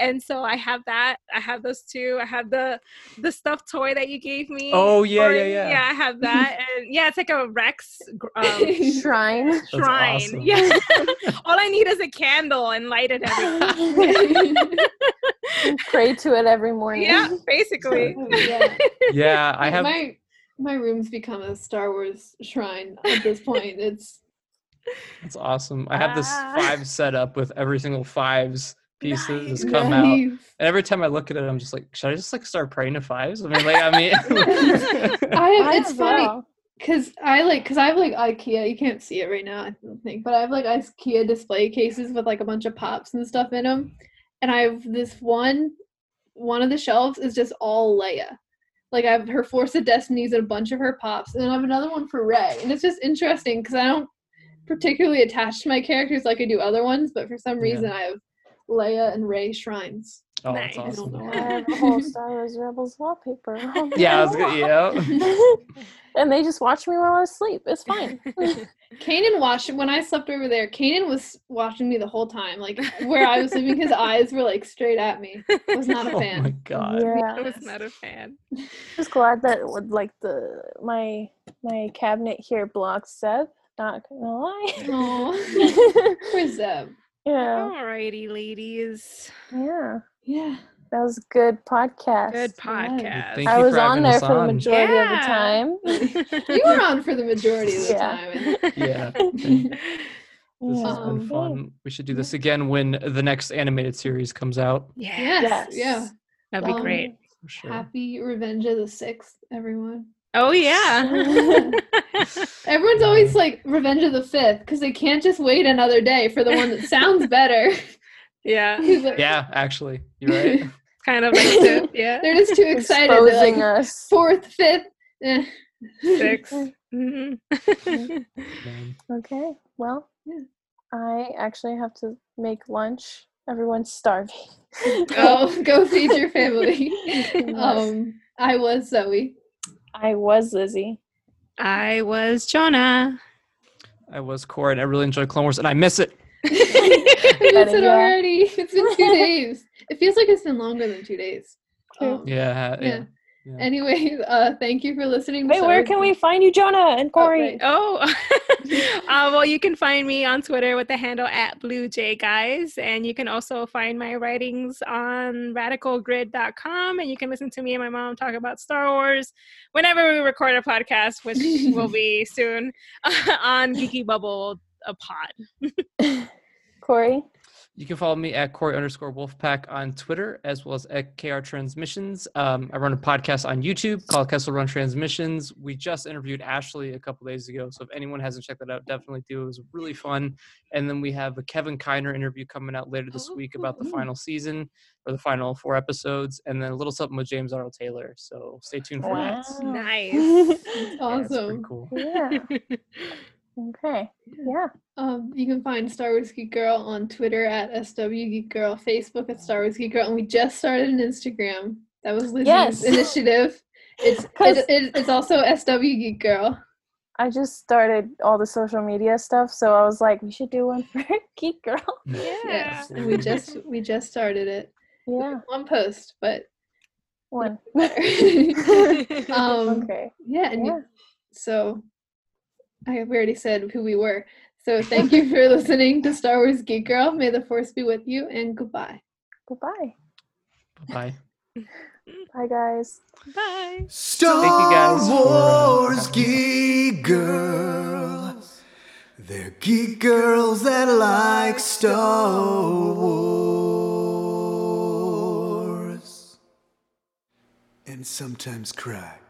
D: And so I have that. I have those two. I have the the stuffed toy that you gave me.
E: Oh yeah,
D: Or-
E: yeah, yeah.
D: I have that, and yeah, it's like a Rex gr- um,
C: Shrine.
D: shrine.
E: awesome.
D: Yeah, all I need is a candle and light it every.
C: Pray to it every morning.
D: yeah, basically.
B: yeah.
E: Yeah, I have.
B: my my room's become a Star Wars shrine at this point. It's
E: That's awesome. I have this
D: Ah.
E: five set up with every single fives pieces
D: Nice.
E: just come out.
B: nice.
E: And every time I look at it, I'm just like, should I just like start praying to fives? I mean, like, I mean,
B: I have, uh,
C: I uh,
B: it's
C: as
B: funny
C: well.
B: because I like because I have like IKEA. You can't see it right now, I don't think, but I have like IKEA display cases with like a bunch of pops and stuff in them, and I have this one. One of the shelves is just all Leia. Like I have her Force of Destinies and a bunch of her pops, and then I have another one for Rey. And it's just interesting because I don't particularly attach to my characters like I do other ones, but for some
E: Yeah.
B: reason I have Leia and Rey shrines.
E: oh, that's
D: Nice.
B: I don't know
E: awesome.
B: why.
C: I have a whole Star Wars Rebels wallpaper. on my
E: Yeah, I was good.
C: wall.
E: Yeah.
C: and they just watch me while I sleep. It's fine.
B: Kanan watched when I slept over there. Kanan was watching me the whole time, like where I was sleeping. His eyes were like straight at me. Was not a
E: Oh my
B: fan.
E: god.
D: I
C: Yeah.
D: was not a fan.
C: just glad that would like the my my cabinet here blocks Seth. Not gonna lie.
B: Oh,
C: yeah.
B: poor Zeb.
D: Alrighty, ladies.
C: Yeah.
B: Yeah,
C: That was a good podcast.
D: Good
E: Well,
D: podcast.
E: thank
C: I
E: you
C: was
E: for
C: on
E: having
C: there
E: us
C: for the
E: on.
C: majority of the
D: Yeah.
C: time.
B: you were on for the majority of the
C: Yeah.
B: time. I think.
E: Yeah. and This has
B: Um,
E: been
B: yeah.
E: fun. We should do this again when the next animated series comes out.
D: Yeah,
B: Yes, yeah.
C: Yes.
D: that'd be
B: Um,
D: great.
E: For sure.
B: Happy Revenge of the Sixth, everyone.
D: Oh yeah.
B: Everyone's always like Revenge of the Fifth because they can't just wait another day for the one that sounds better.
D: yeah.
B: 'Cause, like,
E: Yeah, actually. You're right.
D: Kind of like tip, yeah.
B: They're just too excited. They're
C: Exposing
B: like
C: us.
B: fourth, fifth. eh.
D: 6 Mhm.
E: Man.
C: Okay. Well,
B: Yeah.
C: I actually have to make lunch. Everyone's starving.
B: go go feed your family.
C: Yes.
B: um, I was Zoe.
C: I was Lizzie.
D: I was Jonah.
E: I was core and I really enjoy Clone Wars and I miss it.
B: I miss it
C: yeah.
B: already. It's been two days. It feels like it's been longer than two days.
C: True.
B: Um,
E: Yeah.
B: yeah.
E: yeah. yeah.
B: Anyway, uh, thank you for listening. to
C: Wait,
B: Sorry.
C: where can we find you, Jonah and Corey?
B: right.
D: Oh, uh, well, you can find me on Twitter with the handle at BlueJGuys. And you can also find my writings on radicalgrid.com. And you can listen to me and my mom talk about Star Wars whenever we record a podcast, which will be soon on Geeky Bubble, a pod.
C: Corey?
E: You can follow me at Corey underscore Wolfpack on Twitter, as well as at KR Transmissions. Um, I run a podcast on YouTube called Kessel Run Transmissions. We just interviewed Ashley a couple days ago, so if anyone hasn't checked that out, definitely do. It was really fun. And then we have a Kevin Kiner interview coming out later this week about the final season or the final four episodes, and then a little something with James Arnold Taylor. So stay tuned for that.
C: Oh.
D: Nice.
C: yeah.
E: Yeah, it's pretty
B: Awesome.
E: cool.
C: Okay. Yeah.
B: Um, you can find Star Wars Geek Girl on Twitter at SW Geek Girl, Facebook at Star Wars Geek Girl, and we just started an Instagram. That was Lizzie's
C: Yes.
B: initiative. It's it, it, it's also SW Geek Girl.
C: I just started all the social media stuff, so I was like, we should do one for Geek Girl.
D: Yeah.
B: Yes, we just we just started it.
C: Yeah,
B: One post, but um,
C: one.
B: better. um,
C: okay.
B: yeah, and
C: Yeah.
B: so I we already said who we were. So thank you for listening to Star Wars Geek Girl. May the force be with you, and goodbye.
C: Goodbye.
E: Bye.
C: Bye, guys.
D: Bye.
H: Star
E: guys for, uh,
H: Wars
E: having-
H: geek girls. They're geek girls that like Star Wars. And sometimes cry.